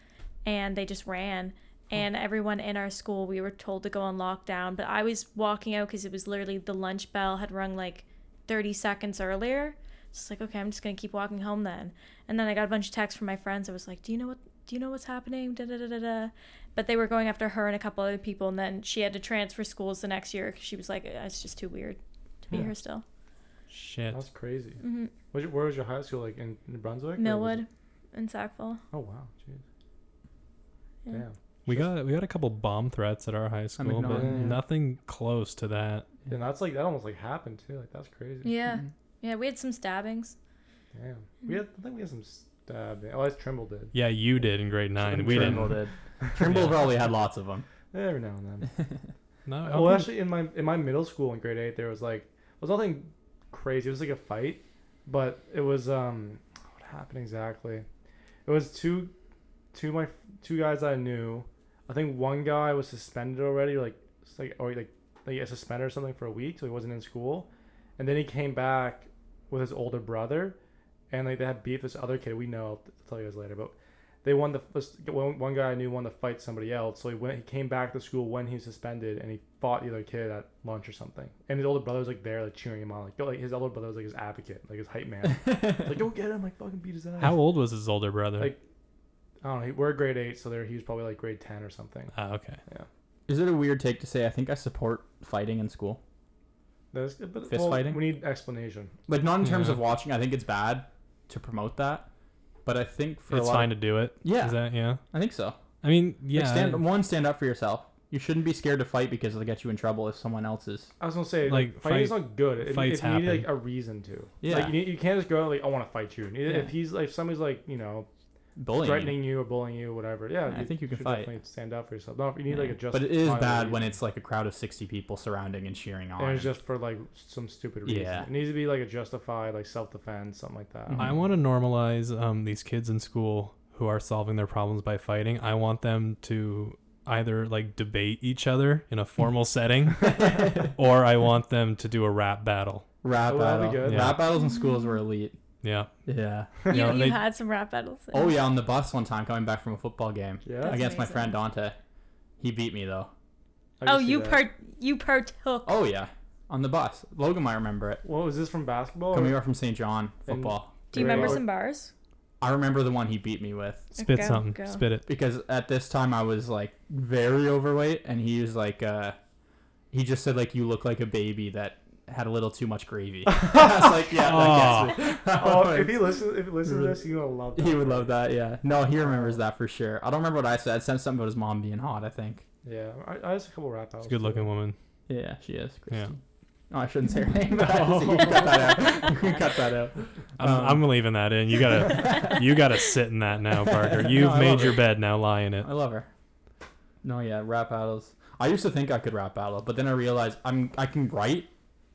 S4: and they just ran and everyone in our school we were told to go on lockdown but i was walking out because it was literally the lunch bell had rung like 30 seconds earlier just like okay i'm just gonna keep walking home then and then i got a bunch of texts from my friends i was like do you know what do you know what's happening da da da da da but they were going after her and a couple other people and then she had to transfer schools the next year 'cause she was like "Eh, it's just too weird to be
S1: Hmm.
S4: here still
S1: Shit.
S2: That's crazy.
S4: hmm
S2: Was your, where was your high school? Like in New Brunswick? or was
S4: millwood
S2: it-
S4: and sackville
S2: Oh wow, jeez.
S4: Yeah.
S2: Damn.
S1: We got we got a couple bomb threats at our high school, but
S3: ignoring
S2: it.
S1: nothing close to that.
S2: And that's like that almost like happened too. Like that's crazy.
S4: yeah Mm-hmm.
S3: Mhm.
S4: yeah we had some stabbings
S2: Damn. We had I think we had some stabbing. Oh, that's Trimble did.
S1: Yeah, you did in grade nine. We
S3: Trimble
S1: didn't.
S3: did. (laughs) Trimble probably had lots of them.
S2: Every now and then.
S1: No, (laughs) I don't
S2: well,
S1: think-
S2: actually, in my in my middle school in grade eight, there was like it was nothing crazy. It was like a fight, but it was um what happened exactly? It was two two of my two guys I knew. I think one guy was suspended already, like s- like or like like yeah, suspended or something for a week, so he wasn't in school. And then he came back with his older brother, and like they had beef. This other kid we know, I'll t- tell you guys later, but they won the this- one, one guy I knew wanted to fight somebody else, so he went. He came back to school when he was suspended, and he fought the other kid at lunch or something. And his older brother was like there, like cheering him on, like, go- like his older brother was like his advocate, like his hype man, like go get him, like fucking beat his ass.
S1: how old was his older brother?
S2: Like- I don't know. he- We're grade eight, so there he was probably like grade ten or something.
S1: ah, okay.
S3: Is it a weird take to say I think I support fighting in school?
S2: That's, but,
S3: Fist
S2: well,
S3: fighting?
S2: We need explanation.
S3: Like not in terms
S1: Yeah.
S3: of watching. I think it's bad to promote that, but I think for a
S1: it's
S3: lot
S1: fine
S3: Of,
S1: to do it.
S3: Yeah.
S1: Is that yeah?
S3: I think so.
S1: I mean, yeah.
S3: Yeah. Like
S1: I-
S3: stand one stand up for yourself. You shouldn't be scared to fight because it'll get you in trouble if someone else is.
S2: I was gonna say like,
S1: Like,
S2: fighting's not good. If,
S1: fights
S2: if you need like
S1: happen.
S2: a reason to,
S3: Yeah.
S2: like, you, need, you can't just go out, like I want to fight you. And
S3: Yeah.
S2: If he's like if somebody's like you know
S3: bullying. you.
S2: threatening you or bullying you, whatever. Yeah,
S3: Yeah, I think you can
S2: should
S3: fight.
S2: definitely Stand up for yourself. No, you need
S3: Yeah.
S2: like a just.
S3: but it is
S2: violent
S3: bad when
S2: reason.
S3: it's like a crowd of sixty people surrounding and cheering on.
S2: And it's just for like some stupid reason.
S3: Yeah.
S2: It needs to be like a justified, like self defense, something like that.
S3: Mhm.
S1: I want to normalize um, these kids in school who are solving their problems by fighting. I want them to either like debate each other in a
S3: (laughs)
S1: formal setting or I want them to do a rap battle.
S3: Rap
S2: Oh, that'd
S3: battle.
S2: be good.
S1: Yeah.
S3: Rap
S4: (laughs)
S3: battles in schools were elite.
S1: Yeah.
S3: Yeah.
S4: You,
S1: know,
S4: you
S1: they-
S4: had some rap battles.
S3: Oh yeah, on the bus one time coming back from a football game
S2: Yeah.
S4: That's
S3: against my
S4: amazing.
S3: friend Dante. He beat me though.
S2: I can
S4: Oh,
S2: see
S4: you
S2: that.
S4: part you partook.
S3: Oh yeah, on the bus. Logan might remember it.
S2: What was this from basketball?
S3: Coming over from St. John football.
S4: Do you remember
S2: Great.
S4: some bars?
S3: I remember the one he beat me with
S1: Spit
S4: Go,
S1: something.
S4: go.
S1: Spit it.
S3: because at this time I was like very overweight, and he was like, uh, he just said like, "You look like a baby that had a little too much gravy." (laughs) I was like, "Yeah, that gets me." (laughs)
S2: oh, if he listens, if he listens to this, he's gonna love that.
S3: He would love that, yeah. No, he remembers that for sure. I don't remember what I said. I said something about his mom being hot, I think.
S2: Yeah, I, I just a couple rap
S1: It's
S2: battles.
S1: a good looking woman.
S3: Yeah, she is.
S1: Yeah.
S3: Christy. No, I shouldn't say her name, but I just, you can cut that out. You can cut that out.
S1: I'm,
S3: Um,
S1: I'm leaving that in. You
S3: (laughs)
S4: (laughs)
S1: gotta, (laughs) you gotta sit in that now, Parker. You've
S3: No, I
S1: made
S3: love
S1: your bed. Now lie in it.
S3: I love her. No, yeah, rap battles. I used to think I could rap battle, but then I realized I'm I can write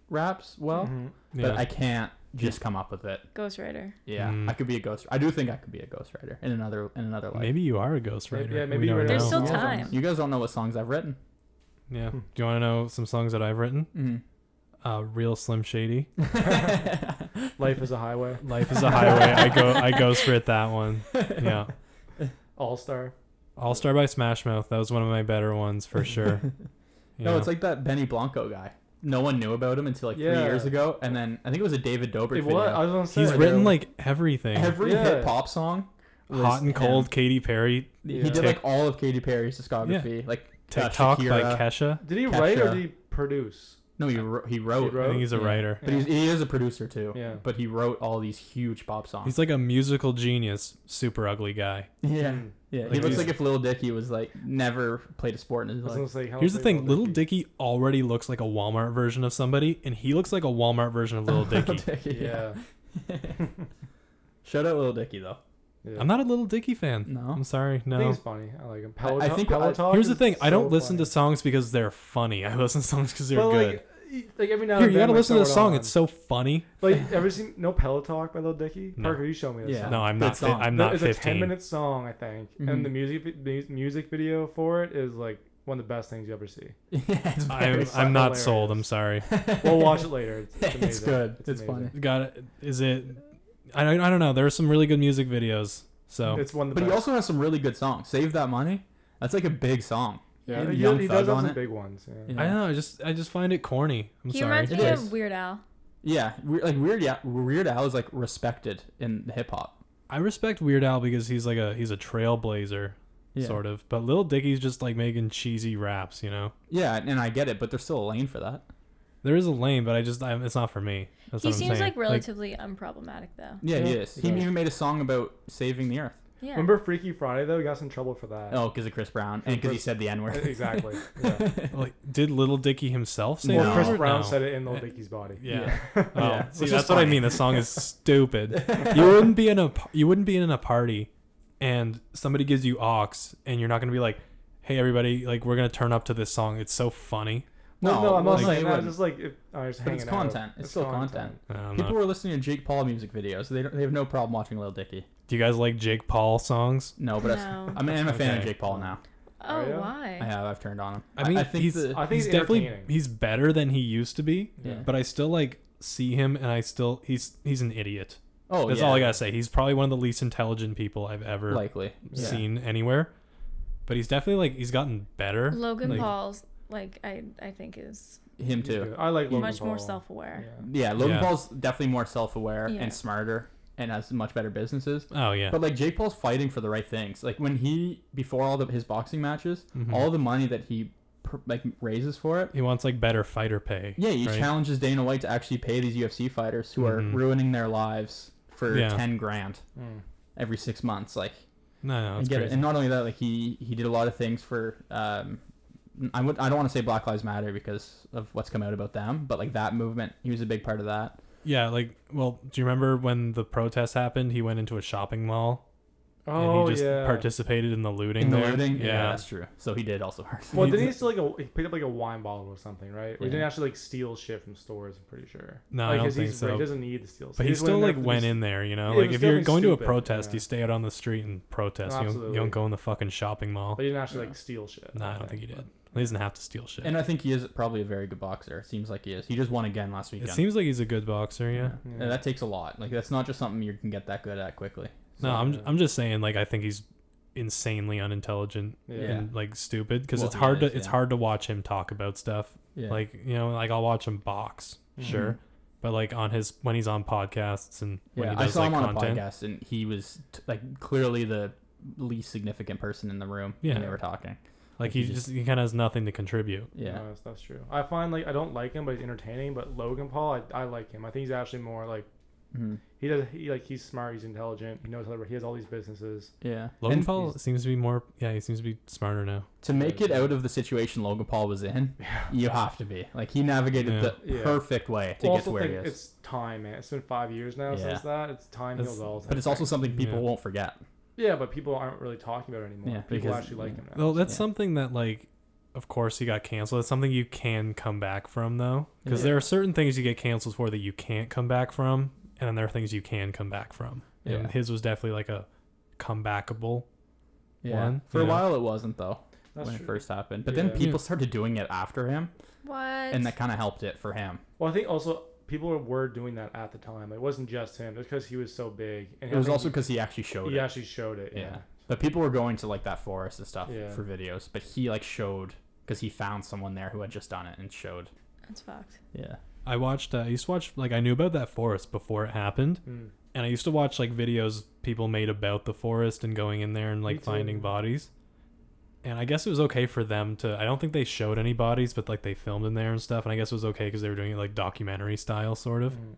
S3: raps well,
S2: Mhm.
S1: Yeah.
S3: but I can't just come up with it.
S4: Ghostwriter.
S3: Yeah,
S1: Mm.
S3: I could be a ghost. I do think I could be a ghostwriter in another in another life.
S1: maybe you are a ghostwriter.
S2: yeah, maybe
S1: we
S2: you're
S1: don't
S2: a-
S1: know.
S4: There's still
S3: You guys don't-
S4: time.
S3: You guys don't know what songs I've written. Mm-hmm.
S1: Yeah.
S3: Hmm.
S1: Do you want to know some songs that I've written? Uh, Real Slim Shady.
S2: (laughs) Life is a highway.
S1: Life is a
S2: (laughs)
S1: highway. I go. I ghost writ that
S3: (laughs)
S1: one. Yeah.
S2: All star.
S1: All Star by Smash Mouth. That was one of my better ones for sure. You
S3: (laughs) (laughs) No,
S1: know,
S3: it's like that Benny Blanco guy. No one knew about him until like three
S2: Yeah.
S3: years ago, and then I think it was a David Dobrik
S2: It
S3: video.
S2: was. I was gonna say.
S1: he's
S3: Yeah,
S1: written
S3: they're-
S1: like everything.
S3: Every
S2: Yeah.
S3: hip hop song, was
S1: Hot and
S3: him.
S1: cold. Katy Perry.
S3: He
S2: Yeah.
S3: did like all of Katy Perry's discography, like uh,
S1: TikTok by
S3: Shakira.
S1: Kesha.
S2: did he write or
S3: Kesha.
S2: did he produce?
S3: No, he wrote. He wrote.
S1: I think he's a
S3: Yeah.
S1: writer.
S3: But he's, he is a producer too.
S2: Yeah.
S3: But he wrote all these huge pop songs.
S1: He's like a musical genius. Super ugly guy.
S3: yeah.
S2: Mm.
S3: Yeah.
S1: Like
S3: he looks
S1: he's-
S3: like if Lil Dicky was like never played a sport in his
S2: I was gonna
S3: life.
S2: say. how
S1: Here's the
S2: big
S1: thing: Little
S2: Dicky-
S1: Dicky already looks like a Walmart version of somebody, and he looks like a Walmart version
S2: (laughs)
S1: of Little Dicky.
S3: (laughs) Dicky,
S2: Yeah. (laughs)
S3: (laughs) Shout out Lil Dicky though.
S2: yeah.
S1: I'm not a Little Dicky fan.
S3: No?
S1: I'm sorry.
S2: I think
S1: No.
S2: he's funny. I like him.
S3: I- I
S2: Peloton.
S3: think I-
S2: Peloton
S1: Here's the
S2: is
S1: thing: I don't
S2: so
S1: listen
S2: funny.
S1: to songs because they're funny. I listen to songs because they're
S2: But
S1: good.
S2: like, y- like every now
S1: Here,
S2: and
S1: you
S2: then,
S1: gotta
S2: like,
S1: listen to the
S2: throw it
S1: song.
S2: on.
S1: It's so funny. (laughs)
S2: like ever seen No Pillow Talk by Lil Dicky?
S1: No.
S2: Parker, you show me this.
S3: Yeah.
S2: song.
S1: No, I'm
S3: Good
S1: not. Fi-
S3: song.
S1: I'm
S2: No,
S1: not
S2: it's a 10
S1: 15.
S2: minute song, I think.
S3: Mhm.
S2: And the music vi- mu- music video for it is like one of the best things you ever see.
S3: yeah, (laughs) it's, very
S1: I'm,
S2: It's
S1: I'm not
S2: hilarious.
S1: sold. I'm sorry.
S2: (laughs) We'll watch it later. It's, it's,
S3: (laughs) it's
S2: amazing.
S3: good. It's,
S2: amazing.
S3: funny.
S1: Got it. Is it? I don't. I don't know. There are some really good music videos. So
S2: It's one of the
S3: But he
S2: best.
S3: also has some really good songs. Save that money. That's like a big song.
S2: Yeah,
S3: And
S2: he,
S3: Young
S2: he
S3: Thug
S2: does have
S3: on
S2: some
S3: it.
S2: big ones. Yeah.
S3: Yeah.
S1: I don't know. I just. I just find it corny. I'm
S4: He
S1: sorry.
S4: reminds
S3: It
S4: me
S3: is.
S4: of Weird Al.
S3: Yeah, we- like Weird Al, Weird Al is like respected in hip hop.
S1: I respect Weird Al because he's like a he's a trailblazer,
S3: Yeah.
S1: sort of. But Lil Dicky's just like making cheesy raps. You know,
S3: Yeah, and and I get it, but there's still a lane for that.
S1: there is a lane, but I just I, it's not for me. That's
S4: He
S1: what I'm
S4: seems
S1: saying.
S4: like relatively unproblematic though.
S3: Yeah,
S2: Yeah,
S3: he is.
S2: he
S3: He
S2: does.
S3: even made a song about saving the earth.
S4: Yeah.
S2: Remember Freaky Friday though? He got us in trouble for that.
S3: Oh, because of Chris Brown and because he
S2: Chris-
S3: said the N word.
S2: exactly. Yeah.
S1: Like, like, did Little Dicky himself say
S2: Well,
S1: that?
S2: Chris
S1: word?
S2: Brown
S1: No.
S2: said it in Lil Dicky's body.
S1: Yeah. Oh,
S3: (laughs) Yeah.
S1: see,
S3: Which is
S1: that's what I
S3: funny.
S1: mean. The song is stupid. you wouldn't be in a p- you wouldn't be in a party, and somebody gives you aux, and you're not gonna be like, "Hey, everybody, like we're gonna turn up to this song. It's so funny."
S2: Well, no, I'm not
S3: like,
S2: saying
S3: it
S2: that.
S3: wouldn't.
S2: It's just like if, I was
S3: But it's
S2: hanging out.
S3: content. It's still content.
S1: I don't know.
S3: People were listening to Jake Paul music videos. So they don't, they have no problem watching Lil Dicky.
S1: Do you guys like Jake Paul songs?
S3: No, but that's-
S4: No.
S3: I mean, I'm a fan of
S1: Okay.
S3: Jake Paul now.
S4: oh
S2: Are ya?
S4: why?
S3: I have. I've turned on him.
S1: I mean,
S3: I think
S1: he's-
S3: the-
S2: I think
S1: he's
S2: it's
S1: definitely
S2: entertaining.
S1: he's better than he used to be,
S3: Yeah.
S1: but I still like see him, and I still he's he's an idiot.
S3: oh,
S1: That's
S3: yeah,
S1: all I gotta say. He's probably one of the least intelligent people I've ever
S3: Likely. Yeah.
S1: seen anywhere. But he's definitely like he's gotten better.
S4: Logan
S1: Like,
S4: Paul's like I I think is
S3: Him
S2: He's
S3: too.
S2: good. I like Logan
S4: much more
S2: Paul. Yeah.
S4: self-aware.
S3: Yeah, Logan
S1: Yeah.
S3: Paul's definitely more self-aware
S4: Yeah.
S3: and smarter and has much better businesses.
S1: Oh yeah.
S3: But like Jake Paul's fighting for the right things. Like when he before all the his boxing matches,
S1: Mm-hmm.
S3: all the money that he pr- like raises for it.
S1: He wants like better fighter pay.
S3: Yeah, he
S1: right?
S3: challenges Dana White to actually pay these UFC fighters who
S1: Mhm.
S3: are ruining their lives for
S1: Yeah.
S3: 10 grand
S2: Mm.
S3: every 6 months like
S1: No, no,
S3: I
S1: it's
S3: get
S1: crazy.
S3: it. And not only that, like he he did a lot of things for um I would I don't want to say Black Lives Matter because of what's come out about them, but like that movement, he was a big part of that.
S1: Yeah, like well, do you remember when the protest happened? He went into a shopping mall
S2: Oh
S1: and he just
S2: yeah.
S1: participated in the looting.
S3: in the
S1: there.
S3: looting.
S1: Yeah.
S3: that's true. So he did also hurt.
S2: well,
S1: he
S2: didn't he
S1: did-
S2: still like a, he picked up like a wine bottle or something, right? We
S3: Yeah.
S2: didn't actually like steal shit from stores. I'm pretty sure.
S1: No, I
S2: like,
S1: don't
S2: 'cause
S1: think
S2: he's- He
S1: so.
S2: doesn't need to steal.
S1: But he
S2: just
S1: still
S2: there
S1: like
S2: for
S1: went
S2: this-
S1: in there, you know.
S2: Yeah, it
S1: Like
S2: was
S1: if you're
S2: definitely
S1: going to a
S2: stupid,
S1: protest,
S2: yeah.
S1: you stay out on the street and protest.
S2: No,
S1: you, don't, you don't
S2: absolutely.
S1: go in the fucking shopping mall.
S2: But he didn't actually like steal shit.
S1: No, I don't think he did. He doesn't have to steal shit.
S3: (laughs) And I think he is probably a very good boxer. It seems like he is. He just won again last
S1: it
S3: weekend.
S1: seems like he's a good boxer. Yeah.
S2: Yeah.
S3: And that takes a lot. Like that's not just something you can get that good at quickly.
S1: No,
S2: So,
S1: I'm
S2: yeah.
S1: I'm just saying. Like I think he's insanely unintelligent
S2: Yeah.
S1: and like stupid because
S3: Well,
S1: it's
S3: he
S1: hard
S3: is,
S1: to it's
S3: yeah.
S1: hard to watch him talk about stuff.
S3: Yeah. Mm-hmm.
S1: Like you know, like I'll watch him box, sure, but like on his when he's on podcasts and when
S3: yeah,
S1: he
S3: I
S1: does
S3: saw
S1: like
S3: him on
S1: content.
S3: a podcast and he was t- like clearly the least significant person in the room
S1: Yeah.
S3: when they were talking.
S1: Like he just he kind of has nothing to contribute.
S3: Yeah.
S2: No, that's, that's true. I find like I don't like him, but he's entertaining. But Logan Paul, I, I like him. I think he's actually more like
S3: Mhm.
S2: he does. He like he's smart. He's intelligent. He knows how to. He has all these businesses.
S3: Yeah.
S1: Logan
S3: And
S1: Paul seems to be more. Yeah, he seems to be smarter now.
S3: to make it out of the situation Logan Paul
S2: (laughs)
S3: was in, you have to be like he navigated
S1: Yeah.
S3: the
S2: Yeah.
S3: perfect way to
S2: I
S3: get to where he is.
S2: it's time, man. It's been five years now
S3: Yeah.
S2: since that. It's time
S1: It's-
S2: heals all. type
S3: But it's
S2: thing.
S3: also something people
S1: Yeah.
S3: won't forget.
S2: yeah, but people aren't really talking about it anymore.
S3: Yeah,
S2: people
S3: because-
S2: actually like
S3: yeah.
S2: him now.
S1: Well, that's
S3: Yeah.
S1: something that like, of course, he got canceled. That's something you can come back from though, because
S3: Yeah.
S1: there are certain things you get canceled for that you can't come back from, and then there are things you can come back from. And
S3: Yeah.
S1: his was definitely like a comebackable.
S3: Yeah.
S1: One,
S3: For a
S1: yeah.
S3: while, it wasn't though
S2: That's
S3: when
S2: true.
S3: it first happened. But
S2: Yeah.
S3: then people started doing it after him,
S4: What?
S3: and that kind of helped it for him.
S2: Well, I think also people were- were doing that at the time. It wasn't just him. It's because he was so big, and
S3: It
S2: I
S3: was
S2: think
S3: also because he actually showed
S2: he
S3: it.
S2: actually showed it.
S3: Yeah.
S2: Yeah.
S3: But people were going to like that forest and stuff
S2: Yeah.
S3: for videos. But he like showed because he found someone there who had just done it and showed.
S4: That's fucked.
S3: Yeah.
S1: I watched. Uh, I used to watch. Like I knew about that forest before it happened,
S2: Mm.
S1: and I used to watch like videos people made about the forest and going in there and
S2: Me
S1: like
S2: too.
S1: finding bodies. And I guess it was okay for them to. I don't think they showed any bodies, but like they filmed in there and stuff. And I guess it was okay because they were doing it like documentary style, sort of.
S2: Mm.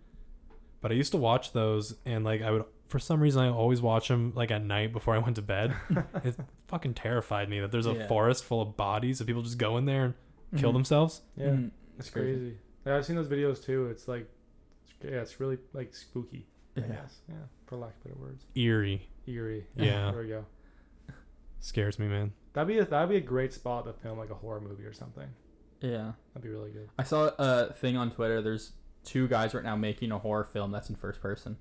S1: But I used to watch those, and like I would, for some reason, I always watch them like at night before I went to bed.
S2: (laughs)
S1: it fucking terrified me that there's a
S3: Yeah.
S1: forest full of bodies and people just go in there and kill
S3: Mhm.
S2: Mm-hmm.
S1: themselves.
S2: Yeah.
S3: Mhm.
S2: It's
S3: crazy.
S2: crazy. Yeah, I've seen those videos too. It's like, it's- yeah, it's really like spooky. I
S3: Yeah.
S2: guess. Yeah. For lack of better words,
S1: Eerie,
S2: eerie.
S1: Yeah.
S2: There we go.
S1: scares me, man.
S2: That'd be a, that'd be a great spot to film like a horror movie or something.
S3: Yeah.
S2: That'd be really good.
S3: I saw a thing on Twitter. There's two guys right now making a horror film that's in first person.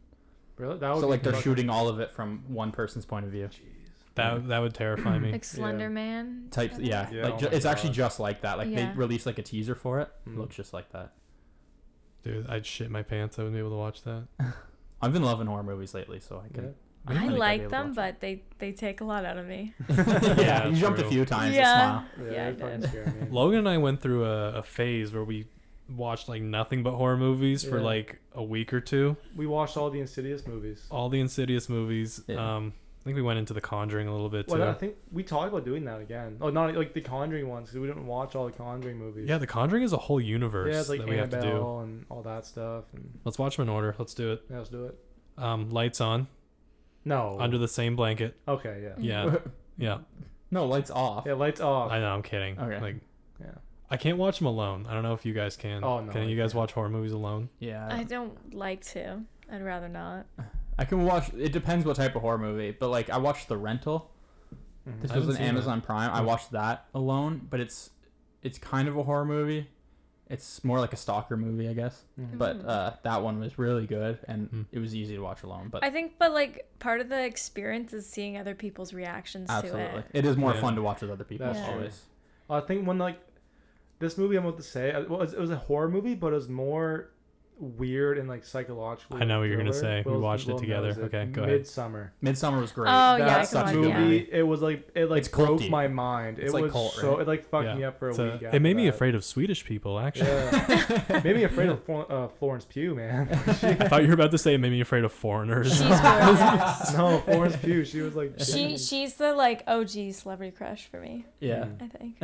S2: Really? That would
S3: So
S2: be
S3: like they're
S2: fucking-
S3: shooting all of it from one person's point of view.
S2: Jeez.
S1: That that would terrify me.
S4: (clears throat) Like Slender Man.
S3: Type
S4: kinda?
S3: yeah,
S2: Yeah,
S3: like
S2: oh
S3: ju-
S2: my
S3: it's actually
S2: God.
S3: just like that. Like
S4: Yeah.
S3: they released like a teaser for it.
S1: Hmm.
S2: Mm.
S3: Looks just like that.
S1: Dude, I'd shit my pants. I wouldn't be able to watch that.
S3: I've been loving horror movies lately, so I can.
S1: I
S4: I
S1: think I'd
S4: like them, but they they take a lot out of me.
S3: (laughs) yeah,
S1: Yeah,
S3: you jumped a
S1: true.
S3: few times.
S4: yeah.
S3: Yeah.
S2: Yeah,
S4: Yeah, I
S2: that'd fucking
S4: did.
S2: scare me.
S1: Logan and I went through a, a phase where we watched like nothing but horror movies for
S2: Yeah.
S1: like a week or two.
S2: We watched all the Insidious movies.
S1: All the Insidious movies.
S3: Yeah.
S1: Um, I think we went into The Conjuring a little bit too.
S2: Well, I think we talked about doing that again. Oh, not like the Conjuring ones because we didn't watch all the Conjuring movies.
S1: yeah, The Conjuring is a whole
S2: yeah,
S1: universe
S2: it's like
S1: that we have
S2: Annabelle
S1: to do.
S2: and all that stuff. And
S1: Let's watch them in order. Let's do it.
S2: yeah, let's do it.
S1: Um, lights on,
S2: No.
S1: under the same
S2: (laughs)
S1: blanket.
S2: Okay, yeah.
S1: Yeah, yeah.
S3: no, lights off.
S2: Yeah, lights off.
S1: I know. I'm kidding.
S3: Okay.
S1: Like,
S2: yeah.
S1: I can't watch them alone. I don't know if you guys can.
S2: Oh, no,
S1: Can
S2: I
S1: you guys
S2: can't.
S1: watch horror movies alone?
S3: Yeah,
S4: I don't like to. I'd rather not.
S3: I can watch. It depends what type of horror movie, but like I watched The Rental.
S2: Mhm.
S3: This
S1: I
S3: was
S1: haven't
S3: an
S1: seen that.
S3: Amazon Prime. I
S1: Mm.
S3: watched that alone, but it's it's kind of a horror movie. It's more like a stalker movie, I guess.
S2: Mhm.
S3: But
S4: Mm.
S3: uh, that one was really good, and
S2: Hmm.
S1: Mm.
S3: it was easy to watch alone. But
S4: I think, but like part of the experience is seeing other people's reactions to
S3: absolutely,
S4: it.
S3: it is more
S1: Yeah.
S3: fun to watch with other people.
S2: That's
S4: Yeah.
S2: true.
S3: Always.
S2: I think when like this movie, I'm about to say it was, it was a horror movie, but it was more weird and like psychological.
S1: I know what you're gonna say. We watched it together. Okay, go ahead.
S2: Midsummer.
S3: Midsummer was great.
S4: Oh, yeah, I
S2: that
S4: can watch
S2: movie,
S4: it, yeah.
S2: it was like it like
S3: It's
S2: broke
S3: culty.
S2: my mind.
S3: It's
S2: it
S3: like
S2: was
S3: cult,
S2: so
S3: right?
S2: it like fucked
S1: Yeah.
S2: me up for a
S1: It's a-
S2: week.
S1: it
S2: after
S1: made me
S2: that.
S1: afraid of Swedish people. Actually,
S2: Yeah.
S1: (laughs)
S2: it made me afraid of Flor- uh, Florence Pugh,
S4: (laughs)
S2: man. (laughs)
S1: I thought you were about to say it made me afraid of foreigners.
S4: She's
S2: (laughs)
S4: gorgeous.
S2: no, Florence Pugh. She was like
S4: she she's the like OG celebrity crush for me.
S3: Yeah,
S2: Hmm.
S4: I
S3: (laughs)
S4: think.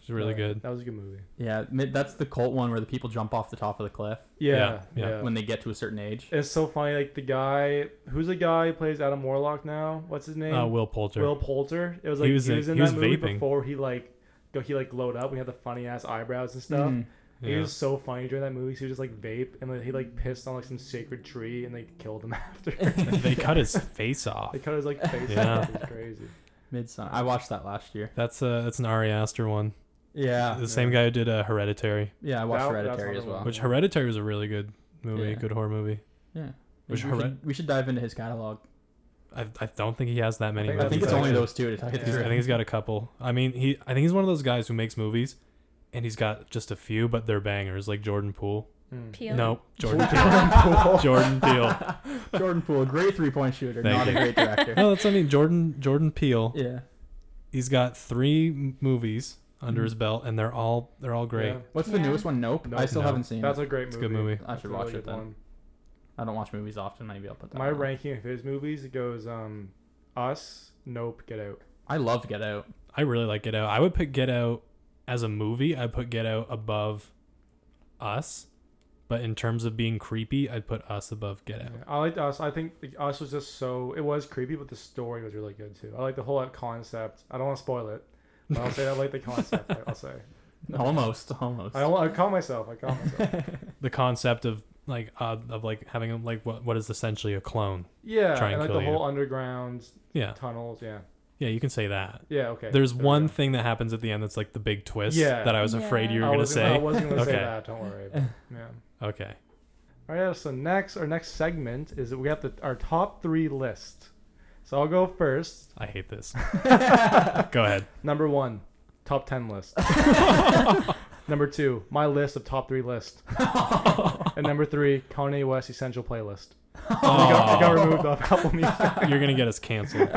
S1: She's really good.
S2: Mm. That was a good movie.
S3: yeah. mid- That's the cult one where the people jump off the top of the cliff
S2: Yeah,
S1: Yeah,
S2: yeah.
S1: yeah.
S3: when they get to a certain age.
S2: it's so funny. Like the guy, who's the guy who plays Adam Warlock now? What's his name?
S1: Uh, Will Poulter.
S2: Will Poulter. It was like he was in,
S1: he was
S2: that movie
S1: vaping.
S2: before he like go, he like glowed up. We had the funny ass eyebrows and stuff.
S3: Mhm.
S1: Mm-hmm.
S2: He
S1: Yeah.
S2: was so funny during that movie. 'cause he was just like vape and like, he like pissed on like some sacred tree and they killed him (laughs)
S3: (laughs)
S1: (laughs)
S2: after.
S1: they cut his face off.
S2: they cut his like face
S1: Yeah.
S2: off. It was crazy.
S3: Midsummer. I watched that last year.
S1: That's uh that's an Ari Aster one.
S2: Ah,
S3: Yeah,
S1: The same guy who did uh, Hereditary,
S3: yeah. I watched
S2: That- that's
S3: Hereditary as
S2: another
S3: well.
S2: one.
S1: which Hereditary was a really good movie,
S3: Yeah.
S1: good horror movie.
S3: yeah.
S1: Which
S3: we,
S1: Hered-
S3: should, we should dive into his catalog.
S1: I, I don't think he has that many
S2: think-
S3: I
S1: movies.
S3: think it's
S2: Yeah.
S3: only those two to talk
S2: Yeah.
S3: it
S1: He's- I
S3: (laughs) through.
S1: think he's got a couple. I mean, he I think he's one of those guys who makes movies, and he's got just a few, but they're bangers, like Jordan Poole.
S2: Mm.
S4: Peel.
S1: No, Jordan Peele. (laughs) Jordan Peele.
S3: Jordan Poole, great three point shooter,
S1: Thank
S3: not
S1: you.
S3: a great director.
S1: (laughs) No, that's what I mean. Jordan Jordan Peele.
S3: yeah.
S1: He's got three m- movies under his
S3: Mhm.
S1: belt, and they're all they're all great.
S2: Yeah.
S3: What's the
S4: Yeah.
S3: newest one? Nope. I
S2: Nope.
S3: still
S1: No.
S3: haven't seen
S2: That's
S3: it.
S2: a great movie.
S1: It's a good movie.
S3: I
S2: That's
S3: should
S2: a
S3: watch
S2: really
S3: it
S2: good
S3: then. Uh-huh.
S2: one.
S3: I don't watch movies often. Maybe I'll put that.
S2: My
S3: one.
S2: ranking of his movies it goes um, Us, Nope, Get Out.
S3: I love Get Out.
S1: I really like Get Out. I would put Get Out as a movie. I put Get Out above Us, but in terms of being creepy, I'd put Us above Get Out.
S2: I liked Us. I think like, Us was just so it was creepy, but the story was really good too. I like the whole like, concept. I don't want to spoil it, but I'll say I like the concept. I- I'll say
S3: Almost, almost.
S2: I don't. I caught myself. I caught myself.
S1: The concept of like uh, of like having like what what is essentially a clone.
S2: Yeah,
S1: Try and
S2: and like the
S1: kill you.
S2: whole underground
S1: Yeah,
S2: tunnels. Yeah,
S1: yeah, you can say that.
S2: yeah. Okay.
S1: There's
S2: there we
S1: one
S2: go.
S1: thing that happens at the end that's like the big twist
S2: Yeah.
S1: that I was
S4: Yeah.
S1: afraid you were
S2: I
S1: gonna
S2: wasn't- I
S1: say.
S2: wasn't gonna say
S1: Okay.
S2: that. Don't worry. Yeah.
S1: Okay.
S2: All right, so next, our next segment is that we have the, our top three list. So I'll go first.
S1: I hate
S2: (laughs)
S1: this. Go ahead.
S2: Number one, top 10 list. number two, my list of top three list. and number three, Kanye West essential playlist. It got, it got removed off Apple (laughs) Music.
S1: You're gonna get us
S2: (laughs)
S1: canceled.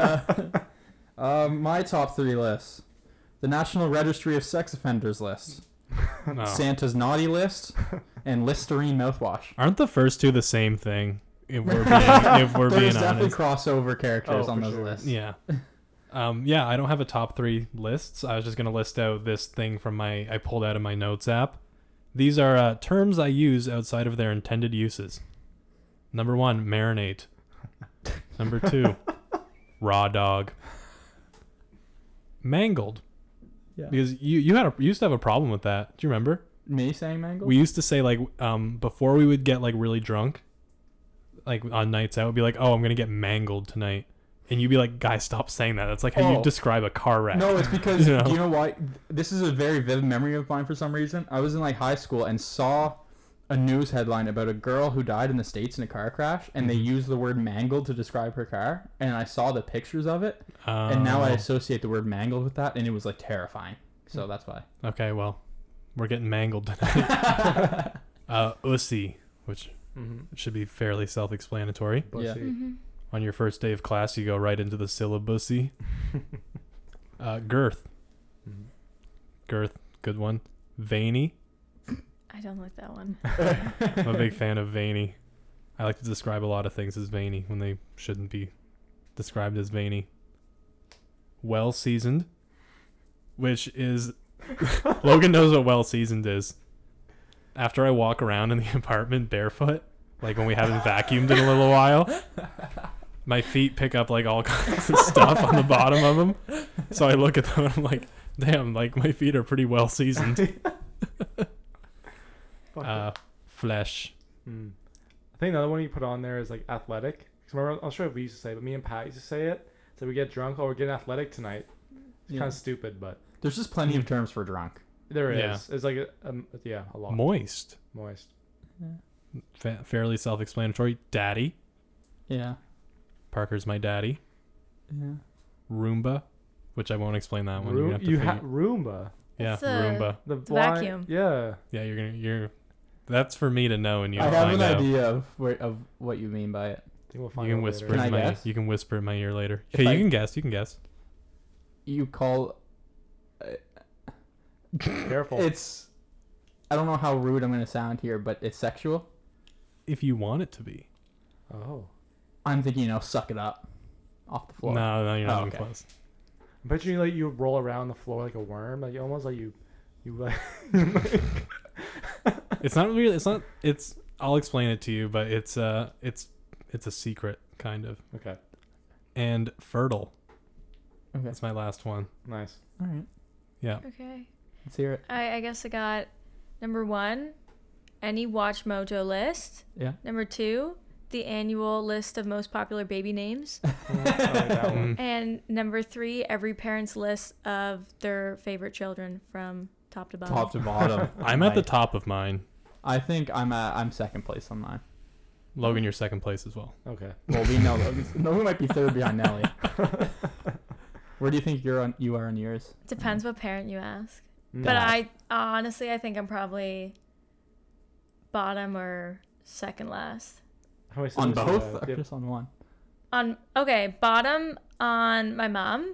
S3: Um, my top three lists: the National Registry of Sex Offenders list,
S1: No.
S3: Santa's naughty list, and Listerine mouthwash.
S1: Aren't the first two the same thing? If
S2: (laughs)
S1: we're being, if we're
S3: There's
S1: being
S3: definitely
S1: honest,
S3: crossover characters
S2: Oh,
S3: on
S2: for
S3: those
S2: sure.
S3: lists.
S1: yeah, um, yeah. I don't have a top three lists. I was just gonna list out this thing from my I pulled out of my notes app. These are uh, terms I use outside of their intended uses. Number one, marinate. Number two, raw dog. Mangled.
S3: Yeah.
S1: Because you you had a, you used to have a problem with that. Do you remember?
S3: Me saying mangled?
S1: we used to say like um before we would get like really drunk like on nights out we'd be like oh i'm gonna get mangled tonight and you'd be like guys stop saying that that's like how
S3: Oh.
S1: you describe a car wreck (laughs)
S3: No, it's because
S1: You know?
S3: do you know why? This is a very vivid memory of mine for some reason. I was in like high school and saw a news headline about a girl who died in the states in a car crash, and they
S1: Mm-hmm.
S3: used the word mangled to describe her car. And I saw the pictures of it, and now I
S1: Oh. Hmm.
S3: associate the word mangled with that, and it was like terrifying. So
S1: (laughs)
S3: that's why. (laughs)
S1: okay well we're getting mangled tonight (laughs) uh ussy which
S2: Mhm.
S1: should be fairly self-explanatory
S2: Bussy.
S4: Mm-hmm.
S1: on your first day of class you go right into the
S3: (laughs)
S1: syllabussy uh girth
S2: Mhm.
S1: girth good one veiny
S4: I don't like
S3: (laughs)
S4: that one.
S2: Mm-hmm.
S1: i'm a big fan of veiny i like to describe a lot of things as veiny when they shouldn't be described as veiny well seasoned which is (laughs) logan knows what well seasoned is after i walk around in the (laughs) apartment barefoot like when we haven't vacuumed in a little while my feet pick up like all (laughs) kinds of stuff on the bottom of them so i look at them and i'm like damn like my feet are pretty well seasoned
S2: Fuck (laughs) it.
S1: uh flesh
S2: Mm. I think another one you put on there is like athletic. 'Cause remember, I'm sure we used to say, it, but me and Pat used to say it. So we get drunk, oh, we're getting athletic tonight. It's
S3: Yeah.
S2: kind of stupid, but
S3: There's just plenty of terms for drunk.
S2: there is.
S1: Yeah.
S2: It's like, a, um, yeah, a lot.
S1: moist
S2: Moist.
S1: fa- fairly self-explanatory. Daddy,
S3: Yeah.
S1: Parker's my daddy.
S3: Yeah.
S1: Roomba, which I won't explain that one.
S2: Roo-
S1: you're gonna have to
S2: you
S1: figure-
S2: ha- Roomba.
S1: yeah,
S4: It's a-
S1: Roomba.
S2: The
S4: a
S2: why-
S4: vacuum.
S2: Yeah.
S1: Yeah, you're gonna you're. That's for me to know, and you
S3: I
S1: will
S3: have
S1: find
S3: an
S1: out.
S3: idea of, where, of what you mean by it.
S2: I think we'll
S1: You
S2: find
S1: can
S2: out
S1: whisper
S2: later.
S3: Can
S1: in
S3: I
S1: my
S3: guess?
S1: you can whisper in my ear later.
S3: If
S1: Okay,
S3: I-
S1: you can guess. You can guess.
S3: You call
S2: Careful.
S3: it's. I don't know how rude I'm gonna sound here, but it's sexual.
S1: If you want it to be.
S2: oh.
S3: I'm thinking, you know, suck it up off the floor.
S1: No, no, you're not
S3: Oh,
S1: even
S3: okay.
S1: close.
S2: I'm picturing like you roll around the floor like a worm. Like almost like you, you like. (laughs)
S1: It's not really. It's not. It's. I'll explain it to you, but it's uh, it's it's a secret kind of.
S2: okay.
S1: And fertile. (laughs)
S3: Okay.
S1: That's my last one.
S2: Nice.
S3: All right.
S1: Yeah.
S4: Okay.
S3: Let's hear it.
S4: I, I guess I got Number one, any Watch Mojo list.
S3: Yeah.
S4: Number two, the annual list of most popular baby names.
S2: that one.
S1: Mm.
S4: and number three, every parent's list of their favorite children from top to bottom.
S3: Top to bottom.
S1: (laughs) I'm at the
S3: Like,
S1: top of mine.
S3: I think I'm at I'm second place on mine.
S1: Logan, you're second place as well.
S2: Okay.
S3: Well, we know Logan's. Logan might be third behind Nelly. Where do you think you're on? You are on yours.
S4: Depends what parent you ask. But
S3: Yeah.
S4: I honestly, I think I'm probably bottom or second last.
S2: How many siblings
S3: On
S2: do you
S3: both
S2: have?
S3: or
S2: Do you have-
S3: just on one? (laughs)
S4: On okay, bottom on my mom,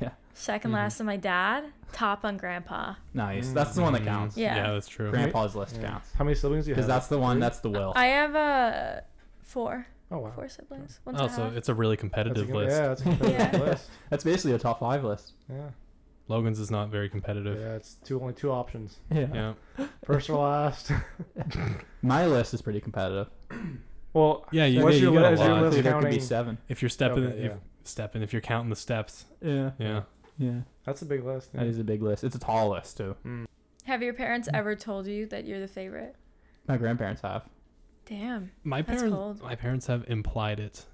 S3: yeah.
S4: 2nd
S3: Mhm.
S4: last on my dad, top on grandpa.
S3: Nice. That's the one that counts.
S4: Yeah.
S1: mm, Yeah, that's true.
S3: Grandpa's list
S2: Yeah.
S3: counts
S2: How many siblings do you have?
S3: because that's the one. That's the will.
S4: I have uh, four,
S2: oh wow.
S4: four siblings. One's
S1: Oh,
S4: a
S1: so
S4: half.
S1: it's a really
S2: That's a
S1: competitive
S2: good-
S1: list.
S2: Yeah, that's a competitive
S3: Yeah.
S2: list.
S3: That's basically a top five list.
S2: Yeah.
S1: Logan's is not very competitive.
S2: Yeah, it's two only two options.
S3: Yeah.
S1: Yeah.
S2: First or last. (laughs)
S3: My list is pretty competitive.
S2: well,
S1: Yeah, you,
S2: What's
S1: yeah,
S2: your
S1: you got
S2: li-
S1: a
S2: is your
S1: lot.
S2: list-
S3: Honestly, there could be
S2: counting-
S3: seven.
S1: If you're stepping,
S2: Okay,
S1: if
S2: yeah.
S1: stepping, if you're counting the steps,
S3: Yeah.
S1: yeah.
S3: Yeah.
S2: that's a big list.
S3: That is a big list. It's a tall list too.
S4: have your parents ever told you that you're the favorite?
S3: My grandparents (laughs) have.
S4: Damn.
S1: My
S4: That's
S1: parents,
S4: cold.
S1: my parents have implied it.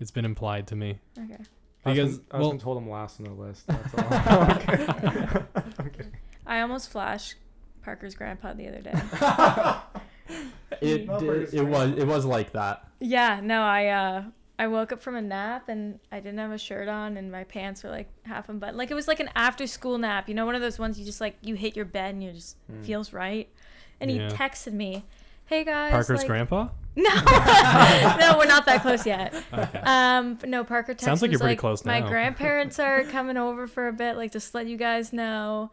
S1: It's been implied to me.
S4: Okay.
S2: I
S1: Because-
S2: was, been, I was
S1: well-
S2: been told I'm last on
S1: (laughs)
S2: the list. That's all. (laughs) okay. okay.
S4: I almost flashed Parker's grandpa the other day.
S3: It
S2: Not
S3: did-
S2: very
S3: it was it was like that.
S4: yeah. No, I uh, I woke up from a nap and I didn't have a shirt on and my pants were like half unbuttoned. Like it was like an after school nap. You know, one of those ones you just like you hit your bed and you just feels right. And
S1: Hmm. Yeah.
S4: he texted me, "Hey guys."
S1: Parker's
S4: like,
S1: grandpa.
S4: (laughs) No, no, we're not that close
S1: (laughs)
S4: yet. (laughs)
S1: Okay.
S4: Um, but no, Parker texted
S1: Sounds like
S4: was
S1: you're pretty close
S4: My
S1: now." (laughs)
S4: grandparents are coming over for a bit, like just let you guys know.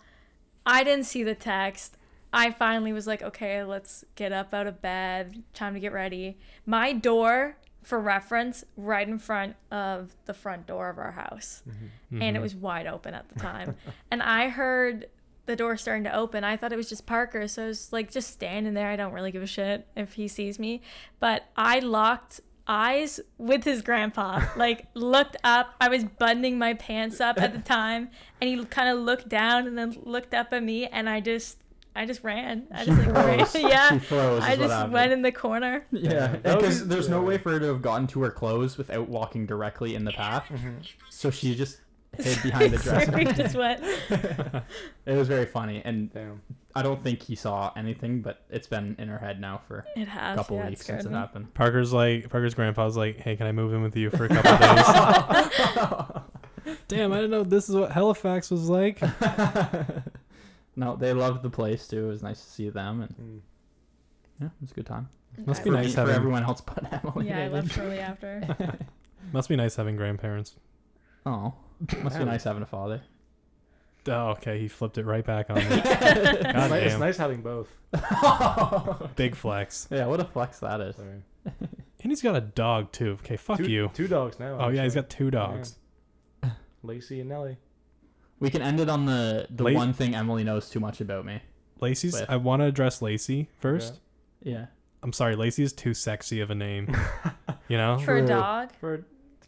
S4: I didn't see the text. I finally was like, okay, let's get up out of bed. Time to get ready. My door, for reference, right in front of the front door of our house, and
S3: Mm-hmm.
S4: it was wide open at the time. and I heard the door starting to open. I thought it was just Parker, so I was like just standing there. I don't really give a shit if he sees me. But I locked eyes with
S3: (laughs)
S4: his grandpa. Like looked up. I was buttoning my pants up at the time, and he kind of looked down and then looked up at me, and I just. I just ran. I just like ran.
S3: froze. She
S4: (laughs) Yeah.
S3: froze.
S4: I
S3: is what
S4: just
S3: happened.
S4: went in the corner.
S3: Yeah,
S2: that would
S3: because
S2: be-
S3: there's no
S2: yeah.
S3: way for her to have gotten to her clothes without walking directly in the path.
S2: Mhm.
S3: So she just (laughs) hid behind the
S4: (laughs) Sorry,
S3: dresser.
S4: just went.
S3: it was very funny, and
S2: Damn.
S3: I don't think he saw anything, but it's been in her head now for
S4: It
S3: a
S4: has.
S3: couple
S4: yeah, it
S3: weeks since
S4: scared
S3: it
S4: me.
S3: happened.
S1: Parker's like Parker's grandpa's like, hey, can I move in with you for a
S2: (laughs)
S1: couple days?
S3: (laughs)
S4: (laughs)
S1: Damn, I didn't know this is what Halifax was like.
S3: (laughs) no, they loved the place too. It was nice to see them, and
S2: Mm.
S3: yeah, it was a good time.
S1: Must be
S3: For,
S1: nice
S3: me- for
S1: having-
S3: everyone else but Emily.
S4: (laughs) Yeah,
S3: (laughs)
S4: I left shortly after.
S1: Must be nice having grandparents.
S3: Oh, must be
S2: Yeah.
S3: nice having a (laughs) father.
S1: Oh, okay, he flipped it right back on
S4: (laughs)
S1: me.
S2: It's nice, it's
S1: damn.
S2: nice having both.
S1: Big flex.
S3: Yeah, what a flex that is.
S2: Sorry.
S1: And he's got a dog too. Okay, fuck
S2: two,
S1: you.
S2: Two dogs now.
S1: Oh yeah, he's
S2: actually.
S1: got two dogs.
S2: Lacey and Nelly.
S3: We can end it on the the
S1: Late-
S3: one thing Emily knows too much about me.
S1: Lacey's.
S3: With-
S1: I want to address Lacey first.
S2: Yeah.
S3: Yeah.
S1: I'm sorry, Lacey is too sexy of a
S2: (laughs)
S1: name. You know?
S4: For a
S3: True.
S4: dog.
S2: For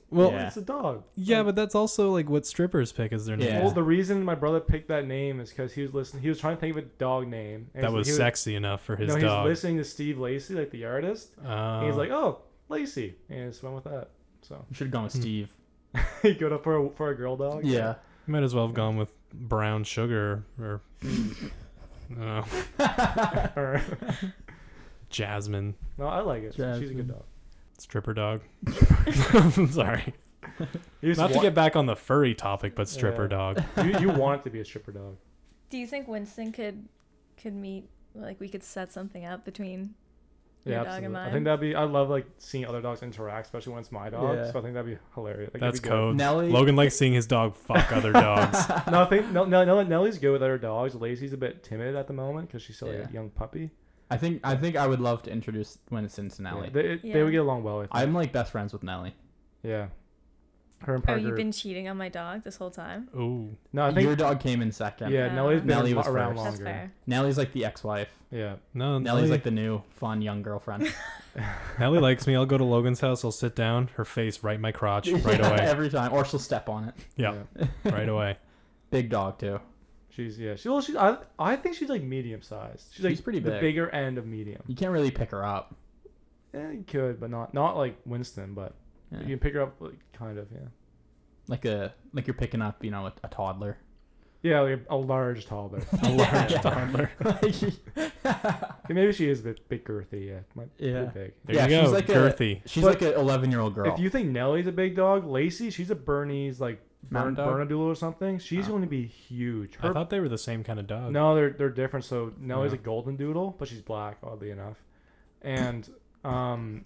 S1: Well,
S3: Yeah.
S1: yeah.
S2: it's a dog.
S1: but that's also like what strippers pick as their name.
S3: Yeah.
S2: Well, the reason my brother picked that name is because he was listening. He was trying to think of a dog name. and
S1: That
S2: he
S1: was
S2: he
S1: sexy enough for his
S2: no,
S1: dog.
S2: he's listening to Steve Lacey, like the artist.
S1: Oh.
S2: And he's like, oh, Lacey, and he just went with that. So (laughs)
S3: We should have gone with Steve.
S2: he got up for a, for a girl dog.
S3: Yeah.
S1: might as well have gone with brown sugar or I don't know,
S2: (laughs) Or-
S1: jasmine
S2: no, I like it. She's a
S3: Jasmine.
S2: good dog.
S1: stripper
S2: (laughs)
S1: dog. (laughs) I'm sorry.
S2: You, just
S1: Not to
S2: want,
S1: get back on the furry topic, but stripper
S2: Yeah.
S1: dog.
S2: you, you want it to be a stripper dog.
S4: Do you think Winston could could meet like we could set something up between (laughs) your
S2: Yeah,
S4: dog
S2: absolutely.
S4: and mine?
S2: I think that'd be. I love like seeing other dogs interact, especially when it's my dog.
S3: Yeah.
S2: So I think that'd be hilarious. Like, that'd
S1: That's
S2: be good.
S1: code.
S3: Nelly.
S1: Logan likes seeing his dog fuck other dogs.
S2: No, I think no, no, no, Nellie's good with other dogs. Lacey's a bit timid at the moment because she's still like,
S3: Yeah.
S2: a young puppy.
S3: I think I think I would love to introduce Winston to Nelly.
S2: Yeah, they, it-
S4: Yeah.
S2: they would get along well. With
S3: I'm like best friends with Nelly.
S2: yeah. Her and
S4: Oh,
S2: Parker.
S4: you've been cheating on my dog this whole time.
S1: Ooh.
S2: No, I think
S3: Your dog came in second.
S2: yeah.
S4: Yeah.
S2: Nellie's been
S3: Nellie was
S2: around
S3: first.
S4: Uh, That's
S2: longer.
S4: fair.
S3: Nelly's like the ex-wife.
S2: Yeah.
S1: No,
S3: Nelly's
S1: Nelly,
S3: like the new fun young girlfriend. (laughs)
S1: Nelly likes me. I'll go to Logan's house. I'll sit down. Her face right in my
S3: (laughs)
S1: crotch right away.
S3: Every time, or she'll step on it.
S1: Yeah, right away.
S3: Big dog too.
S2: She's yeah. She well she's I, I think she's like medium sized. She's,
S3: She's
S2: like
S3: pretty
S2: the
S3: big.
S2: bigger end of medium.
S3: You can't really pick her up.
S2: Yeah, you could, but not not like Winston, but
S3: Yeah.
S2: you can pick her up like kind of, yeah.
S3: Like a like you're picking up, you know, a, a toddler.
S2: Yeah, like a, a large
S3: (laughs)
S2: toddler.
S3: A large (laughs)
S1: toddler.
S2: Yeah, Maybe she is a bit, bit girthy, yeah. Might,
S3: Yeah.
S2: yeah. uh, Big.
S1: There
S3: Yeah,
S1: you go.
S3: she's like a-
S1: girthy.
S3: She's
S2: But-
S3: like an 11 year old girl.
S2: If you think Nellie's a big dog, Lacey, she's a Bernese like Bern,
S3: Mountain dog?
S2: Bernadoodle or something. She's going to be huge.
S1: I
S2: Her,
S1: thought they were the same kind of dog.
S2: no, they're they're different. So Nellie's
S1: Yeah.
S2: a golden doodle, but she's black, oddly enough. And um,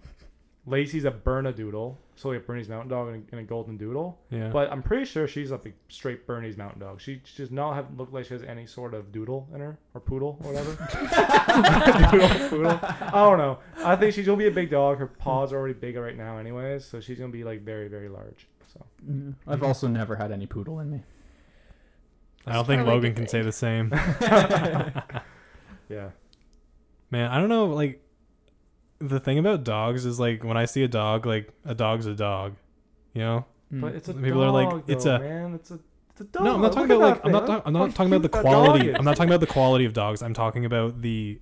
S2: Lacey's a Bernadoodle, so like a Bernese Mountain Dog and a, and a golden doodle.
S1: Yeah.
S2: But I'm pretty sure she's like a straight Bernese Mountain Dog. She, she does not have look like she has any sort of doodle in her or poodle
S1: (laughs)
S2: or whatever. doodle, poodle. I don't know. I think she's gonna be a big dog. Her paws are already big right now, anyways, so she's gonna be like very very large. So (laughs)
S3: Yeah. Mm-hmm. I've also never had any poodle in me.
S1: I don't think
S4: Probably
S1: Logan
S4: good
S1: can say the same.
S2: yeah,
S1: Man, I don't know. Like, the thing about dogs is like when I see a dog, like a dog's a dog. You know?
S2: but
S3: Hmm.
S2: it's a
S1: Hmm. People are
S2: dog,
S1: like, it's a-
S2: man. It's a it's a dog.
S1: No, I'm not talking
S2: Look
S1: about
S2: at
S1: like
S2: that
S1: I'm not
S2: thing.
S1: ta- I'm not
S2: How
S1: talking about the
S2: cute that dog
S1: quality.
S2: is.
S1: I'm not talking about the quality of dogs. I'm talking about the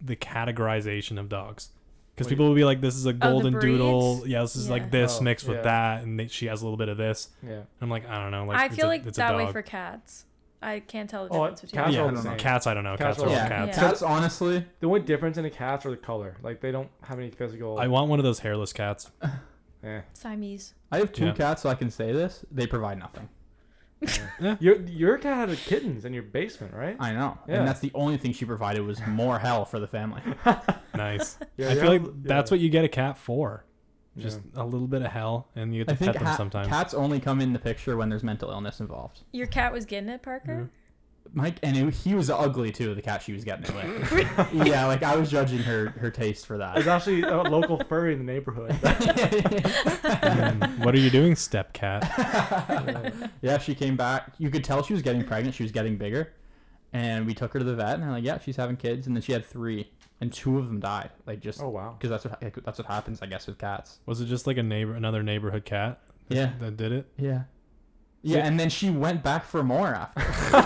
S1: the categorization of dogs. Because
S2: Wait.
S1: people will be like, "This is a golden doodle."
S4: breeds?
S1: Yeah, this is
S4: Yeah.
S1: like this
S2: Oh,
S1: mixed with
S2: yeah.
S1: that, and they, she has a little bit of this.
S2: (laughs) Yeah,
S1: I'm like, I don't know. Like,
S5: I
S1: it's
S5: feel
S1: a-
S5: like
S1: it's a
S5: that way
S1: dog.
S5: for cats. I can't tell the
S2: Oh,
S5: difference between
S2: cats
S1: yeah,
S2: are all
S1: I
S2: the
S1: don't know.
S2: same.
S1: Cats, I don't know.
S2: Cats
S1: Cats,
S2: are
S1: are
S2: all
S1: all
S2: the
S1: cats.
S5: same.
S3: Cats, honestly,
S2: the only difference in a cats are the color. Like they don't have any physical.
S1: I want one of those hairless cats.
S2: eh.
S5: Siamese.
S3: I have two
S1: Yeah.
S3: cats, so I can say this. They provide nothing.
S2: Your your cat had kittens in your basement, right?
S3: I know.
S2: Yeah.
S3: And that's the only thing she provided was more hell for the family.
S1: Nice.
S2: (laughs) Yeah,
S1: I
S2: you
S1: feel like
S2: have-
S1: that's
S2: yeah.
S1: what you get a cat for. Just
S2: Yeah.
S1: a little bit of hell, and you
S3: I
S1: get to
S3: think
S1: pet them
S3: ha-
S1: sometimes.
S3: cats only come in the picture when there's mental illness involved.
S5: Your cat was getting it, Parker?
S3: Mike, and it, he was ugly too, the cat she was getting it with. yeah, like I was judging her her taste for
S2: There's (laughs)
S3: that. (laughs)
S2: actually a local furry in the
S1: (laughs)
S2: neighborhood.
S1: Mm, what are you doing, step cat?
S3: (laughs) yeah, she came back. You could tell she was getting pregnant, she was getting bigger. And we took her to the vet, and they're like, yeah, she's having kids. And then she had three, and two of them died. Like, just
S2: Oh wow.
S3: because that's what like, that's what happens, I guess, with cats.
S1: Was it just like a neighbor, another neighborhood cat? that-
S3: Yeah.
S1: that did it.
S3: Yeah. Yeah, and then she went back for more after.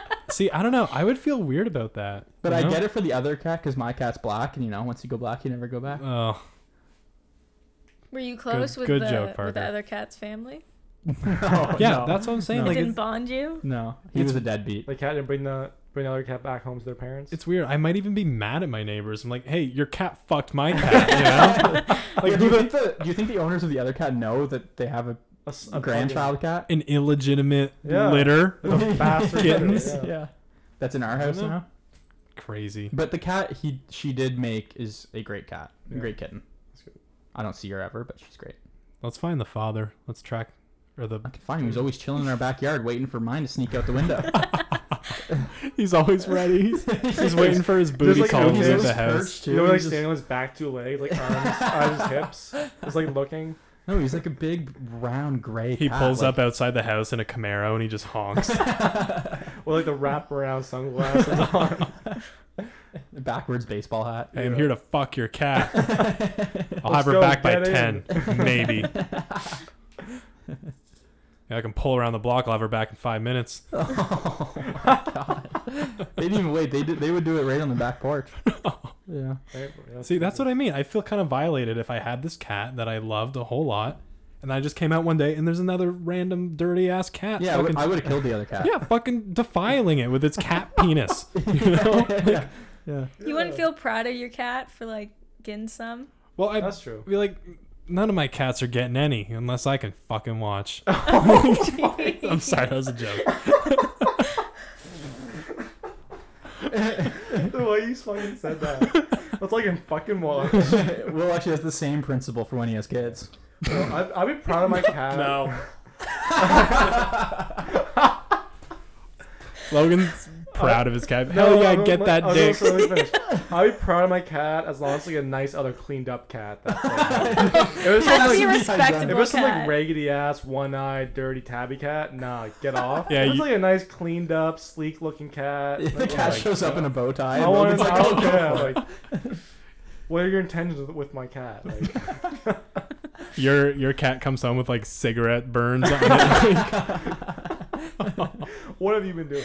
S3: (laughs)
S1: See, I don't know. I would feel weird about that.
S3: But I get it for the other cat because my cat's black, and you know, once you go black, you never go back.
S1: Oh,
S5: Were you close with,
S1: Mm-hmm. good
S5: the,
S1: joke,
S5: with
S1: Parker.
S5: the other cat's family?
S3: (laughs) (laughs) no,
S1: yeah,
S3: no.
S1: that's what I'm saying.
S3: No.
S1: Like,
S5: Didn't
S1: it's,
S5: bond you?
S3: no. He was a deadbeat.
S2: The cat didn't bring the bring the other cat back home to their parents.
S1: it's weird. I might even be mad at my neighbors. I'm like, hey, your cat fucked my
S3: (laughs)
S1: cat. You know,
S3: (laughs) Yeah,
S1: like
S3: do,
S1: who
S3: you
S1: the
S3: think the, do you think the owners of the other cat know that they have a,
S2: a, s-
S3: a
S2: a
S3: grandchild cat?
S1: an illegitimate
S2: Yeah.
S1: litter?
S2: fucking-
S3: (laughs)
S2: like a bastard
S1: Kittens?
S2: litter, Yeah.
S3: That's in our
S1: I
S3: house
S1: know.
S3: now.
S1: Crazy.
S3: But the cat he she did make is a great cat, a
S2: Yeah.
S3: great kitten.
S2: That's good.
S3: I don't see her ever, but she's great.
S1: Let's find the father. Let's track or the. (laughs)
S3: I can find him. He's always chilling in our backyard, waiting for mine to sneak out the window.
S1: He's always ready. He's,
S2: (laughs)
S1: he's waiting for his booty
S2: like,
S1: call to leave
S2: he's
S1: the
S2: always
S1: house.
S3: perched,
S2: You know,
S3: He
S2: like
S3: just-
S2: standing on his back two legs, like arms, arms, hips. It's like looking.
S3: No, he's like a big round gray.
S1: He
S3: cat,
S1: pulls
S3: Ah, like-
S1: up
S3: (laughs)
S1: outside the house in a Camaro and he just honks.
S2: With like the wraparound sunglasses on.
S3: (laughs) backwards baseball
S1: (laughs)
S3: hat.
S1: Hey, I'm here to fuck your (laughs) cat. I'll
S2: Let's
S1: have her
S2: go,
S1: back by
S2: get
S1: 10, (laughs)
S2: in.
S1: maybe. Yeah, I can pull around the block. I'll have her back in five minutes.
S3: Oh my god! they didn't even wait. They did. They would do it right on the back porch. Yeah.
S2: Right? Yeah,
S1: (laughs) (laughs) See, that's what I mean. I feel kind of violated if I had this cat that I loved a whole lot, and I just came out one day and there's another random dirty ass cat.
S3: Yeah. I would-
S1: fucking,
S3: I would have killed the other cat.
S1: yeah, fucking defiling it with its
S3: (laughs)
S1: cat penis. (laughs)
S2: (laughs)
S1: You know?
S3: yeah. Yeah.
S5: You wouldn't feel proud of your cat for like getting some?
S1: (laughs) (laughs) Well, I'd
S2: That's true.
S1: be like, none of my cats are getting any unless I can fucking watch. (laughs)
S5: (laughs)
S1: I'm sorry, that was a joke.
S2: (laughs) the way you fucking
S1: (laughs)
S2: said that. That's like in fucking watch.
S3: (laughs) Will actually has the same principle for when he
S1: (laughs)
S3: has kids. (laughs)
S2: I'd, I'd be proud of my cat.
S1: No. (laughs) Logan's proud of his cat. Hell yeah,
S2: no,
S1: get
S2: let-
S1: that
S2: I'll go-
S1: dick.
S2: so let me finish. I'd be proud of my cat as long as it's like a nice other cleaned up cat. That's like, it was
S5: Has to be a
S2: like,
S3: hygienic.
S5: respectable
S2: if it was some like
S5: cat.
S2: raggedy ass, one eyed, dirty tabby cat, nah, get off.
S1: Yeah,
S2: if it's
S1: you-
S2: like a nice cleaned up, sleek looking cat.
S3: If the
S2: like,
S3: cat
S2: like,
S3: shows up in a bow tie,
S2: I
S3: and
S2: want
S3: Logan's
S2: to
S3: like, (laughs)
S2: I don't
S3: oh,
S2: care. Like, what are your intentions with- with my cat? Like,
S1: Your your cat comes home with like cigarette burns on it.
S2: What have you been doing?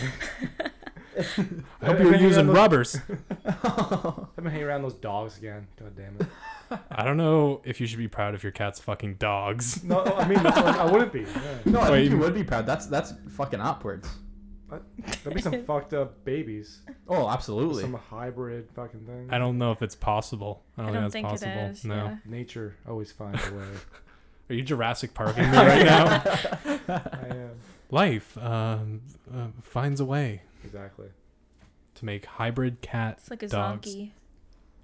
S1: I hope you're
S2: Hanging
S1: using
S2: out-
S1: rubbers.
S2: I've been hanging around those dogs again. God damn it.
S1: I don't know if you should be proud of your cat's fucking dogs.
S2: No, I mean, that's what- I wouldn't be. Yeah.
S3: No, I
S1: Wait.
S3: think you would be proud. That's that's fucking upwards.
S2: There'd
S5: (laughs)
S2: be
S4: (laughs)
S2: some fucked up babies.
S3: Oh, absolutely.
S2: Some hybrid fucking thing.
S1: I don't know if it's possible. I
S4: I
S1: don't,
S4: don't
S1: think
S4: think
S1: that's
S4: it
S1: possible.
S4: is.
S1: no.
S4: Yeah.
S2: Nature always finds a (laughs) way.
S1: Are you Jurassic Parking me right now?
S2: I am.
S1: Life um, uh, finds a way
S2: Exactly.
S1: to make hybrid cat
S4: It's like a
S1: Dogs.
S4: zonkey.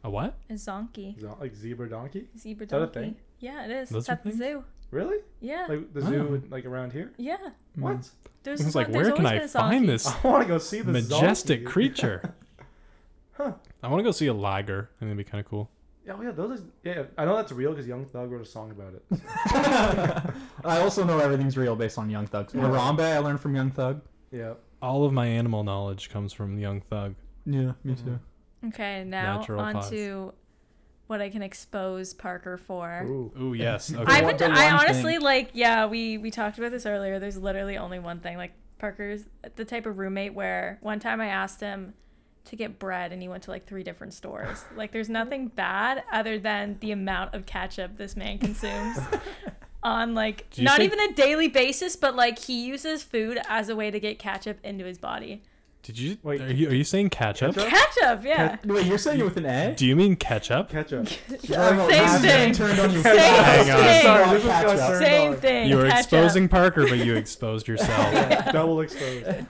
S1: a what?
S4: A zonkey.
S2: Zo- Like zebra donkey?
S4: Zebra
S2: that a
S4: donkey.
S2: thing?
S4: Yeah, it is.
S1: Those
S4: it's
S1: are
S4: at the
S1: things?
S4: zoo.
S2: Really?
S4: Yeah.
S2: Like the
S1: Oh.
S2: zoo, in- like around here?
S4: yeah.
S2: What? (laughs)
S4: There's
S1: I was
S4: zo-
S1: like,
S4: there's
S1: where can
S4: always
S1: I
S4: been
S1: find
S4: a zonkey.
S1: this
S2: I want to go see the
S1: majestic
S2: zonkey.
S1: (laughs) creature?
S2: Huh.
S1: I want to go see a liger. I think it'd be kind of cool.
S2: Yeah, oh yeah, those. Are, yeah, I know that's real because Young Thug wrote a song about (laughs) it.
S3: (laughs) I also know everything's real based on Young Thug. Harambe, I learned from Young Thug.
S2: yeah.
S1: All of my animal knowledge comes from Young Thug.
S3: Yeah, me
S2: too.
S4: Okay, now
S1: Natural
S4: on
S1: pause.
S4: to what I can expose Parker for.
S2: Ooh.
S1: Ooh, (laughs) yes. Okay.
S4: I've
S3: one-
S4: been.
S3: the
S4: I
S3: one
S4: honestly
S3: thing-
S4: like. Yeah, we we talked about this earlier. There's literally only one thing. Like Parker's the type of roommate where one time I asked him to get bread and he went to like three different
S1: (laughs)
S4: stores. like there's nothing bad other than the amount of ketchup this man consumes
S1: (laughs)
S4: on like
S1: Do you
S4: not
S1: think-
S4: even a daily basis, but like he uses food as a way to get ketchup into his body.
S1: Did you,
S2: Wait.
S1: are you? Are you saying ketchup?
S2: Ketchup?
S4: Ketchup, yeah.
S3: Wait, you're saying it with an A?
S1: Do you mean ketchup?
S2: Ketchup.
S4: Same thing.
S3: Turned on you.
S4: Same
S1: Hang on.
S4: thing.
S2: Sorry, this is
S3: Ketchup.
S2: guys turned
S4: Same
S2: on.
S4: thing.
S1: You were
S4: ketchup.
S1: exposing Parker, but you exposed (laughs) yourself.
S2: Yeah, double exposed.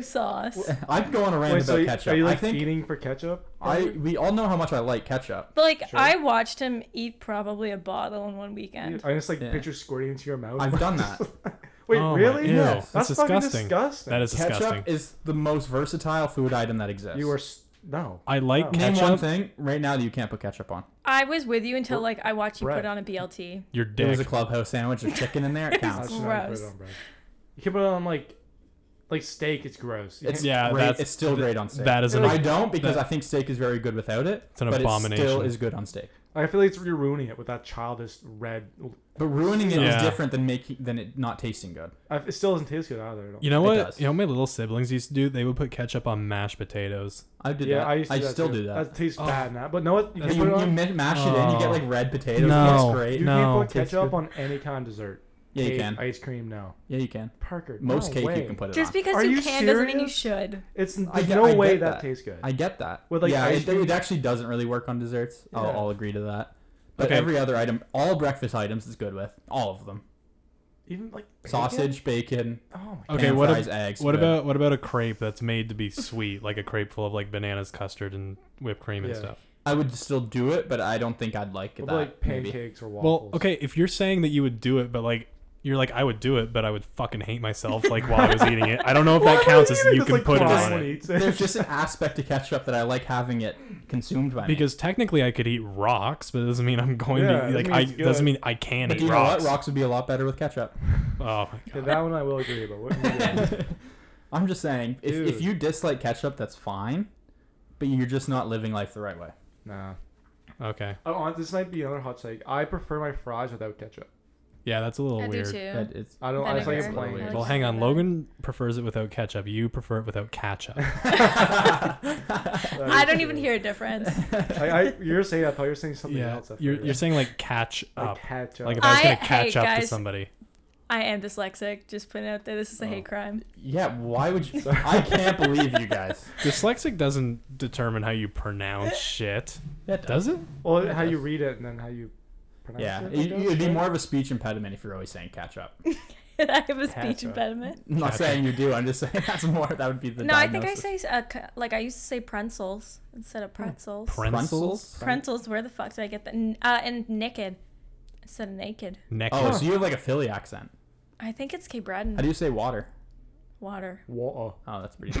S1: (laughs)
S4: sauce.
S3: I can go on a rant
S2: Wait,
S3: about
S2: so you,
S3: ketchup.
S2: are you
S3: I
S2: like
S3: think
S2: feeding for ketchup?
S3: I we all know how much I like ketchup.
S4: But like
S2: Sure.
S4: I watched him eat probably a bottle in one weekend.
S2: I just like
S3: Yeah.
S2: picture squirting into your mouth.
S3: I've done that.
S2: (laughs) Wait,
S1: Oh my-
S2: really?
S1: ew,
S3: Yes.
S2: That's,
S1: That's
S2: fucking
S1: disgusting.
S2: disgusting.
S1: That is disgusting.
S3: Ketchup is the most versatile food item that exists.
S2: You are s- no.
S1: I like
S2: No.
S3: name
S1: ketchup.
S3: one thing right now that you can't put ketchup on.
S4: I was with you until like I watched you
S2: bread.
S4: put on a BLT.
S1: Your
S3: There was
S1: dick.
S3: a clubhouse sandwich, there's chicken in there.
S2: (laughs)
S3: It
S2: I
S3: counts.
S2: should not put it
S4: gross.
S2: on bread. You can put it on like, like steak. It's gross. You
S3: It's
S2: can't-
S1: Yeah,
S3: great.
S1: that's-
S3: it's still great on steak.
S1: that is an.
S3: I don't because
S1: that-
S3: I think steak is very good without it.
S1: It's an
S3: but It still
S1: abomination.
S3: is good on steak.
S2: I feel like it's you're ruining it with that childish red.
S3: But ruining it is
S1: Yeah.
S3: different than making than it not tasting good.
S2: I- It still doesn't taste good either. I don't-
S1: You know
S3: It
S1: what?
S3: does.
S1: You know what my little siblings used to do? They would put ketchup on mashed potatoes.
S3: I did
S2: yeah,
S3: that.
S2: I used to do that
S3: still
S2: too.
S3: do that.
S2: That tastes
S1: Oh.
S2: bad now. But no, what? You
S3: But
S2: can
S3: you,
S2: put it
S3: you
S2: on-
S3: ma- mash it in, you get
S1: Oh.
S3: like red potatoes.
S1: No.
S3: it's great.
S2: You
S1: No,
S2: can't put
S3: tastes
S2: ketchup
S3: good.
S2: on any kind of dessert.
S3: Yeah, you
S2: Cake,
S3: can.
S2: Ice cream, no.
S3: Yeah, you can.
S2: Parker,
S3: Most
S2: no
S3: cake
S2: way.
S3: you can put it
S4: Just
S3: on.
S4: because
S2: Are
S4: you,
S2: you
S4: can doesn't mean you
S2: serious?
S4: should.
S2: It's
S3: I
S2: there's
S3: get-
S2: no
S3: I
S2: way
S3: get
S2: that,
S3: that.
S2: tastes good.
S3: I get that.
S2: With, like,
S3: yeah,
S2: ice
S3: it, it
S2: cream.
S3: actually doesn't really work on desserts. I'll,
S2: Yeah.
S3: I'll agree to that. But
S1: Okay.
S3: every other item, all breakfast items, is good with all of them.
S2: Even like bacon?
S3: Sausage, bacon,
S2: Oh my god.
S1: Okay,
S3: pan
S1: what ab-
S3: fries, eggs.
S1: What
S3: good.
S1: about what about a crepe that's made (laughs) to be sweet, like a crepe full of like bananas, custard, and whipped cream and
S2: Yeah.
S1: stuff?
S3: I would still do it, but I don't think I'd like
S2: What
S3: that.
S2: about like
S3: maybe.
S2: pancakes or waffles?
S1: Well, okay, if you're saying that you would do it, but like you're like I would do it, but I would fucking hate myself like while I was eating it. I don't know if that counts as you
S2: Just,
S1: can
S2: like,
S1: put it
S2: cry
S1: on
S2: when he
S1: it.
S2: eats it.
S3: (laughs) There's just an aspect to ketchup that I like having it consumed by me.
S1: Because technically I could eat rocks, but it doesn't mean I'm going to
S2: Yeah, it
S1: like
S2: means
S1: I
S2: it's good.
S1: doesn't mean I can
S3: But
S1: eat
S3: do you
S1: rocks.
S3: know what? Rocks would be a lot better with ketchup.
S1: Oh my
S2: (laughs) Yeah,
S1: god.
S2: that one I will agree about. What
S1: (laughs)
S3: (laughs) I'm just saying, if, if
S2: Dude.
S3: you dislike ketchup, that's fine, but you're just not living life the right way.
S2: nah.
S1: Okay.
S2: Oh, hon- this might be another hot take. I prefer my fries without ketchup.
S1: Yeah, that's a little
S4: I
S1: weird.
S4: do too.
S3: That it's
S2: I don't. I just like it
S4: Vinegar.
S3: That's a
S2: plain.
S3: little
S1: Well,
S4: Just
S1: hang on.
S4: that.
S1: Logan prefers it without ketchup. You prefer it without
S2: (laughs)
S1: ketchup.
S2: That
S4: I
S2: is
S4: don't even
S2: true.
S4: hear a (laughs) difference.
S2: I, I, you're saying that, Paul. You're saying something
S1: yeah,
S2: else. I
S1: you're,
S2: forget.
S1: you're saying like catch up.
S2: like ketchup.
S1: Like if I was gonna
S4: I- hey,
S1: catch up to
S4: guys.
S1: somebody.
S4: I am dyslexic. Just putting it out there. This is a
S2: Oh.
S4: hate crime.
S3: (laughs)
S4: (laughs)
S3: yeah. Why would
S2: (laughs)
S3: you? I can't believe you guys.
S1: Dyslexic doesn't determine how you
S2: (laughs)
S1: pronounce shit,
S3: That
S1: does it?
S2: well, how you read it and then how you pronounce
S3: Yeah,
S2: it. I
S3: it,
S2: guess,
S3: it'd be
S2: right?
S3: more of a speech impediment if you're always saying
S1: (laughs)
S3: ketchup.
S4: I have a speech
S2: Ketchup.
S4: impediment.
S3: I'm not
S1: Ketchup.
S3: saying you do. I'm just saying (laughs) that's more. That would be the.
S4: no, I
S3: diagnosis.
S4: think I say uh, c- like I used to say pretzels instead
S2: Hmm.
S4: of pretzels.
S1: Pretzels.
S3: Pretzels?
S4: pretzels. Where the fuck did I get that? N- Uh, and naked instead of naked.
S1: Naked.
S3: Oh, so you have like a Philly accent.
S4: I think it's K. Braden.
S3: How do you say water?
S4: Water.
S2: Water.
S3: Oh, that's
S1: (laughs)
S3: pretty.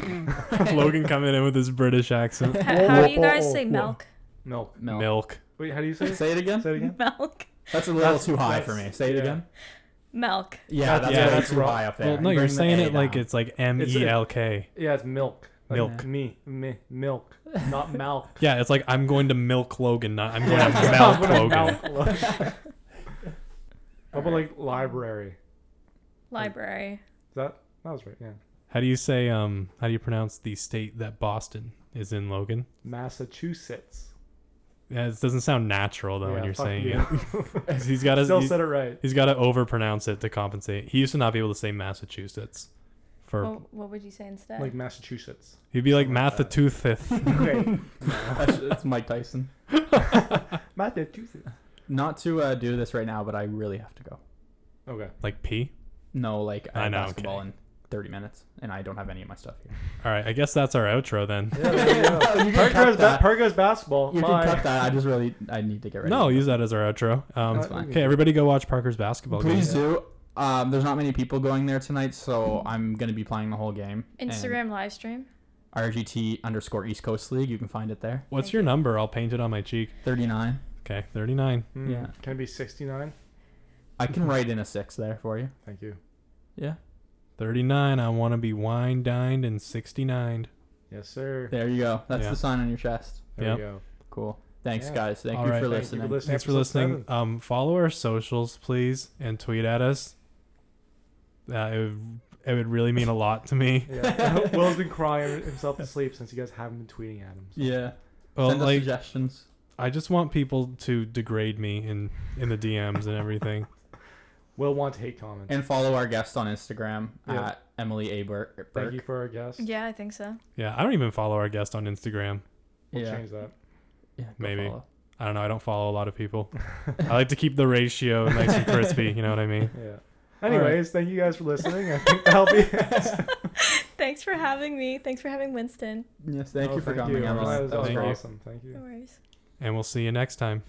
S2: (laughs)
S3: (laughs)
S1: Logan coming in with his British accent.
S4: H-
S2: Whoa,
S4: How, do you
S2: whoa,
S4: guys
S2: whoa,
S4: say
S2: whoa.
S4: milk? (laughs)
S2: Milk.
S3: Milk.
S1: Milk.
S2: Wait, how do you say it?
S3: Say it again.
S2: Say it again.
S4: Milk.
S3: That's a little
S2: That's-
S3: too high
S2: that's-
S3: for me. Say it
S2: yeah.
S3: again.
S4: Milk.
S3: Yeah,
S2: That's-
S3: that's,
S1: yeah,
S3: way
S2: that's
S3: too
S2: wrong.
S3: high up there.
S1: Well, no,
S3: Bring
S1: you're
S3: the
S1: saying
S3: A
S1: it like
S3: down.
S1: it's like M E L K.
S2: Yeah, it's milk. Like
S1: Milk.
S2: Me, me, milk,
S1: (laughs)
S2: not milk.
S1: Yeah, it's like I'm going to milk Logan, not I'm going
S2: Yeah,
S1: to
S2: (laughs)
S1: milk
S2: I'm gonna
S1: Logan.
S2: milk
S1: (laughs)
S2: Logan. How about like library?
S4: Library.
S2: Is that That was right. Yeah.
S1: How do you say um how do you pronounce the state that Boston is in, Logan?
S2: Massachusetts.
S1: Yeah, it doesn't sound natural though when
S2: Yeah,
S1: you're
S2: fuck
S1: saying
S2: you.
S1: it.
S2: (laughs)
S1: (laughs) 'Cause He's got
S2: Still
S1: to
S2: said it right.
S1: he's got to overpronounce it to compensate. He used to not be able to say Massachusetts. For
S3: Oh.
S5: Well, what would you say instead?
S2: Like
S3: (laughs)
S2: Massachusetts.
S1: he'd be like
S2: something like
S1: Massachusetts.
S2: that. (laughs) Okay.
S1: (laughs)
S3: That's, that's Mike Tyson.
S2: Massachusetts.
S3: Not to uh, do this right now, but I really have to go. (laughs)
S2: Okay.
S1: like P.
S3: No, like I
S1: I
S3: have
S1: know, I'm
S3: basketball in 30 minutes, and I don't have any of my stuff here.
S1: All right, I guess that's our outro
S3: (laughs)
S1: then.
S2: Yeah, there you go.
S3: you can
S2: Perk goes,
S3: cut
S2: ba-
S3: that.
S2: Perk goes basketball.
S3: You
S2: Bye.
S3: can cut that. I just really I need to get ready.
S1: No, use that as our outro. Um,
S2: Uh,
S3: That's fine.
S1: okay, everybody go watch Parker's basketball
S3: Please
S1: game.
S3: do. Um, there's not many people going there tonight, so I'm gonna be playing the whole game. And
S5: Instagram live stream.
S3: RGT underscore East Coast League. You can find it there.
S1: What's your number? I'll paint it on my cheek.
S3: 39.
S1: Okay, 39.
S2: Hmm.
S3: Yeah.
S2: Can it be 69?
S3: I can write in a six there for you.
S2: Thank you.
S3: Yeah.
S1: 39, I want to be wine dined and 69.
S2: Yes, sir.
S3: There you go. That's
S1: Yeah.
S3: the sign on your chest.
S2: There
S1: Yep.
S2: we go.
S3: Cool. Thanks,
S2: Yeah.
S3: guys. Thank
S1: All
S3: you
S1: right.
S3: for
S1: Thank
S2: Thank you
S3: listening.
S2: for listening.
S1: Thanks for
S2: Episode
S1: listening.
S2: seven.
S1: Um, follow our socials, please, and tweet at us. Uh, it, would, it would really mean a lot to
S2: (laughs)
S1: me.
S2: Yeah.
S3: (laughs)
S2: Will's been crying himself to sleep since you guys haven't been tweeting at him.
S3: Yeah.
S1: Well,
S3: Send us
S1: like,
S3: suggestions.
S1: I just want people to degrade me in, in the DMs and
S2: (laughs)
S1: everything.
S2: Will wants hate comments.
S3: And follow our guest on Instagram
S2: Yeah.
S3: at Emily A. Burke.
S2: Thank you for our guest.
S5: Yeah, I think so.
S1: Yeah, I don't even follow our guest on Instagram.
S2: We'll
S3: yeah.
S2: change that.
S3: Yeah, go
S1: Maybe.
S3: follow.
S1: I don't know. I don't follow a lot of
S2: (laughs)
S1: people. I like to keep the ratio nice and crispy. You know what I mean?
S2: Yeah.
S3: right.
S2: Anyways, thank you guys for listening. I think that'll
S4: (laughs)
S2: be.
S5: (laughs) Thanks for having me. Thanks for having Winston.
S3: Yes, thank
S2: Oh,
S3: you for coming,
S2: That
S3: Emily.
S2: was, that was
S1: Thank you.
S2: awesome. Thank you.
S5: No worries.
S1: And we'll see you next time.